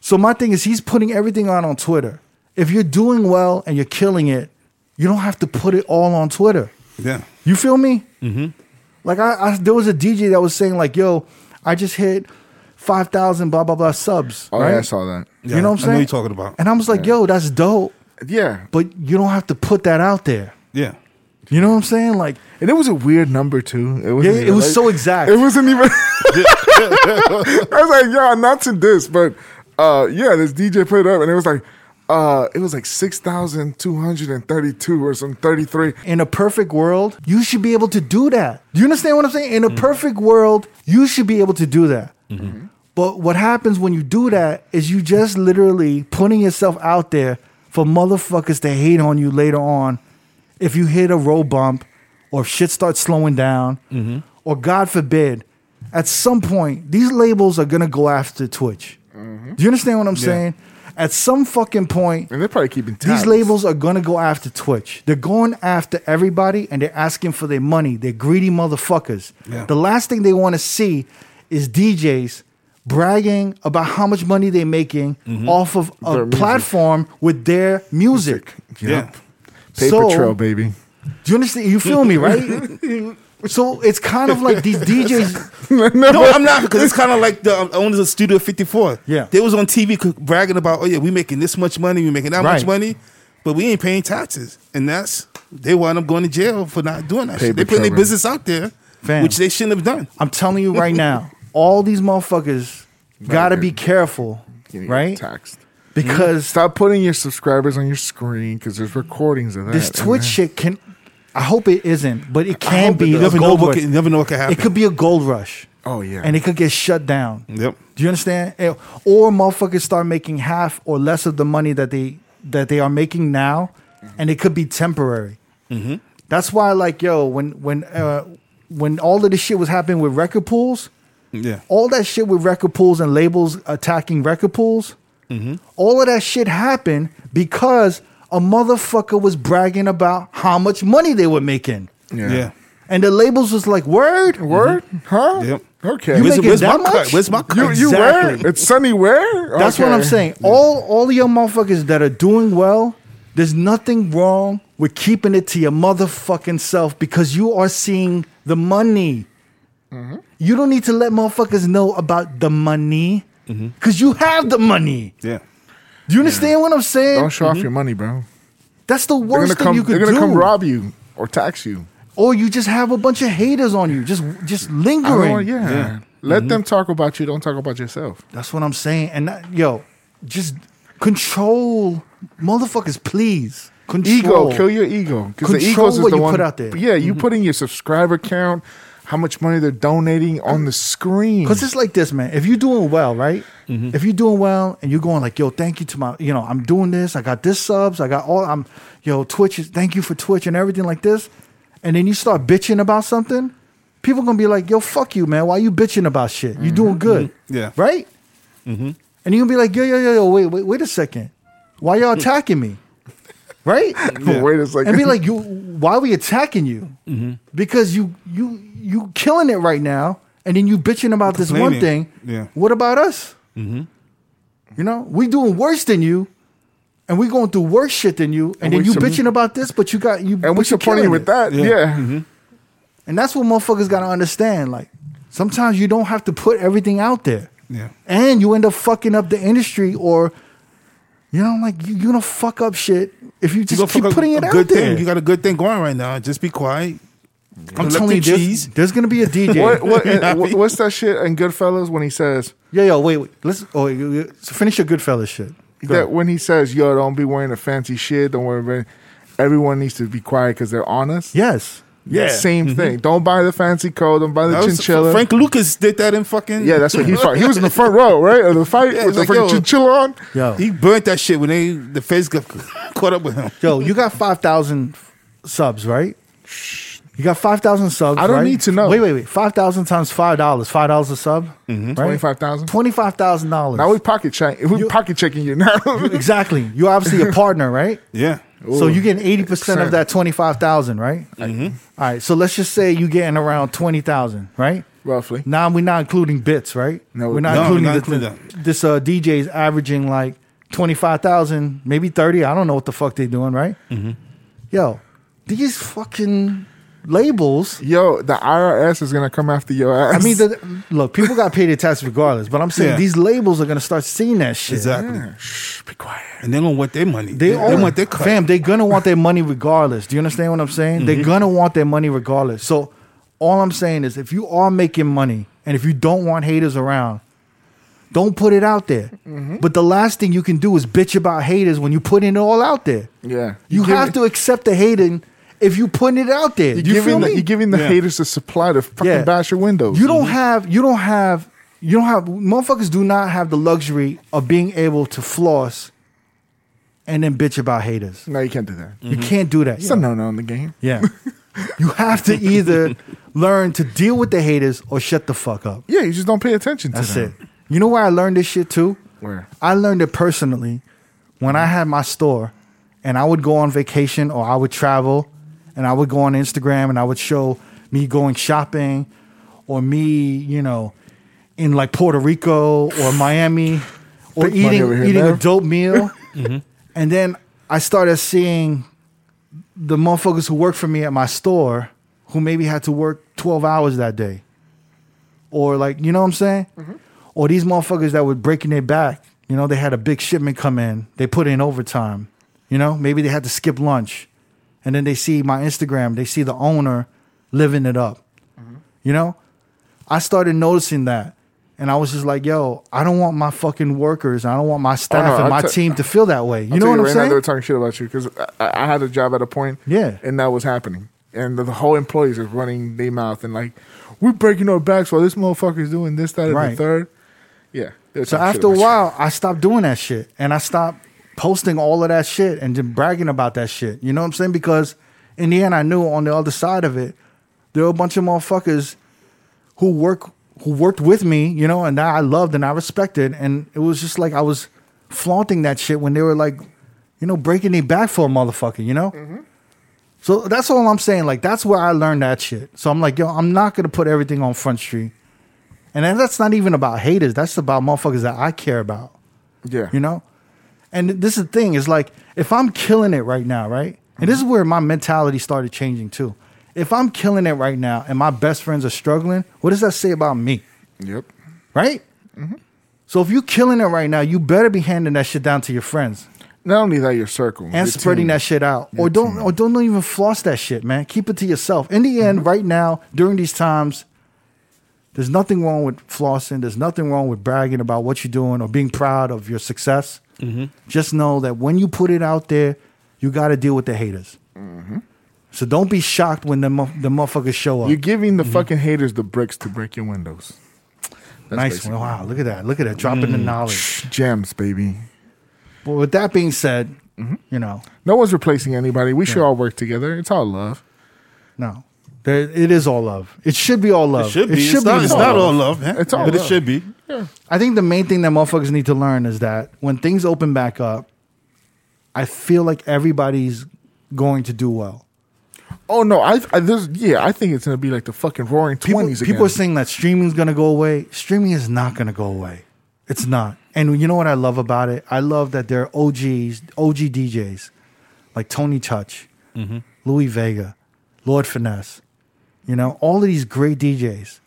Speaker 1: so my thing is he's putting everything out on twitter if you're doing well and you're killing it you don't have to put it all on twitter
Speaker 2: Yeah.
Speaker 1: you feel me mm-hmm. like I, I there was a dj that was saying like yo i just hit 5000 blah blah blah subs
Speaker 3: Oh,
Speaker 1: right
Speaker 3: yeah, I saw that.
Speaker 2: Yeah,
Speaker 1: you know what i'm
Speaker 2: I know
Speaker 1: saying
Speaker 2: you're talking about.
Speaker 1: and i was like yo that's dope
Speaker 3: Yeah.
Speaker 1: but you don't have to put that out there
Speaker 2: Yeah.
Speaker 1: you know what i'm saying like
Speaker 3: And it was a weird number too. It was
Speaker 1: Yeah, it was so exact.
Speaker 3: It wasn't even. I was like, yeah, not to this, but uh, yeah, this DJ put it up, and it was like, uh, it was like six thousand two hundred and thirty-two or some thirty-three.
Speaker 1: In a perfect world, you should be able to do that. Do you understand what I'm saying? In a perfect world, you should be able to do that. But what happens when you do that is you just literally putting yourself out there for motherfuckers to hate on you later on if you hit a road bump or if shit starts slowing down or God forbid, at some point, these labels are gonna go after Twitch. Do you understand what I'm saying? At some fucking point,
Speaker 3: And they're probably keeping tabs.
Speaker 1: these labels are going to go after Twitch. They're going after everybody and they're asking for their money. They're greedy motherfuckers.
Speaker 2: Yeah.
Speaker 1: The last thing they want to see is DJs bragging about how much money they're making off of a
Speaker 3: Their music.
Speaker 1: platform with their music.
Speaker 3: yeah, paper
Speaker 1: So-
Speaker 3: trail, baby.
Speaker 1: Do you understand? You feel me, right? so it's kind of like these DJs.
Speaker 2: No, I'm not because it's kind of like the um, owners of Studio 54.
Speaker 1: Yeah.
Speaker 2: They was on TV c- bragging about, oh yeah, we making this much money, we making that
Speaker 1: Right.
Speaker 2: much money, but we ain't paying taxes, and that's they wind up going to jail for not doing that.
Speaker 3: Paper
Speaker 2: Shit. They putting their
Speaker 3: trail, bro.
Speaker 2: business out there,
Speaker 1: Fam.
Speaker 2: which they shouldn't have done.
Speaker 1: I'm telling you right now, all these motherfuckers got to
Speaker 3: man.
Speaker 1: be careful,
Speaker 3: Getting
Speaker 1: right?
Speaker 3: Taxed.
Speaker 1: Because
Speaker 3: Stop putting your subscribers on your screen because there's recordings of that.
Speaker 1: this
Speaker 3: and
Speaker 1: Twitch
Speaker 3: then-
Speaker 1: shit can. I hope it isn't, but it can
Speaker 2: hope it
Speaker 1: be
Speaker 2: does.
Speaker 1: a
Speaker 2: Never know
Speaker 1: gold
Speaker 2: what
Speaker 1: rush.
Speaker 2: can- never know what can happen.
Speaker 1: It could be a gold rush.
Speaker 3: Oh, yeah.
Speaker 1: and it could get shut down.
Speaker 2: Yep.
Speaker 1: Do you understand? Eh, Or motherfuckers start making half or less of the money that they that they are making now, and it could be temporary.
Speaker 2: Mm-hmm.
Speaker 1: That's why, like, yo, when when uh, when all of this shit was happening with record pools,
Speaker 2: Yeah.
Speaker 1: all that shit with record pools and labels attacking record pools, all of that shit happened because a motherfucker was bragging about how much money they were making,
Speaker 2: Yeah.
Speaker 1: and the labels was like, "Word,
Speaker 3: Word? Huh?
Speaker 2: Yep.
Speaker 3: Okay.
Speaker 1: You
Speaker 2: Where's,
Speaker 1: making
Speaker 2: where's my
Speaker 1: that
Speaker 2: cut?
Speaker 1: much?
Speaker 2: Where's my cut?
Speaker 3: You, you
Speaker 1: Exactly.
Speaker 3: where? It's sunny where?
Speaker 1: That's what I'm
Speaker 3: Okay.
Speaker 1: saying. All all of your motherfuckers that are doing well, there's nothing wrong with keeping it to your motherfucking self because you are seeing the money. You don't need to let motherfuckers know about the money because you have the money.
Speaker 2: yeah.
Speaker 1: Do you understand what I'm saying?
Speaker 3: Don't show off your money, bro.
Speaker 1: That's the
Speaker 3: They're gonna
Speaker 1: worst thing
Speaker 3: come.
Speaker 1: you
Speaker 3: They're
Speaker 1: could
Speaker 3: gonna
Speaker 1: do.
Speaker 3: come rob you or tax you.
Speaker 1: Or you just have a bunch of haters on you, Mm-hmm. just just
Speaker 3: I don't
Speaker 1: lingering.
Speaker 3: want- Oh, yeah.
Speaker 2: Yeah.
Speaker 3: Let them talk about you. Don't talk about yourself.
Speaker 1: That's what I'm saying. And that, yo, just control, motherfuckers, please. Control.
Speaker 3: Ego, kill your ego. Because the
Speaker 1: Control
Speaker 3: egos is
Speaker 1: what
Speaker 3: the
Speaker 1: you
Speaker 3: one.
Speaker 1: put out there. Mm-hmm.
Speaker 3: Yeah, you put in your subscriber count, how much money they're donating on the screen.
Speaker 1: Because it's like this, man. If you're doing well, right? If you're doing well and you're going like, yo, thank you to my, you know, I'm doing this. I got this subs. I got all, I'm, yo, Twitch is, thank you for Twitch and everything like this. And then you start bitching about something. People going to be like, yo, fuck you, man. Why you bitching about shit? you doing good.
Speaker 2: Yeah.
Speaker 1: Right? And you're going to be like, yo, yo, yo, yo, wait, wait, wait a second. Why y'all attacking me? Right?
Speaker 3: Wait a second.
Speaker 1: and be like, "You, why are we attacking you?
Speaker 2: Mm-hmm.
Speaker 1: Because you, you, you killing it right now, and then you bitching about this one
Speaker 2: Complaining.
Speaker 1: thing.
Speaker 2: Yeah.
Speaker 1: What about us?
Speaker 2: Mm-hmm.
Speaker 1: You know, we doing worse than you, and we going through worse shit than you, and,
Speaker 3: And
Speaker 1: then
Speaker 3: we
Speaker 1: you
Speaker 3: sup-
Speaker 1: bitching about this, but you got you.
Speaker 3: and
Speaker 1: but you
Speaker 3: we supporting
Speaker 1: killing
Speaker 3: you with
Speaker 1: it. Mm-hmm.
Speaker 3: that. Yeah.
Speaker 2: Yeah.
Speaker 1: And that's what motherfuckers got to understand. Like, sometimes you don't have to put everything out there.
Speaker 2: Yeah.
Speaker 1: And you end up fucking up the industry or. You know, like you, you're gonna fuck up shit if you
Speaker 2: You
Speaker 1: just
Speaker 2: go
Speaker 1: keep
Speaker 2: fuck a-
Speaker 1: putting
Speaker 2: a
Speaker 1: it out
Speaker 2: good
Speaker 1: there.
Speaker 2: Thing. You got a good thing going right now. Just be quiet.
Speaker 1: I'm
Speaker 2: Collect
Speaker 1: telling you,
Speaker 2: your
Speaker 1: there's,
Speaker 2: cheese.
Speaker 1: there's gonna be a DJ.
Speaker 3: What, what, and what- what's that shit in Goodfellas when he says
Speaker 1: Yeah, yo, wait, wait. Let's oh, you- you- so finish your Goodfellas shit. Go
Speaker 3: that
Speaker 1: ahead.
Speaker 3: when he says, "Yo, don't be wearing a fancy shit. Don't worry about." It. Everyone needs to be quiet because they're honest.
Speaker 1: Yes,
Speaker 2: Yeah.
Speaker 3: Same
Speaker 1: Mm-hmm.
Speaker 3: thing. Don't buy the fancy coat. Don't buy the
Speaker 2: That was-
Speaker 3: chinchilla.
Speaker 2: Frank Lucas did that in fucking.
Speaker 3: yeah, that's what he was fighting. He was in the front row, right? Of the fight
Speaker 2: Yeah,
Speaker 3: with the
Speaker 2: like,
Speaker 3: freaking
Speaker 2: yo.
Speaker 3: chinchilla on.
Speaker 1: yo,
Speaker 2: He burnt that shit when they the face got caught up with him.
Speaker 1: yo, you got five thousand subs, right? You got five thousand subs.
Speaker 3: I don't
Speaker 1: right?
Speaker 3: need to know.
Speaker 1: Wait, wait, wait. Five thousand times five dollars. Five dollars a sub. Right?
Speaker 3: $25,000?
Speaker 1: Twenty-five thousand dollars.
Speaker 3: Now we pocket check. We pocket checking you now.
Speaker 1: exactly. You're obviously a partner, right?
Speaker 2: Yeah.
Speaker 1: So you're getting eighty percent of
Speaker 3: Percent.
Speaker 1: that twenty-five thousand, right?
Speaker 3: Mm-hmm.
Speaker 1: All right. So let's just say you're getting around twenty thousand, right?
Speaker 3: Roughly.
Speaker 1: Now we're not including bits, right?
Speaker 3: No,
Speaker 1: we're not
Speaker 2: no,
Speaker 1: including
Speaker 2: we're not
Speaker 1: the-
Speaker 2: including
Speaker 1: this. Uh, DJ's averaging like twenty five thousand, maybe thirty. I don't know what the fuck they doing, right?
Speaker 2: Mm-hmm.
Speaker 1: Yo, these fucking labels.
Speaker 3: Yo, the IRS is gonna come after your ass.
Speaker 1: I mean, the, look, people got paid their taxes regardless, but I'm saying
Speaker 2: Yeah.
Speaker 1: these labels are gonna start seeing that shit.
Speaker 2: Exactly.
Speaker 3: Shh, be quiet.
Speaker 2: And they don't want their money.
Speaker 1: They,
Speaker 2: They,
Speaker 1: all,
Speaker 2: they want their cut.
Speaker 1: Fam, they're gonna want their money regardless. Do you understand what I'm saying? They're gonna want their money regardless. So all I'm saying is if you are making money and if you don't want haters around, don't put it out there. But the last thing you can do is bitch about haters when you put it all out there.
Speaker 3: Yeah,
Speaker 1: You,
Speaker 3: give
Speaker 1: have
Speaker 3: it-
Speaker 1: to accept the hating if you put it out there.
Speaker 3: You're
Speaker 1: Do you Mm-hmm.
Speaker 3: giving
Speaker 1: feel
Speaker 3: the,
Speaker 1: me?
Speaker 3: you're giving the
Speaker 2: Yeah.
Speaker 3: haters a supply to fucking
Speaker 1: Yeah.
Speaker 3: bash your windows.
Speaker 1: You don't have you don't have you don't have motherfuckers do not have the luxury of being able to floss and then bitch about haters.
Speaker 3: No, you can't do that.
Speaker 1: You can't do that.
Speaker 3: It's a no no in the game.
Speaker 1: Yeah. you have to either learn to deal with the haters or shut the fuck up.
Speaker 3: Yeah, you just don't pay attention to
Speaker 1: That's it.
Speaker 3: them.
Speaker 1: You know where I learned this shit too?
Speaker 3: Where?
Speaker 1: I learned it personally when I had my store and I would go on vacation or I would travel and I would go on Instagram and I would show me going shopping or me, you know, in like Puerto Rico or Miami or
Speaker 3: Big money
Speaker 1: eating
Speaker 3: over here,
Speaker 1: eating a
Speaker 3: man. Mm-hmm.
Speaker 1: dope meal. And then I started seeing the motherfuckers who worked for me at my store who maybe had to work 12 hours that day. Or like, you know what I'm saying?
Speaker 3: Mm-hmm.
Speaker 1: Or these motherfuckers that were breaking their back. You know, they had a big shipment come in. They put in overtime. You know, maybe they had to skip lunch. And then they see my Instagram, they see the owner living it up.
Speaker 3: Mm-hmm.
Speaker 1: You know? I started noticing that. And I was just like, yo, I don't want my fucking workers, I don't want
Speaker 3: Oh,
Speaker 1: my staff
Speaker 3: I'll
Speaker 1: and my
Speaker 3: tell-
Speaker 1: team to feel that way. You
Speaker 3: I'll
Speaker 1: know
Speaker 3: tell
Speaker 1: what I'm
Speaker 3: right Now
Speaker 1: saying?
Speaker 3: they were talking shit about you because I, I had a job at a point.
Speaker 1: Yeah.
Speaker 3: and that was happening, and the, the whole employees are running their mouth and like, we're breaking our backs while this motherfucker's doing this, that, and the
Speaker 1: Right.
Speaker 3: third. Yeah. they'll
Speaker 1: So
Speaker 3: talk shit
Speaker 1: after a
Speaker 3: about you.
Speaker 1: while, I stopped doing that shit and I stopped posting all of that shit and then bragging about that shit. You know what I'm saying? Because in the end, I knew on the other side of it, there were a bunch of motherfuckers who work who worked with me, you know, and that I loved and I respected, and it was just like I was flaunting that shit when they were like, you know, breaking their back for a motherfucker, you know. So that's all I'm saying. Like that's where I learned that shit. So I'm like, yo, I'm not gonna put everything on Front Street. And then that's not even about haters. That's about motherfuckers that I care about.
Speaker 3: Yeah.
Speaker 1: You know? And this is the thing is like, if I'm killing it right now, right? And this is where my mentality started changing too. If I'm killing it right now and my best friends are struggling, what does that say about me?
Speaker 3: Yep.
Speaker 1: Right? So if you're killing it right now, you better be handing that shit down to your friends
Speaker 3: Not only that, your circle.
Speaker 1: and spreading that shit out, or don't, or don't even floss that shit, man. Keep it to yourself. In the end, right now, during these times, there's nothing wrong with flossing. There's nothing wrong with bragging about what you're doing or being proud of your success.
Speaker 2: Mm-hmm.
Speaker 1: Just know that when you put it out there, you got to deal with the haters.
Speaker 2: Mm-hmm.
Speaker 1: So don't be shocked when the mo- the motherfuckers show up. Mm-hmm.
Speaker 3: You're giving the fucking haters the bricks to break your windows. That's
Speaker 1: nice
Speaker 3: basically-
Speaker 1: one. Wow, look at that. Look at that. Dropping
Speaker 2: Mm.
Speaker 1: the knowledge.
Speaker 3: Gems, baby.
Speaker 1: But with that being said,
Speaker 2: Mm-hmm.
Speaker 1: you know,
Speaker 3: No one's replacing anybody. We should all work together. It's all love.
Speaker 1: no. There, it is all love. It should be all love.
Speaker 2: It should be. it's not, it's
Speaker 1: all
Speaker 2: not
Speaker 1: love.
Speaker 2: all love, man.
Speaker 3: It's all
Speaker 2: But
Speaker 3: love.
Speaker 2: it should be.
Speaker 1: I think the main thing that motherfuckers need to learn is that when things open back up, I feel like everybody's going to do well.
Speaker 3: Oh no, I, I this yeah, I think it's gonna be like the fucking roaring
Speaker 1: People,
Speaker 3: twenties again.
Speaker 1: people are saying that streaming's going to go away. Streaming is not going to go away. It's not. And you know what I love about it? I love that there are OGs, OG DJs like Tony Touch, Louis Vega, Lord Finesse. You know, all of these great DJs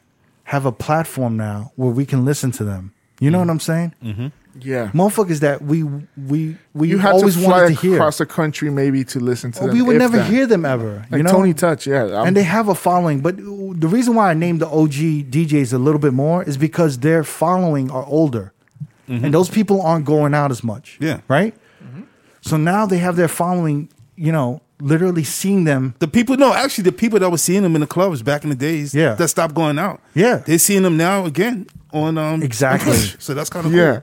Speaker 1: have a platform now where we can listen to them. You know what I'm saying?
Speaker 3: yeah,
Speaker 1: motherfuckers that we we we
Speaker 3: you had
Speaker 1: always
Speaker 3: to fly
Speaker 1: wanted to hear.
Speaker 3: across the country maybe to listen to
Speaker 1: Or
Speaker 3: them.
Speaker 1: we would
Speaker 3: if
Speaker 1: never
Speaker 3: that.
Speaker 1: hear them ever.
Speaker 3: Like
Speaker 1: you know,
Speaker 3: Tony Touch, yeah, I'm-
Speaker 1: and they have a following. But the reason why I named the OG DJs a little bit more is because their following are older, and those people aren't going out as much.
Speaker 2: Yeah.
Speaker 1: right. So now they have their following. You know, literally seeing them.
Speaker 2: The people, no, actually, the people that were seeing them in the clubs back in the days,
Speaker 1: Yeah.
Speaker 2: that stopped going out,
Speaker 1: Yeah.
Speaker 2: they're seeing them now again on um
Speaker 1: Exactly.
Speaker 2: Push. So that's kind of
Speaker 3: yeah,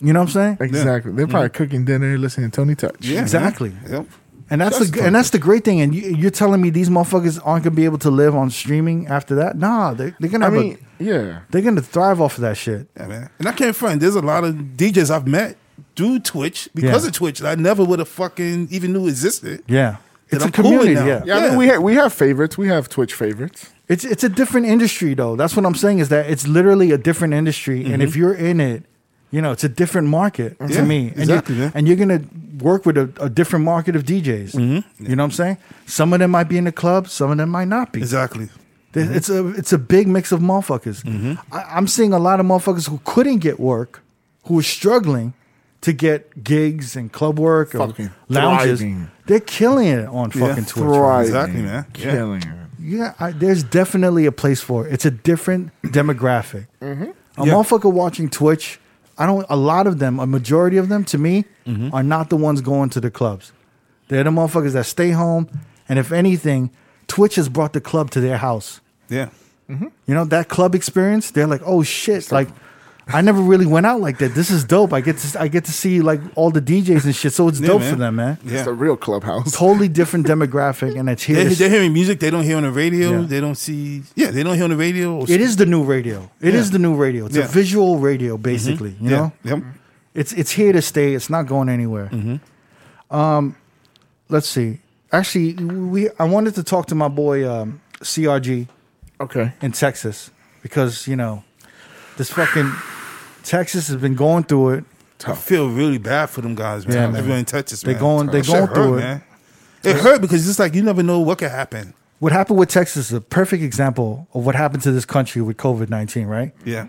Speaker 1: You know what I'm saying?
Speaker 3: exactly. They're probably cooking dinner, listening to Tony Touch.
Speaker 2: Cool. Yeah,
Speaker 1: Exactly.
Speaker 2: man. Yep.
Speaker 1: And that's,
Speaker 2: That's
Speaker 1: the and that's the great thing. And you, you're telling me these motherfuckers aren't gonna be able to live on streaming after that? Nah, they, they're gonna
Speaker 3: I
Speaker 1: have a
Speaker 3: mean, yeah,
Speaker 1: They're gonna thrive off of that shit.
Speaker 2: Yeah, man. And I can't front. There's a lot of DJs I've met through Twitch because
Speaker 1: Yeah.
Speaker 2: of Twitch that I never would have fucking even knew existed.
Speaker 1: Yeah. It's
Speaker 2: I'm
Speaker 1: a
Speaker 2: cool with
Speaker 1: community,
Speaker 2: now.
Speaker 1: yeah.
Speaker 3: yeah. I mean,
Speaker 2: Yeah.
Speaker 3: we ha- we have favorites. We have Twitch favorites.
Speaker 1: It's it's a different industry though. That's what I'm saying is that it's literally a different industry, and if you're in it, you know it's a different market
Speaker 2: Mm-hmm. Yeah,
Speaker 1: to me. And
Speaker 2: exactly,
Speaker 1: you're,
Speaker 2: yeah.
Speaker 1: and you're gonna work with a, a different market of DJs.
Speaker 2: Mm-hmm.
Speaker 1: You know what I'm saying? Some of them might be in the club, some of them might not be.
Speaker 2: Exactly.
Speaker 1: There-
Speaker 2: mm-hmm.
Speaker 1: It's a it's a big mix of motherfuckers. I, I'm seeing a lot of motherfuckers who couldn't get work, who are struggling to get gigs and club work or
Speaker 3: Fucking
Speaker 1: lounges.
Speaker 3: thriving.
Speaker 1: They're killing it on fucking Twitch. right now.
Speaker 3: Thriving,
Speaker 2: Exactly, man. Yeah.
Speaker 3: Killing it.
Speaker 1: Yeah, I, there's definitely a place for it. It's a different demographic. A
Speaker 2: Mm-hmm. Yeah.
Speaker 1: motherfucker watching Twitch, I don't. A lot of them, a majority of them, to me,
Speaker 2: Mm-hmm.
Speaker 1: are not the ones going to the clubs. They're the motherfuckers that stay home, and if anything, Twitch has brought the club to their house.
Speaker 2: Yeah. Mm-hmm.
Speaker 1: You know that club experience. They're like, oh shit, like. I never really went out like that. This is dope. I get to I get to see like all the DJs and shit. So it's
Speaker 2: Yeah,
Speaker 1: dope
Speaker 2: man.
Speaker 1: for them, man.
Speaker 2: Yeah.
Speaker 3: It's a real clubhouse.
Speaker 1: Totally different demographic, and it's here.
Speaker 2: They're,
Speaker 1: to
Speaker 2: they're hearing music they don't hear on the radio.
Speaker 1: Yeah.
Speaker 2: They don't see. Yeah, they don't hear on the radio. Or
Speaker 1: It is the new radio. It is the new radio. It's
Speaker 2: Yeah. Mm-hmm.
Speaker 1: a visual radio, basically. You
Speaker 2: Yeah.
Speaker 1: know,
Speaker 2: Yep.
Speaker 1: it's it's here to stay. It's not going anywhere. Um,
Speaker 2: Mm-hmm.
Speaker 1: let's see. Actually, we I wanted to talk to my boy um, CRG
Speaker 3: Okay.
Speaker 1: in Texas because you know this fucking Texas has been going through it.
Speaker 2: I feel really bad for them guys, man.
Speaker 1: Yeah, man.
Speaker 2: Everyone in Texas,
Speaker 1: They're
Speaker 2: man.
Speaker 1: going- they're
Speaker 2: That shit
Speaker 1: going through
Speaker 2: hurt,
Speaker 1: it.
Speaker 2: Man. It hurt because it's like you never know what could happen.
Speaker 1: What happened with Texas is a perfect example of what happened to this country with COVID nineteen. Right?
Speaker 2: Yeah.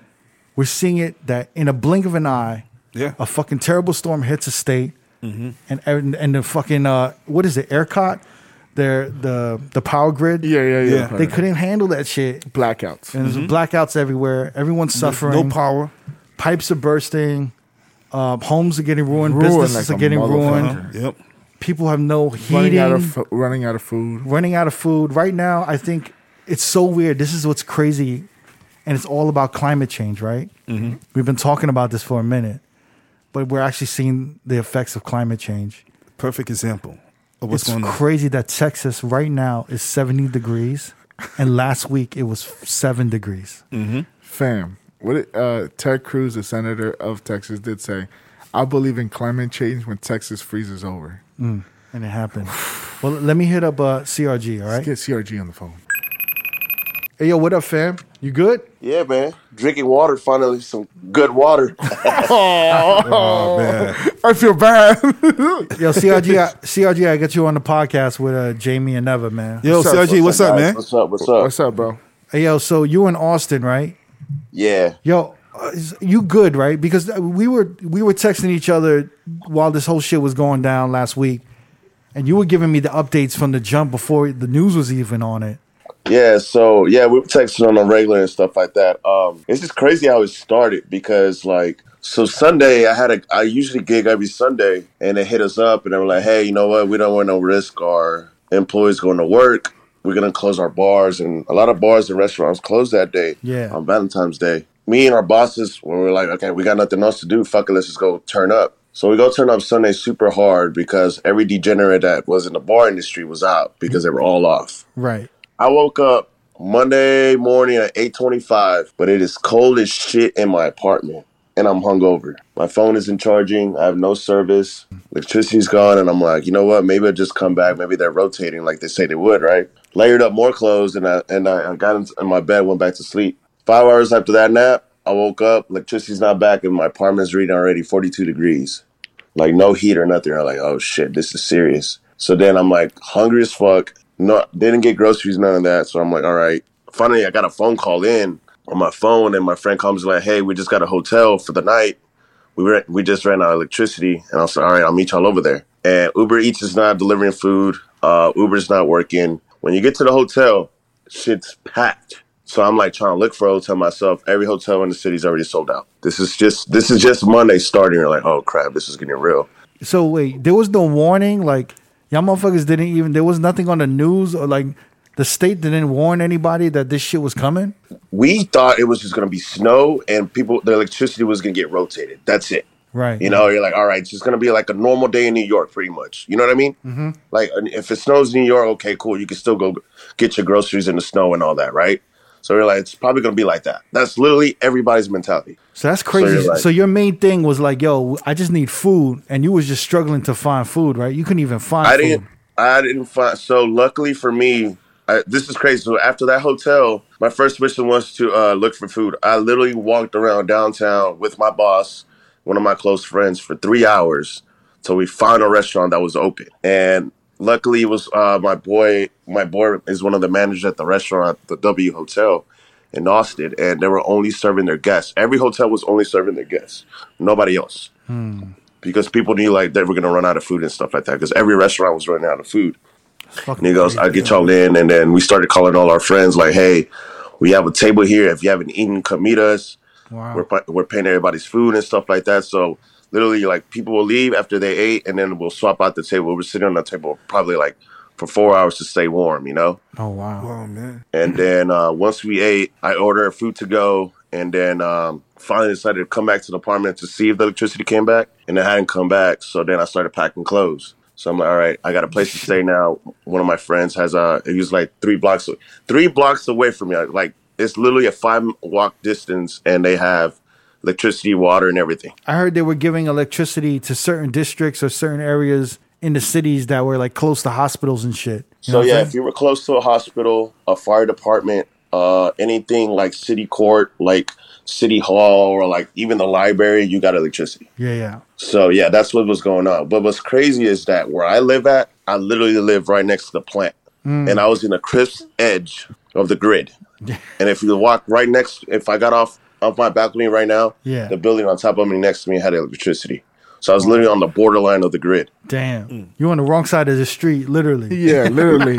Speaker 1: We're seeing it that in a blink of an eye,
Speaker 2: Yeah.
Speaker 1: a fucking terrible storm hits a state,
Speaker 3: Mm-hmm.
Speaker 1: and, and and the fucking uh, what is it, ERCOT, their the the power grid,
Speaker 3: Yeah, yeah,
Speaker 2: Yeah.
Speaker 3: yeah. Mm-hmm.
Speaker 1: they couldn't handle that shit.
Speaker 3: blackouts.
Speaker 1: And there's blackouts everywhere. Everyone's suffering.
Speaker 2: No power.
Speaker 1: Pipes are bursting. Uh, homes are getting ruined.
Speaker 3: Ruined
Speaker 1: Businesses
Speaker 3: like
Speaker 1: are
Speaker 3: a
Speaker 1: getting
Speaker 3: motherfucker.
Speaker 1: ruined.
Speaker 3: Mhm.
Speaker 2: Yep.
Speaker 1: People have no heating.
Speaker 3: Running out of fu- running out of food.
Speaker 1: running out of food. Right now, I think it's so weird. This is what's crazy, and it's all about climate change, right? Mm-hmm. We've been talking about this for a minute, but we're actually seeing the effects of climate change.
Speaker 2: Perfect example of what's
Speaker 1: it's
Speaker 2: going on.
Speaker 1: crazy that Texas right now is 70 degrees, and last week it was seven degrees.
Speaker 2: Mm.
Speaker 3: Fam, what it, uh, Ted Cruz, the senator of Texas, did say, "I believe in climate change when Texas freezes over."
Speaker 1: And it happened. Well, let me hit up uh, CRG, all right?
Speaker 3: Get CRG on the phone.
Speaker 1: Hey, yo, what up, fam? You good?
Speaker 5: Yeah, man. Drinking water, finally, some good water.
Speaker 2: Oh, man.
Speaker 3: I feel bad.
Speaker 1: Yo, CRG, I, CRG, I got you on the podcast with uh, Jamie and Neva, man.
Speaker 2: Yo,
Speaker 3: What's up?
Speaker 2: CRG, what's up,
Speaker 5: guys?
Speaker 2: man?
Speaker 5: What's up? What's up?
Speaker 3: What's up, bro?
Speaker 1: Hey, yo, so you in Austin, right?
Speaker 5: Yeah.
Speaker 1: Yo, uh, is- you good, right? Because uh, we were we were texting each other while this whole shit was going down last week, and you were giving me the updates from the jump before the news was even on it.
Speaker 5: Yeah, so yeah, we were texting on a regular and stuff like that. Um, it's just crazy how it started because like so Sunday I had a I usually gig every Sunday and they hit us up and they were like, Hey, you know what, we don't want no risk our employees going to work. We're gonna close our bars and a lot of bars and restaurants closed that day.
Speaker 1: Yeah.
Speaker 5: On Valentine's Day. Me and our bosses we were like, Okay, we got nothing else to do, fuck it, let's just go turn up. So we go turn up Sunday super hard because every degenerate that was in the bar industry was out because they were all off.
Speaker 1: Right.
Speaker 5: I woke up Monday morning at 8:25, but it is cold as shit in my apartment and I'm hungover. My phone isn't charging, I have no service, electricity's gone and I'm like, "You know what? Maybe I'll just come back. Maybe they're rotating like they say they would, right?" Layered up more clothes and I and I, I got in my bed, went back to sleep. 5 hours after that nap, I woke up, electricity's not back and my apartment's reading already 42 degrees like no heat or nothing. I'm like, oh shit, this is serious. So then I'm like hungry as fuck. No, didn't get groceries, none of that. So I'm like, all right. Finally, I got a phone call in on my phone, and my friend comes like, hey, we just got a hotel for the night. We ran, we just ran out of electricity, and I was like, all right, I'll meet y'all over there. And Uber Eats is not delivering food. Uh, Uber's not working. When you get to the hotel, shit's packed. So I'm like trying to look for a hotel myself. Every hotel in the city's already sold out. This is just this is just Monday starting. You're like, oh crap, this is getting real.
Speaker 1: So wait, there was no warning. Like y'all motherfuckers didn't even. There was nothing on the news or like the state didn't warn anybody that this shit was coming.
Speaker 5: We thought it was just gonna be snow and people the electricity was gonna get rotated. That's it.
Speaker 1: Right.
Speaker 5: You know, you're like, all right, it's just gonna be like a normal day in New York, pretty much. You know what I mean? Mm-hmm. Like, and if it snows in New York, okay, cool, you can still go get your groceries in the snow and all that, right? So you're like, it's probably gonna be like that. That's literally everybody's mentality.
Speaker 1: So that's crazy. So,
Speaker 5: you're like-
Speaker 1: your main thing was like, yo, I just need food, and you was just struggling to find food, right? You couldn't even find.
Speaker 5: I
Speaker 1: food.
Speaker 5: didn't. I didn't find. So luckily for me, I, this is crazy. So after that hotel, my first mission was to uh, look for food. I literally walked around downtown with my boss, one of my close friends, for three hours till we found a restaurant that was open. And luckily, it was uh, my boy. My boy is one of the managers at the restaurant, the W Hotel. In Austin, and they were only serving their guests. Every hotel was only serving their guests, nobody else because people knew like they were gonna run out of food and stuff like that. Because every restaurant was running out of food. And he goes, "I get y'all in," and then we started calling all our friends like, "Hey, we have a table here. If you haven't eaten, come meet us. We're pa- we're paying everybody's food and stuff like that." So literally, like people will leave after they ate, and then we'll swap out the table. We're sitting on the table probably like for four hours to stay warm, you know.
Speaker 1: Oh wow.
Speaker 2: Oh, man.
Speaker 5: And then uh, once we ate, I ordered food to go, and then um, finally decided to come back to the apartment to see if the electricity came back, and it hadn't come back. So then I started packing clothes. So I'm like, all right, I got a place to stay now. One of my friends has uh, he was like three blocks, three blocks away from me. Like it's literally a five walk distance, and they have electricity, water, and everything.
Speaker 1: I heard they were giving electricity to certain districts or certain areas in the cities that were like close to hospitals and shit. You know
Speaker 5: So
Speaker 1: what I'm
Speaker 5: yeah,
Speaker 1: saying?
Speaker 5: if you were close to a hospital, a fire department, uh, anything like city court, like city hall, or like even the library, you got electricity.
Speaker 1: yeah, yeah.
Speaker 5: So yeah, that's what was going on. But what's crazy is that where I live at, I literally live right next to the plant,
Speaker 1: Hmm.
Speaker 5: and I was in the crisp edge of the grid. and if you walk right next, if I got off off my balcony right now,
Speaker 1: Yeah.
Speaker 5: the building on top of me next to me had electricity. So I was literally on the borderline of the grid.
Speaker 1: Damn,
Speaker 5: Mm.
Speaker 1: you on the wrong side of the street, literally.
Speaker 3: Yeah, literally.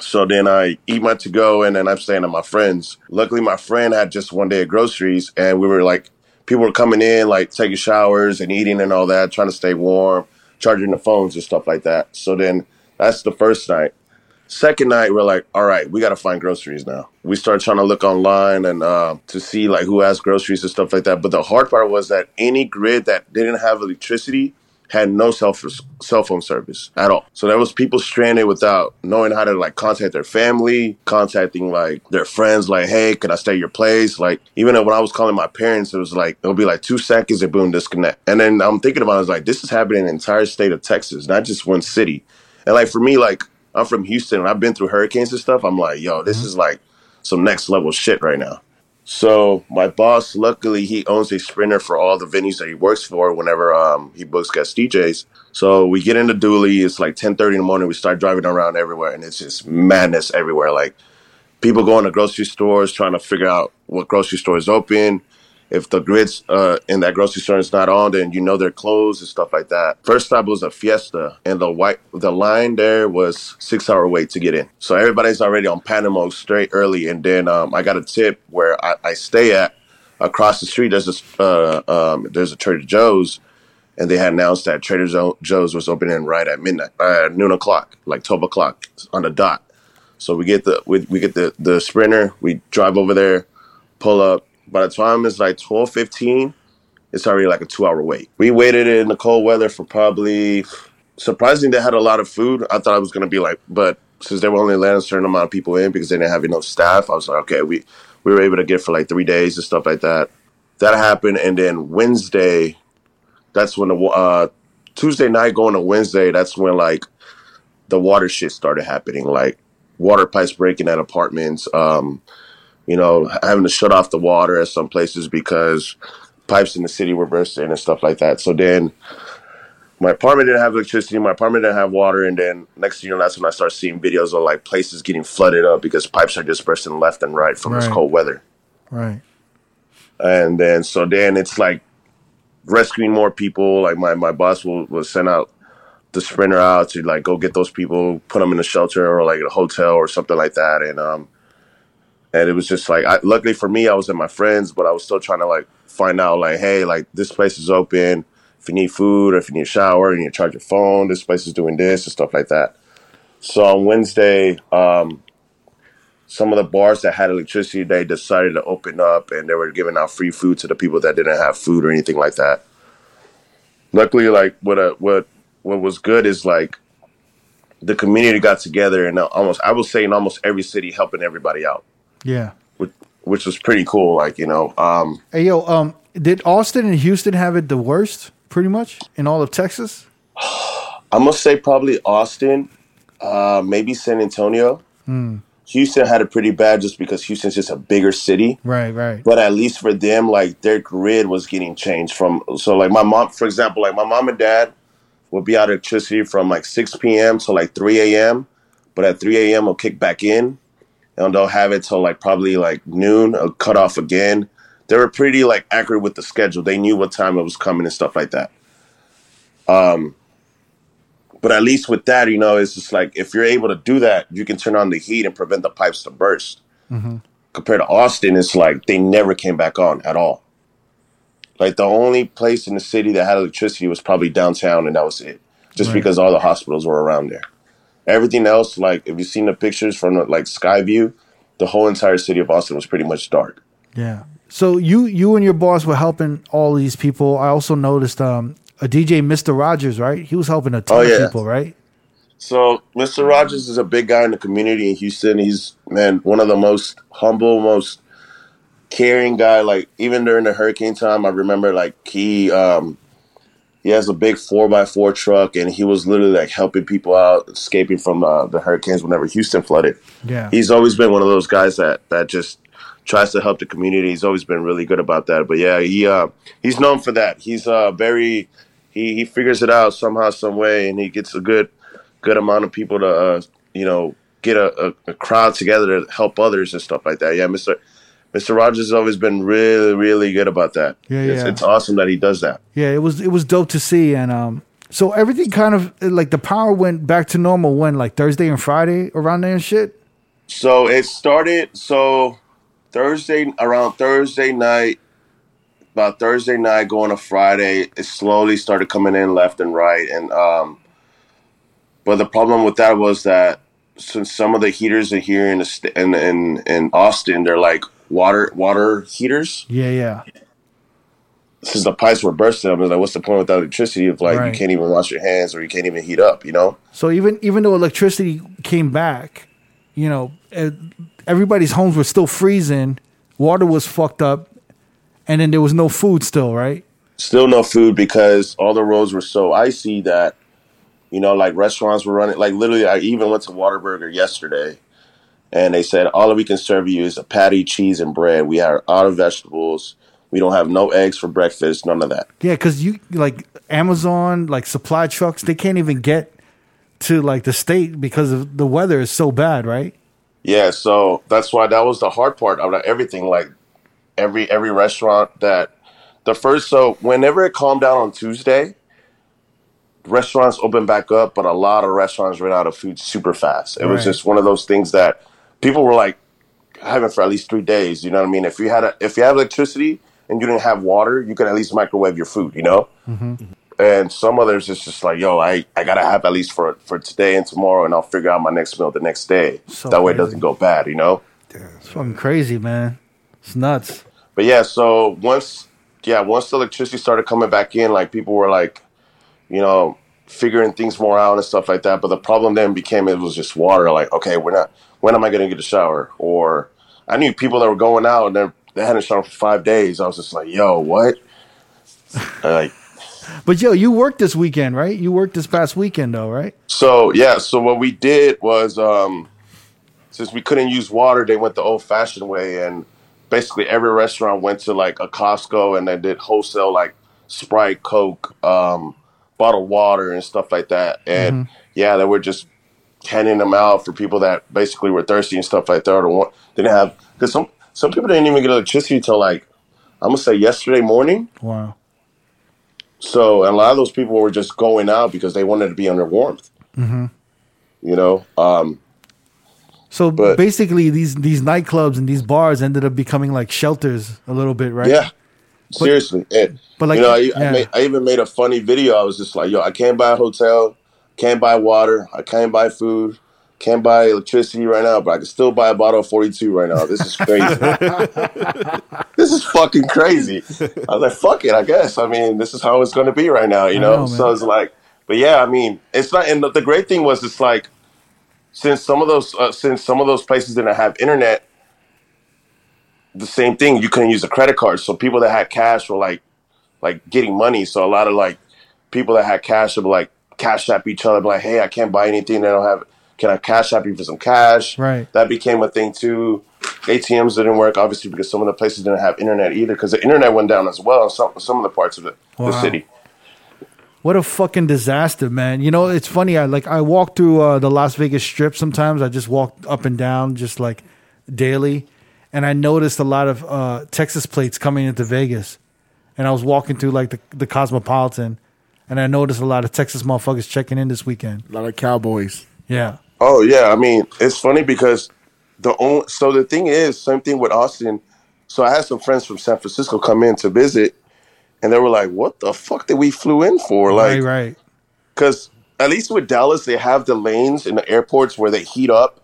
Speaker 5: So then I eat my to go, and then I'm staying at my friend's. Luckily, my friend had just one day of groceries, and we were like, people were coming in, like taking showers and eating and all that, trying to stay warm, charging the phones and stuff like that. So then that's the first night. Second night, we're like, all right, we got to find groceries now. We start trying to look online and uh, to see like who has groceries and stuff like that. But the hard part was that any grid that didn't have electricity had no cell, cell phone service at all. So there was people stranded without knowing how to like contact their family, contacting like their friends, like, hey, can I stay at your place? Like even when I was calling my parents, it was like it'll be like two seconds and boom, disconnect. And then I'm thinking about it, I was like, this is happening in the entire state of Texas, not just one city. And like for me, like I'm from Houston and I've been through hurricanes and stuff. I'm like, yo, this is like some next level shit right now. So my boss, luckily, he owns a sprinter for all the venues that he works for. Whenever um, he books guest DJs, so we get in the dually. It's like ten thirty in the morning. We start driving around everywhere, and it's just madness everywhere. Like people going to grocery stores trying to figure out what grocery store is open. If the grids uh, in that grocery store is not on, then you know they're closed and stuff like that. First stop was a Fiesta, and the white the line there was six hour wait to get in. So everybody's already on Panama straight early, and then um, I got a tip where I, I stay at across the street. There's a uh, um, there's a Trader Joe's, and they had announced that Trader Joe- Joe's was opening right at midnight, uh, noon o'clock, like twelve o'clock on the dot. So we get the we, we get the the sprinter. We drive over there, pull up. By the time it's like twelve fifteen, it's already like a two hour wait. We waited in the cold weather for probably. Surprising they had a lot of food. I thought I was gonna be like, but since they were only letting a certain amount of people in because they didn't have enough staff, I was like, okay, we we were able to get for like three days and stuff like that. That happened, and then Wednesday, that's when the wa- uh, Tuesday night going to Wednesday, that's when like the water shit started happening, like water pipes breaking at apartments, um, you know, having to shut off the water at some places because pipes in the city were bursting and stuff like that. So then my apartment didn't have electricity, my apartment didn't have water, and then next thing you know, that's when I start seeing videos of like places getting flooded up because pipes are just bursting left and right from this
Speaker 1: Right.
Speaker 5: cold weather.
Speaker 1: Right.
Speaker 5: And then so then it's like rescuing more people. Like my, my boss will, will send out the sprinter out to like go get those people, put them in a shelter or like a hotel or something like that. And um, and it was just like I, luckily for me, I was at my friends, but I was still trying to like find out like hey, like this place is open. If you need food or if you need a shower, you need to charge your phone. This place is doing this and stuff like that. So on Wednesday, um, some of the bars that had electricity, they decided to open up and they were giving out free food to the people that didn't have food or anything like that. Luckily, like what uh what what was good is like the community got together and uh, almost I would say in almost every city helping everybody out,
Speaker 1: Yeah.
Speaker 5: which which was pretty cool. Like you know, um,
Speaker 1: Hey yo, um, did Austin and Houston have it the worst, pretty much, in all of Texas?
Speaker 5: I must say probably Austin, uh, maybe San Antonio. Houston had it pretty bad just because Houston's just a bigger city.
Speaker 1: Right, right.
Speaker 5: but at least for them like their grid was getting changed from so like my mom for example like my mom and dad would be out of electricity from like 6 p.m to like 3 a.m but at 3 a.m will kick back in and they'll have it till like probably like noon or cut off again they were pretty like accurate with the schedule they knew what time it was coming and stuff like that Um, but at least with that, you know, it's just like if you're able to do that, you can turn on the heat and prevent the pipes to burst. Compared to Austin, it's like they never came back on at all. Like the only place in the city that had electricity was probably downtown, and that was it, just because all the hospitals were around there. Everything else, like if you've seen the pictures from like Skyview, the whole entire city of Austin was pretty much dark.
Speaker 1: Yeah. So you you and your boss were helping all these people. I also noticed um a DJ, Mr. Rogers, right? He was helping a ton
Speaker 5: Oh,
Speaker 1: of
Speaker 5: yeah.
Speaker 1: people, right?
Speaker 5: So Mr. Rogers is a big guy in the community in Houston. He's man one of the most humble, most caring guy. Like even during the hurricane time, I remember like he um he has a big four x four truck, and he was literally like helping people out, escaping from uh, the hurricanes whenever Houston flooded.
Speaker 1: Yeah.
Speaker 5: He's always been one of those guys that that just tries to help the community. He's always been really good about that. But yeah, he uh, he's known for that. He's uh, very he, he figures it out somehow, some way, and he gets a good good amount of people to uh, you know get a, a, a crowd together to help others and stuff like that. Yeah, Mister Mister Rogers has always been really really good about that.
Speaker 1: Yeah,
Speaker 5: it's,
Speaker 1: yeah.
Speaker 5: it's awesome that he does that.
Speaker 1: Yeah, it was it was dope to see, and um, so everything kind of like the power went back to normal when like Thursday and Friday around there and shit.
Speaker 5: So it started so Thursday around Thursday night, about Thursday night going to Friday, it slowly started coming in left and right and um but the problem with that was that since some of the heaters are here in the st- in, in in Austin, they're like water water heaters.
Speaker 1: Yeah, yeah.
Speaker 5: Since the pipes were bursting, I was like, what's the point without electricity if like
Speaker 1: Right.
Speaker 5: you can't even wash your hands or you can't even heat up? You know,
Speaker 1: So even even though electricity came back, you know, eh, everybody's homes were still freezing, water was fucked up, and then there was no food still, right?
Speaker 5: still no food because all the roads were so icy that you know like restaurants were running like literally i even went to waterburger yesterday and they said all that we can serve you is a patty cheese and bread we are out of vegetables we don't have no eggs for breakfast none of that
Speaker 1: Yeah, because you like Amazon, like supply trucks, they can't even get to like the state because of the weather is so bad, right?
Speaker 5: yeah so that's why that was the hard part of everything like every every restaurant that the first so whenever it calmed down on tuesday restaurants opened back up but a lot of restaurants ran out of food super fast it was
Speaker 1: Right.
Speaker 5: just one of those things that people were like having for at least three days you know what i mean if you had a, if you have electricity and you didn't have water you could at least microwave your food you know and some others it's just like yo i i gotta have at least for for today and tomorrow and i'll figure out my next meal the next day
Speaker 1: So
Speaker 5: that way it
Speaker 1: crazy.
Speaker 5: doesn't go bad you know
Speaker 1: It's fucking crazy, man. It's nuts.
Speaker 5: but yeah, so once yeah, once the electricity started coming back in, like people were like, you know, figuring things more out and stuff like that. But the problem then became it was just water. Like, okay, we're not. When am I going to get a shower? Or I knew people that were going out and they're- they hadn't showered for five days. I was just like, yo, what? like,
Speaker 1: But yo, you worked this weekend, right? You worked this past weekend though, right?
Speaker 5: So yeah, so what we did was um, since we couldn't use water, they went the old fashioned way, and basically every restaurant went to like a Costco and they did wholesale like Sprite, Coke, um, bottled water, and stuff like that. And yeah, they were just handing them out for people that basically were thirsty and stuff like that, or want, didn't have because some some people didn't even get electricity till like I'm gonna say yesterday morning.
Speaker 1: Wow.
Speaker 5: So a lot of those people were just going out because they wanted to be under warmth. You know, um,
Speaker 1: So
Speaker 5: But-
Speaker 1: basically, these these nightclubs and these bars ended up becoming like shelters a little bit, right?
Speaker 5: yeah. Seriously, and,
Speaker 1: but like-
Speaker 5: you know, I,
Speaker 1: yeah.
Speaker 5: I, made, I even made a funny video. I was just like, "Yo, I can't buy a hotel, can't buy water, I can't buy food, can't buy electricity right now, but I can still buy a bottle of forty-two right now. This is crazy. this is fucking crazy." I was like, "Fuck it, I guess. I mean, this is how it's going to be right now, you know."
Speaker 1: know,
Speaker 5: so
Speaker 1: man.
Speaker 5: it's like, but yeah, I mean, it's not. And the, the great thing was, it's like since some of those uh, since some of those places didn't have internet, the same thing. You couldn't use a credit card, so people that had cash were like like getting money. So a lot of like people that had cash would like cash app each other, be like, "Hey, I can't buy anything. They don't have. Can I cash app you for some cash?"
Speaker 1: Right.
Speaker 5: That became a thing too. ATMs didn't work obviously because some of the places didn't have internet either because the internet went down as well. in Some some of the parts of the, the
Speaker 1: Wow.
Speaker 5: city.
Speaker 1: What a fucking disaster, man! You know, it's funny. I like I walk through uh, the Las Vegas Strip sometimes. I just walk up and down, just like daily, and I noticed a lot of uh, Texas plates coming into Vegas. And I was walking through like the, the Cosmopolitan, and I noticed a lot of Texas motherfuckers checking in this weekend.
Speaker 3: A lot of cowboys.
Speaker 1: Yeah,
Speaker 5: Oh yeah, I mean it's funny because the only so the thing is same thing with Austin. So I had some friends from San Francisco come in to visit, and they were like, "What the fuck did we flew in for?" Like,
Speaker 1: right, right.
Speaker 5: because at least with Dallas, they have the lanes in the airports where they heat up,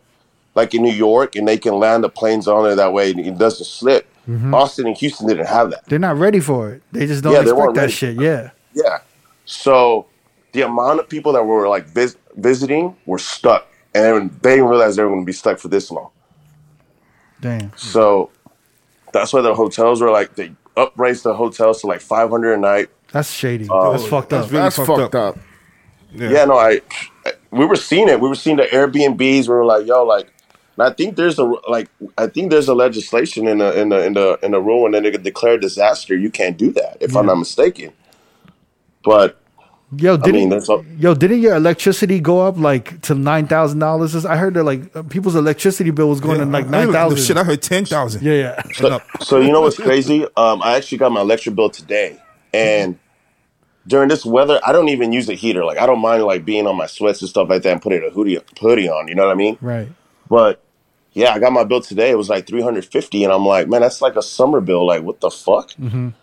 Speaker 5: like in New York, and they can land the planes on there that way and it doesn't slip.
Speaker 1: Mm-hmm.
Speaker 5: Austin and Houston didn't have that.
Speaker 1: They're not ready for it. They just don't
Speaker 5: Yeah, they
Speaker 1: expect
Speaker 5: weren't
Speaker 1: that
Speaker 5: ready.
Speaker 1: shit. Yeah,
Speaker 5: Yeah. So the amount of people that were like vis- visiting were stuck, and they didn't realize they were going to be stuck for this long.
Speaker 1: damn.
Speaker 5: So that's why the hotels were like they upraised the hotels to like five hundred a night.
Speaker 1: That's shady.
Speaker 5: Oh,
Speaker 1: that's fucked up.
Speaker 2: that's really
Speaker 3: That's
Speaker 2: fucked,
Speaker 3: fucked
Speaker 2: up.
Speaker 3: up.
Speaker 5: Yeah. no, I we were seeing it. We were seeing the Airbnbs. We were like, yo, like, and I think there's a like I think there's a legislation in the in the in the in the rule, and then they could declare disaster. You can't do that, if I'm not mistaken. But
Speaker 1: Yo, didn't
Speaker 5: mean, that's all-
Speaker 1: yo didn't your electricity go up like to nine thousand dollars? I heard that like uh, people's electricity bill was going to like
Speaker 2: I- I
Speaker 1: nine
Speaker 2: heard- Shit, I
Speaker 1: thousand.
Speaker 2: heard ten thousand.
Speaker 1: Yeah, yeah.
Speaker 2: and up.
Speaker 5: so you know what's crazy? Um, I actually got my electric bill today, and during this weather, I don't even use a heater. Like I don't mind like being on my sweats and stuff like that, and putting a hoodie hoodie on. You know what I mean?
Speaker 1: Right.
Speaker 5: But yeah, I got my bill today. It was like 350 and I'm like, man, that's like a summer bill. Like, what the fuck? And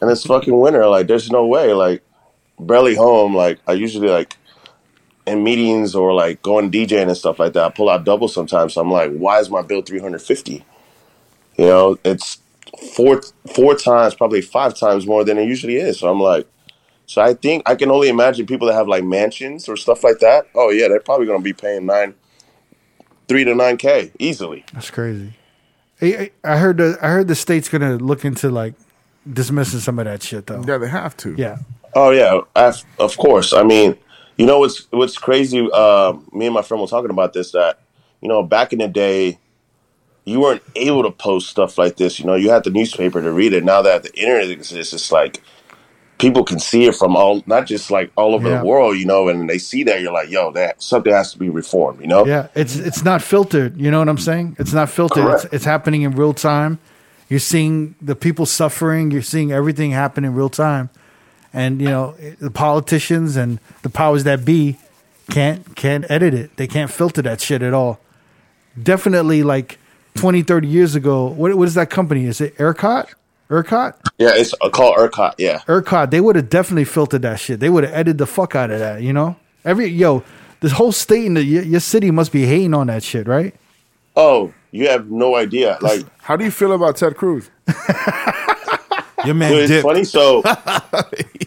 Speaker 5: it's fucking winter. Like, there's no way. Like, barely home. Like, I usually like in meetings or like going DJing and stuff like that, I pull out double sometimes. So I'm like, why is my bill 350? You know, it's four four times, probably five times more than it usually is. So I'm like, so I think I can only imagine people that have like mansions or stuff like that. Oh yeah, they're probably gonna be paying nine, three to nine k easily.
Speaker 1: That's crazy. I, I I heard the I heard the state's gonna look into like dismissing some of that shit though.
Speaker 3: Yeah, they have to.
Speaker 1: Yeah.
Speaker 5: Oh yeah, I, of course. I mean, you know what's what's crazy? Uh, me and my friend were talking about this. That you know, back in the day, you weren't able to post stuff like this. You know, you had the newspaper to read it. Now that the internet exists, it's like people can see it from all, not just like all over
Speaker 1: Yeah.
Speaker 5: the world. You know, and they see that you're like, yo, that something has to be reformed. You know,
Speaker 1: Yeah, it's it's not filtered. You know what I'm saying? It's not filtered. It's,
Speaker 5: Correct.
Speaker 1: it's happening in real time. You're seeing the people suffering. You're seeing everything happen in real time, and you know it- the politicians and the powers that be can't can't edit it. They can't filter that shit at all. Definitely, like 20, 30 years ago, what what is that company? Is it ERCOT? ERCOT?
Speaker 5: yeah it's uh, called ERCOT. Yeah,
Speaker 1: ERCOT, they would have definitely filtered that shit. They would have edited the fuck out of that, you know? Every yo, this whole state in the your, your city must be hating on that shit, right?
Speaker 5: Oh, you have no idea. Like,
Speaker 3: How do you feel about Ted Cruz?
Speaker 2: Your
Speaker 5: dude,
Speaker 2: man
Speaker 5: it's
Speaker 2: dip.
Speaker 5: funny. So,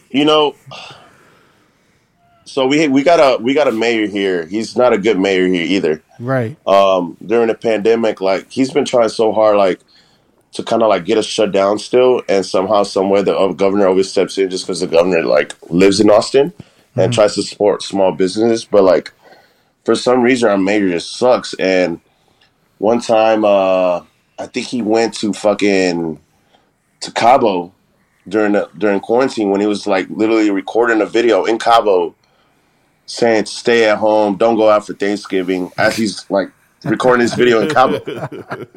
Speaker 5: you know, so we we got a we got a mayor here. He's not a good mayor here either.
Speaker 1: Right.
Speaker 5: Um, during the pandemic, like he's been trying so hard, like to kind of like get us shut down still, and somehow, somewhere, the uh, governor always steps in just because the governor like lives in Austin and tries to support small businesses, but like for some reason our mayor just sucks. And one time, uh, I think he went to fucking to Cabo during the, during quarantine when he was like literally recording a video in Cabo saying stay at home, don't go out for Thanksgiving as he's like recording his video in Cabo.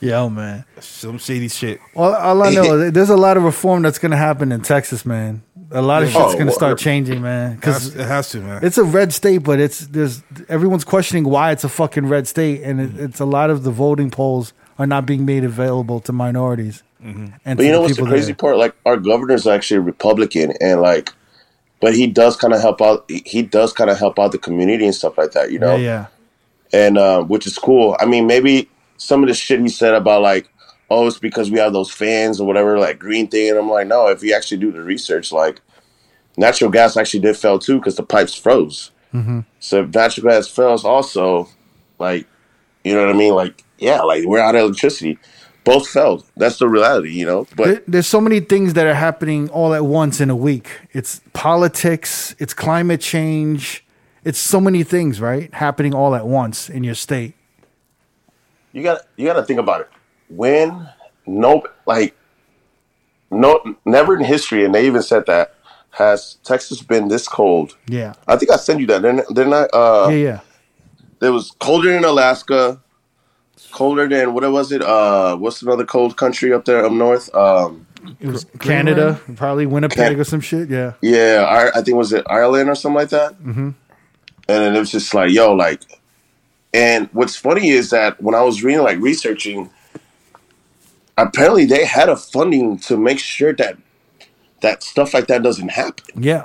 Speaker 1: Yo, man.
Speaker 2: Some shady shit.
Speaker 1: All, all I know is there's a lot of reform that's gonna happen in Texas, man. A lot of shit's
Speaker 5: Oh,
Speaker 1: gonna
Speaker 5: well,
Speaker 1: start changing, man.
Speaker 2: Has-
Speaker 1: Because
Speaker 2: It has to, man.
Speaker 1: it's a red state, but it's there's everyone's questioning why it's a fucking red state, and it, it's a lot of the voting polls are not being made available to minorities. And
Speaker 5: But
Speaker 1: to
Speaker 5: you know
Speaker 1: the
Speaker 5: what's the
Speaker 1: people
Speaker 5: crazy
Speaker 1: there.
Speaker 5: part? Like our governor's actually a Republican, and like, but he does kind of help out. he- He does kind of help out the community and stuff like that. You know,
Speaker 1: Yeah, yeah.
Speaker 5: and uh, which is cool. I mean, maybe some of the shit he said about like, oh, it's because we have those fans or whatever, like green thing. And I'm like, no, if you actually do the research, like natural gas actually did fell too because the pipes froze. So if natural gas fails, also, like, you know what I mean? Like, yeah, like we're out of electricity. Both fell. That's the reality, you know. But
Speaker 1: There- there's so many things that are happening all at once in a week. It's politics, it's climate change, it's so many things, right? Happening all at once in your state.
Speaker 5: you got to you got to think about it. When no like no never in history, and they even said that has Texas been this cold.
Speaker 1: Yeah.
Speaker 5: I think I sent you that. They're not, they're not uh
Speaker 1: Yeah, yeah.
Speaker 5: it was colder than Alaska, colder than what was it? Uh what's another cold country up there up north? Um
Speaker 1: It was Canada, probably Winnipeg
Speaker 5: Can-
Speaker 1: or some shit. Yeah.
Speaker 5: yeah, I, I think was it Ireland or something like that. Mm-hmm. And then it was just like, yo, like and what's funny is that when I was reading like researching apparently they had a funding to make sure that that stuff like that doesn't happen.
Speaker 1: Yeah.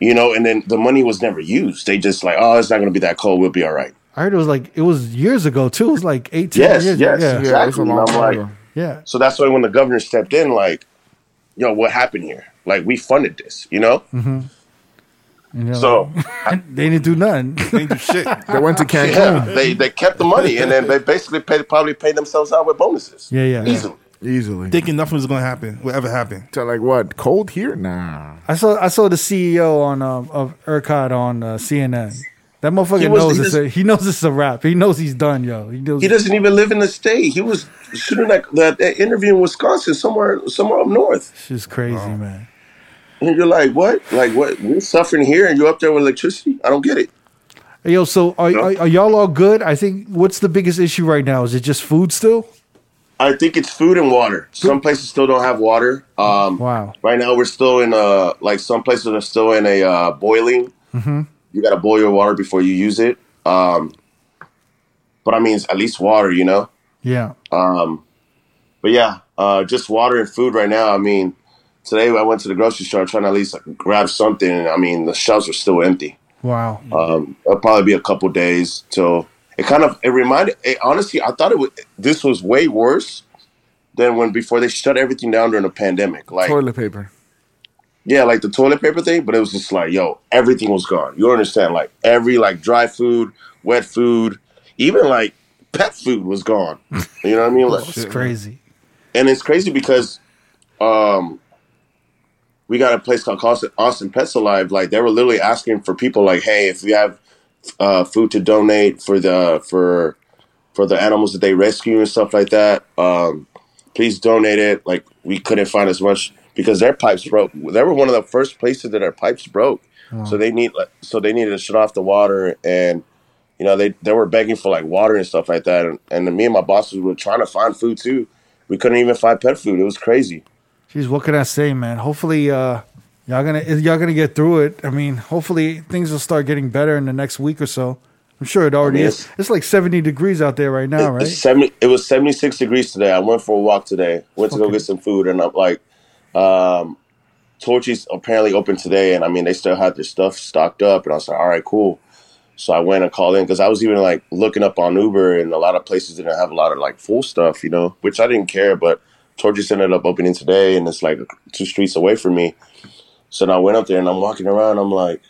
Speaker 5: You know, and then the money was never used. They just like, oh, it's not going to be that cold. We'll be all right.
Speaker 1: I heard it was like it was years ago too. It was like 18
Speaker 5: Yes,
Speaker 1: years.
Speaker 5: yes,
Speaker 1: yeah.
Speaker 5: yes. Exactly.
Speaker 3: Yeah, it was a
Speaker 5: I'm
Speaker 3: long
Speaker 5: like-
Speaker 3: time ago.
Speaker 1: Yeah.
Speaker 5: So that's why when the governor stepped in, like, yo, what happened here? Like, we funded this, you know?
Speaker 1: And you're
Speaker 5: So
Speaker 1: like, they didn't do nothing.
Speaker 2: Ain't do shit.
Speaker 3: They went to Cancun.
Speaker 5: yeah, they, they kept the money and then they basically paid, probably paid themselves out with bonuses.
Speaker 1: Yeah, yeah.
Speaker 5: Easily.
Speaker 3: Easily.
Speaker 2: Thinking nothing was gonna happen, whatever happened.
Speaker 3: to like what? Cold here? Nah.
Speaker 1: I saw I saw the CEO on um, of ERCOT on uh, CNN. That motherfucker
Speaker 5: He was-
Speaker 1: knows
Speaker 5: he
Speaker 1: it's
Speaker 5: was-
Speaker 1: a, he knows it's a wrap. He knows he's done, yo. He knows
Speaker 5: He doesn't even live in the state. He was shooting that, that, that interview in Wisconsin, somewhere somewhere up north.
Speaker 1: she's crazy, man.
Speaker 5: And you're like, what? Like, what? We're suffering here and you're up there with electricity? I don't get it.
Speaker 1: Hey, Yo, so are, are, are y'all all good? I think what's the biggest issue right now? Is it just food still?
Speaker 5: I think it's food and water. Some places still don't have water. Um,
Speaker 1: Wow.
Speaker 5: Right now, we're still in a like some places are still in a uh, boiling.
Speaker 1: Mm-hmm.
Speaker 5: You got to boil your water before you use it. Um, but I mean, it's at least water, you know.
Speaker 1: Yeah.
Speaker 5: But yeah, uh, just water and food right now. I mean, today I went to the grocery store trying to at least grab something. And I mean, the shelves are still empty.
Speaker 4: Wow.
Speaker 1: Mm-hmm.
Speaker 5: Um, it'll probably be a couple days till it kind of it reminded. It, honestly, I thought it would. This was way worse than when before they shut everything down during the pandemic. Like
Speaker 3: Toilet paper.
Speaker 5: yeah, like the toilet paper thing, but it was just like, yo, everything was gone. You understand? Like every like dry food, wet food, even like pet food was gone. You know what I mean? Like,
Speaker 4: It's crazy.
Speaker 5: and it's crazy because um we got a place called Austin, Austin Pets Alive. Like they were literally asking for people, like, hey, if you have uh, food to donate for the for for the animals that they rescue and stuff like that, um, please donate it. Like we couldn't find as much because their pipes broke. They were one of the first places that their pipes broke, so they need like, so they needed to shut off the water and. You know, they, they were begging for like water and stuff like that. And, and then me and my bosses were trying to find food too. We couldn't even find pet food. It was crazy.
Speaker 1: Jeez, what can I say, man? Hopefully, uh, y'all gonna y'all gonna get through it. I mean, hopefully things will start getting better in the next week or so. I'm sure it already
Speaker 5: mean,
Speaker 1: is. It's like 70 degrees out there right now,
Speaker 5: It's
Speaker 1: right?
Speaker 5: 70, it was 76 degrees today. I went for a walk today. Went to go get some food, and I'm like, um, Torchy's apparently open today, and I mean, they still had their stuff stocked up, and I was like, all right, cool. So I went and called in because I was even like looking up on Uber, and a lot of places didn't have a lot of like full stuff, you know, which I didn't care. But Torchy's ended up opening today, and it's like two streets away from me. So then I went up there, and I'm walking around. I'm like,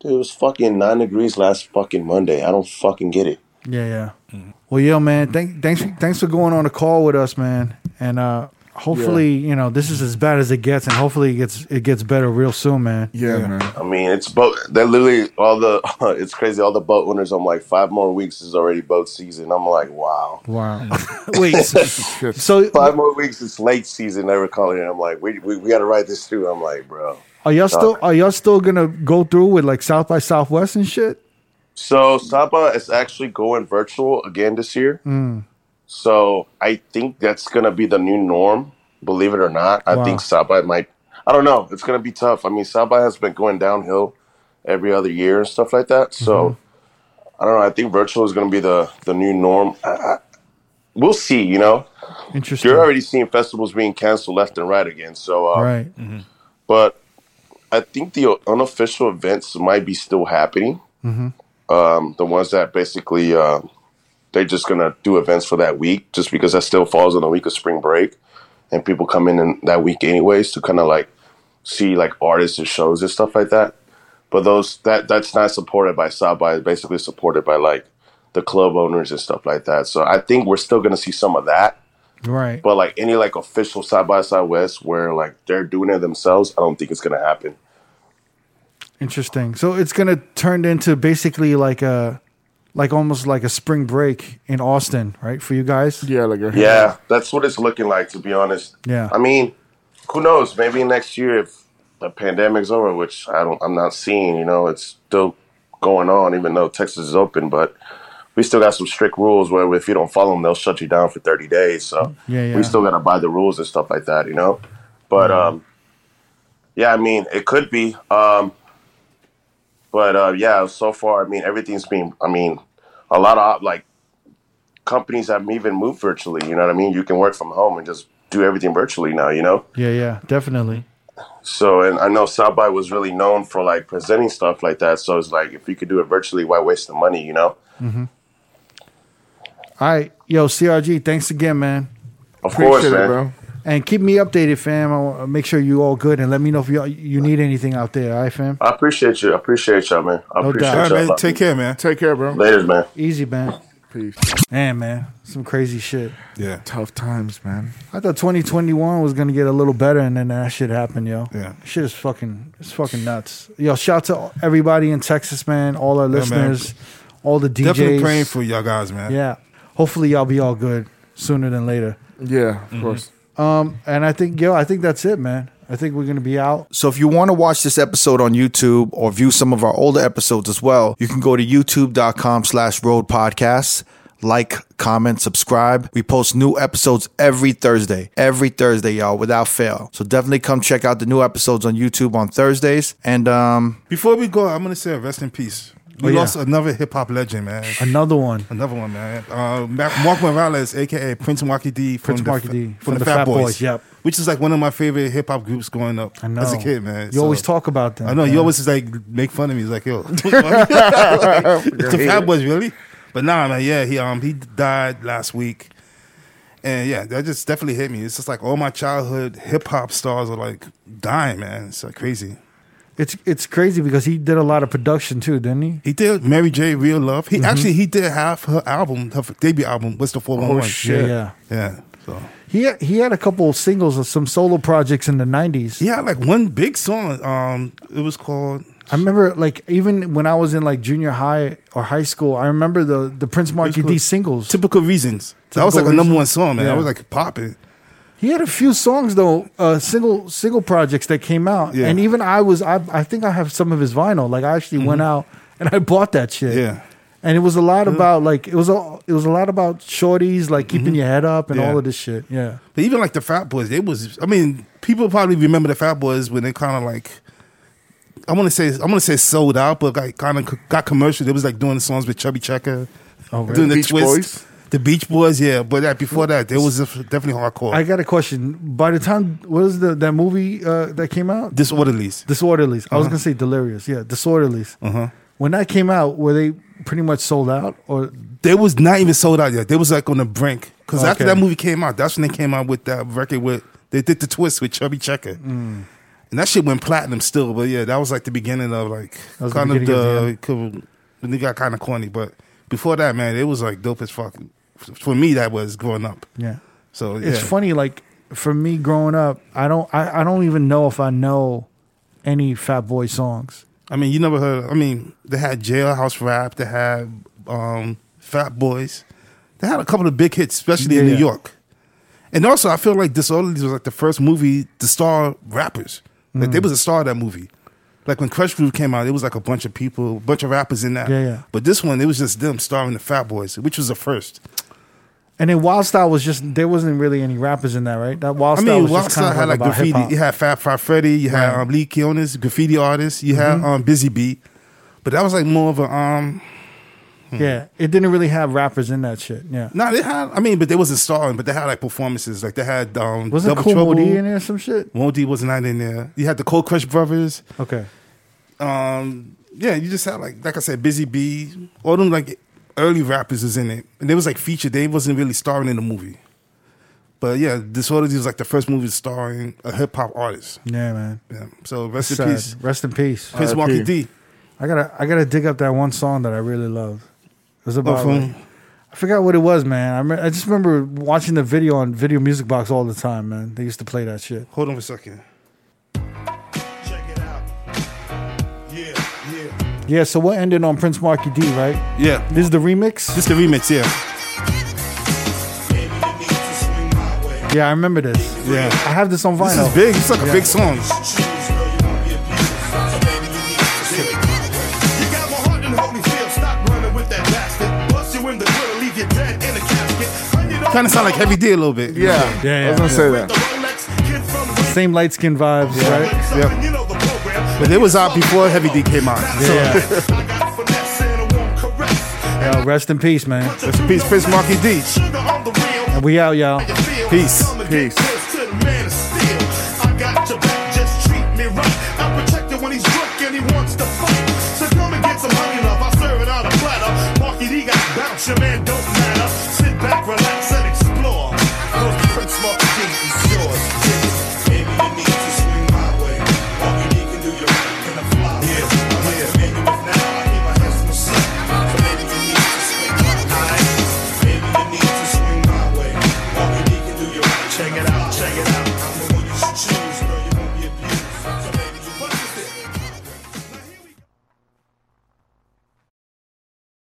Speaker 5: dude, it was fucking nine degrees last fucking Monday. I don't fucking get it.
Speaker 1: Yeah, yeah. Well, yo, man, thank, thanks thanks for going on a call with us, man. And uh, hopefully, you know, this is as bad as it gets, and hopefully it gets it gets better real soon, man.
Speaker 3: Yeah, man.
Speaker 5: I mean, it's boat. They literally all the. It's crazy. All the boat owners. I'm like, five more weeks is already boat season. I'm like, wow.
Speaker 1: Wow. Wait. So, so
Speaker 5: Five more weeks. It's late season. They were calling it. I'm like, we we, we got to ride this through. I'm like, bro.
Speaker 1: are y'all still are y'all still gonna go through with like South by Southwest and shit?
Speaker 5: So Saba is actually going virtual again this year. So I think that's gonna be the new norm. Believe it or not, I
Speaker 1: Wow.
Speaker 5: think Saba might. I don't know. It's gonna be tough. I mean, Saba has been going downhill every other year and stuff like that. So I don't know. I think virtual is gonna be the the new norm. I, I, we'll see. You know,
Speaker 1: Interesting.
Speaker 5: you're already seeing festivals being canceled left and right again. So uh,
Speaker 1: right.
Speaker 5: but I think the unofficial events might be still happening. Um, the ones that basically uh, they're just gonna do events for that week, just because that still falls on the week of spring break, and people come in, in that week anyways to kind of like see like artists and shows and stuff like that. But those that that's not supported by Sabai. It's basically supported by like the club owners and stuff like that. So I think we're still gonna see some of that.
Speaker 1: Right.
Speaker 5: But like any like official side by side West where like they're doing it themselves, I don't think it's gonna happen.
Speaker 1: Interesting. So it's gonna turn into basically like a, like almost like a spring break in Austin, right? For you guys.
Speaker 3: Yeah, like a
Speaker 5: Yeah, that's what it's looking like to be honest.
Speaker 1: Yeah.
Speaker 5: I mean, who knows? Maybe next year if the pandemic's over, which I don't I'm not seeing, you know, it's still going on even though Texas is open, but we still got some strict rules where if you don't follow them, they'll shut you down for 30 days. So
Speaker 3: Mm-hmm.
Speaker 1: Yeah, yeah.
Speaker 5: we still got to buy the rules and stuff like that, you know? But,
Speaker 3: Mm-hmm.
Speaker 5: um, yeah, I mean, it could be. Um, but, uh, yeah, so far, I mean, everything's been, I mean, a lot of like companies have even moved virtually. You know what I mean? You can work from home and just do everything virtually now, you know?
Speaker 1: Yeah. Yeah. Definitely.
Speaker 5: So, and I know South by was really known for like presenting stuff like that. So it's like, if you could do it virtually, why waste the money, you know?
Speaker 1: All right, yo, CRG. Thanks again, man.
Speaker 5: Of course,
Speaker 3: Appreciate it,
Speaker 5: man.
Speaker 3: bro.
Speaker 1: And keep me updated, fam. I want to make sure you all good, and let me know if you you need anything out there. All right, fam.
Speaker 5: I appreciate you. I appreciate y'all, man. I
Speaker 1: No
Speaker 5: appreciate
Speaker 1: doubt.
Speaker 2: All right,
Speaker 5: y'all.
Speaker 2: man. Take care, man.
Speaker 3: Take care, bro.
Speaker 5: Later, man.
Speaker 1: Easy, man.
Speaker 3: Peace.
Speaker 1: Man, man, some crazy shit.
Speaker 2: Yeah,
Speaker 3: Tough times, man.
Speaker 1: I thought 2021 was gonna get a little better, and then that shit happened, yo.
Speaker 2: Yeah.
Speaker 1: shit is fucking it's fucking nuts. Yo, shout to everybody in Texas, man. All our listeners, all the DJs.
Speaker 2: definitely praying for y'all guys, man.
Speaker 1: Yeah, hopefully y'all be all good sooner than later.
Speaker 3: Yeah, of course.
Speaker 1: Um, and I think yo, I think that's it, man. I think we're gonna be out.
Speaker 4: So if you want to watch this episode on YouTube or view some of our older episodes as well, you can go to youtube.com slash road podcasts. Like, comment, subscribe. We post new episodes every Thursday. Every Thursday, y'all, without fail. So definitely come check out the new episodes on YouTube on Thursdays. And um
Speaker 2: Before we go, I'm gonna say a rest in peace We
Speaker 1: Oh, yeah.
Speaker 2: lost another hip hop legend, man.
Speaker 1: Another one.
Speaker 2: Another one, man. Uh, Ma- Mark Morales, aka Prince Marky D, from
Speaker 1: Prince
Speaker 2: the,
Speaker 1: Marky D,
Speaker 2: from, the, Fat, Boys.
Speaker 1: yep.
Speaker 2: Which is like one of my favorite hip hop groups growing up
Speaker 1: I know.
Speaker 2: as a kid, man.
Speaker 1: You
Speaker 2: So-
Speaker 1: always talk about them.
Speaker 2: I know you
Speaker 1: man.
Speaker 2: always just like make fun of me. He's like, yo, Like, the Fat Boys, really? But nah, man, yeah, he um he died last week, and yeah, that just definitely hit me. It's just like all my childhood hip hop stars are like dying, man. It's like crazy.
Speaker 1: It's it's crazy because he did a lot of production too, didn't he?
Speaker 2: He did Mary J. Real Love.
Speaker 1: Mm-hmm.
Speaker 2: He actually he did half her album, her debut album. What's the four
Speaker 1: Oh,
Speaker 2: one one?
Speaker 1: Yeah, yeah.
Speaker 2: yeah. So
Speaker 1: He had, he had a couple of singles of some solo projects in the nineties.
Speaker 2: he had like one big song. Um, it was called
Speaker 1: I remember like even when I was in like junior high or high school, I remember the the Prince Marky D
Speaker 2: Typical-
Speaker 1: singles.
Speaker 2: Typical Reasons. that was like
Speaker 1: Typical
Speaker 2: a number
Speaker 1: Reasons.
Speaker 2: one song, man. I
Speaker 1: Yeah.
Speaker 2: was like popping.
Speaker 1: He had a few songs though, uh, single single projects that came out,
Speaker 2: Yeah.
Speaker 1: and even I was I I think I have some of his vinyl. Like I actually went out and I bought that shit.
Speaker 2: Mm-hmm. Yeah.
Speaker 1: and it was a lot about like it was a it was a lot about shorties like keeping your head up and
Speaker 2: Mm-hmm. Yeah.
Speaker 1: all of this shit. Yeah,
Speaker 2: But even like the Fat Boys, it was. I mean, people probably remember the Fat Boys when they kind of like. I want to say I want to say sold out, but like kind of got commercial. They was like doing songs with Chubby Checker,
Speaker 1: Oh, really?
Speaker 2: doing the
Speaker 3: Beach
Speaker 2: twist.
Speaker 3: Boys?
Speaker 2: The Beach Boys, yeah. But that before that, there was definitely hardcore.
Speaker 1: I got a question. By the time what is the that movie uh, that came out?
Speaker 2: Disorderlies.
Speaker 1: Disorderlies. I was gonna say delirious. Yeah, disorderlies.
Speaker 2: Uh-huh.
Speaker 1: When that came out, were they pretty much sold out? Or
Speaker 2: They was not even sold out yet. They was like on the brink. Because after
Speaker 1: Okay.
Speaker 2: that movie came out, that's when they came out with that record with they did the twist with Chubby Checker.
Speaker 1: Mm.
Speaker 2: And that shit went platinum still, but yeah, that was like the beginning of like
Speaker 1: That was the
Speaker 2: kind of
Speaker 1: beginning of the
Speaker 2: the
Speaker 1: end.
Speaker 2: cool- when it got kind of corny. But before that, man, it was like dope as fuck. For me, that was growing up.
Speaker 1: yeah,
Speaker 2: So yeah.
Speaker 1: it's funny. Like for me, growing up, I don't I, I don't even know if I know any Fat Boy songs.
Speaker 2: I mean, you never heard. I mean, they had Jailhouse Rap. They had um, Fat Boys. They had a couple of big hits, especially in
Speaker 1: Yeah,
Speaker 2: New
Speaker 1: yeah.
Speaker 2: York. And also, I feel like Disorderlies was like the first movie to star rappers. Like
Speaker 1: Mm.
Speaker 2: they was a star of that movie. Like when Crush Groove came out, it was like a bunch of people, a bunch of rappers in that.
Speaker 1: Yeah, yeah.
Speaker 2: But this one, it was just them starring the Fat Boys, which was the first.
Speaker 1: And then Wild Style was just there wasn't really any rappers in that, right? That Wild
Speaker 2: I
Speaker 1: Style
Speaker 2: mean,
Speaker 1: was
Speaker 2: Wild
Speaker 1: just kind
Speaker 2: Style
Speaker 1: of
Speaker 2: had like
Speaker 1: about
Speaker 2: graffiti.
Speaker 1: hip-hop.
Speaker 2: You had Fat Fat Freddy. You had um, Lee Kionis, graffiti artist. You had
Speaker 1: Mm-hmm.
Speaker 2: um, Busy Bee. But that was like more of a um,
Speaker 1: Yeah, it didn't really have rappers in that shit. Yeah,
Speaker 2: No, they had. I mean, but they wasn't starring, but they had like performances. Like they had um,
Speaker 1: wasn't
Speaker 2: Double
Speaker 1: Cool
Speaker 2: Trouble.
Speaker 1: Modi in there or some shit?
Speaker 2: Modi was not in there. You had the Cold Crush Brothers.
Speaker 1: Okay,
Speaker 2: Um, yeah, you just had like, like I said, Busy Bee. All them like early rappers was in it, and they was like featured. They wasn't really starring in the movie. But yeah, Disorderly was like the first movie starring a hip hop artist.
Speaker 1: yeah, man.
Speaker 2: Yeah. So rest
Speaker 1: Sad.
Speaker 2: in peace,
Speaker 1: Rest in peace. Uh,
Speaker 2: Prince
Speaker 3: R.I.P..
Speaker 2: Marky D.
Speaker 1: I gotta I gotta dig up that one song that I really loved. It was about
Speaker 2: from-
Speaker 1: like- I forgot what it was, man. I rem- I just remember watching the video on Video Music Box all the time, man. They used to play that shit.
Speaker 2: Hold on for a second.
Speaker 6: Check it out. Yeah, yeah.
Speaker 1: Yeah, so what ended on Prince Marky D, right?
Speaker 2: Yeah,
Speaker 1: This is the remix.
Speaker 2: this the remix. Yeah,
Speaker 6: Baby, you need to swing my way.
Speaker 1: Yeah, I remember this.
Speaker 2: yeah.
Speaker 1: I have this on
Speaker 2: This
Speaker 1: vinyl.
Speaker 2: is big. It's like a big song.
Speaker 6: Choose, girl, you won't be abused. So baby, you need to swing my way. You got my heart in Holyfield. Stop running with that bastard. Bust you in the grill, leave you dead in a casket.
Speaker 2: Kind of sound like Heavy D a little bit.
Speaker 3: Yeah,
Speaker 1: Yeah,
Speaker 3: I was gonna
Speaker 1: yeah.
Speaker 3: say
Speaker 6: The
Speaker 3: that.
Speaker 6: Rolex kid from Wayne.
Speaker 1: Same light skin vibes, right?
Speaker 6: Yep. You know the program.
Speaker 2: But it was out before Heavy D came out.
Speaker 1: Yeah.
Speaker 6: I got finesse and I won't caress. And
Speaker 1: Yo, Uh, rest in peace, man.
Speaker 2: Rest in peace, Prince Marky D.
Speaker 6: Sugar on the wheel.
Speaker 1: And we out, y'all.
Speaker 2: Peace.
Speaker 3: Peace.
Speaker 6: I got your back, just treat me right. I protect you when he's drunk and he wants to fight. So come and get some honey love, I serve it on a platter. Marky D got bounce, your man don't matter. Sit back, relax, and explore. 'Cause the Prince Marky D is yours. Baby, you need to swing my way. Marky D can do your right in a fly. Yeah, yeah. Maybe with now, I keep my hands to myself. So baby, you need to swing my way. Baby, you need to swing my way. Marky D can do your right. Check it out, check it out. I'm the one you should choose.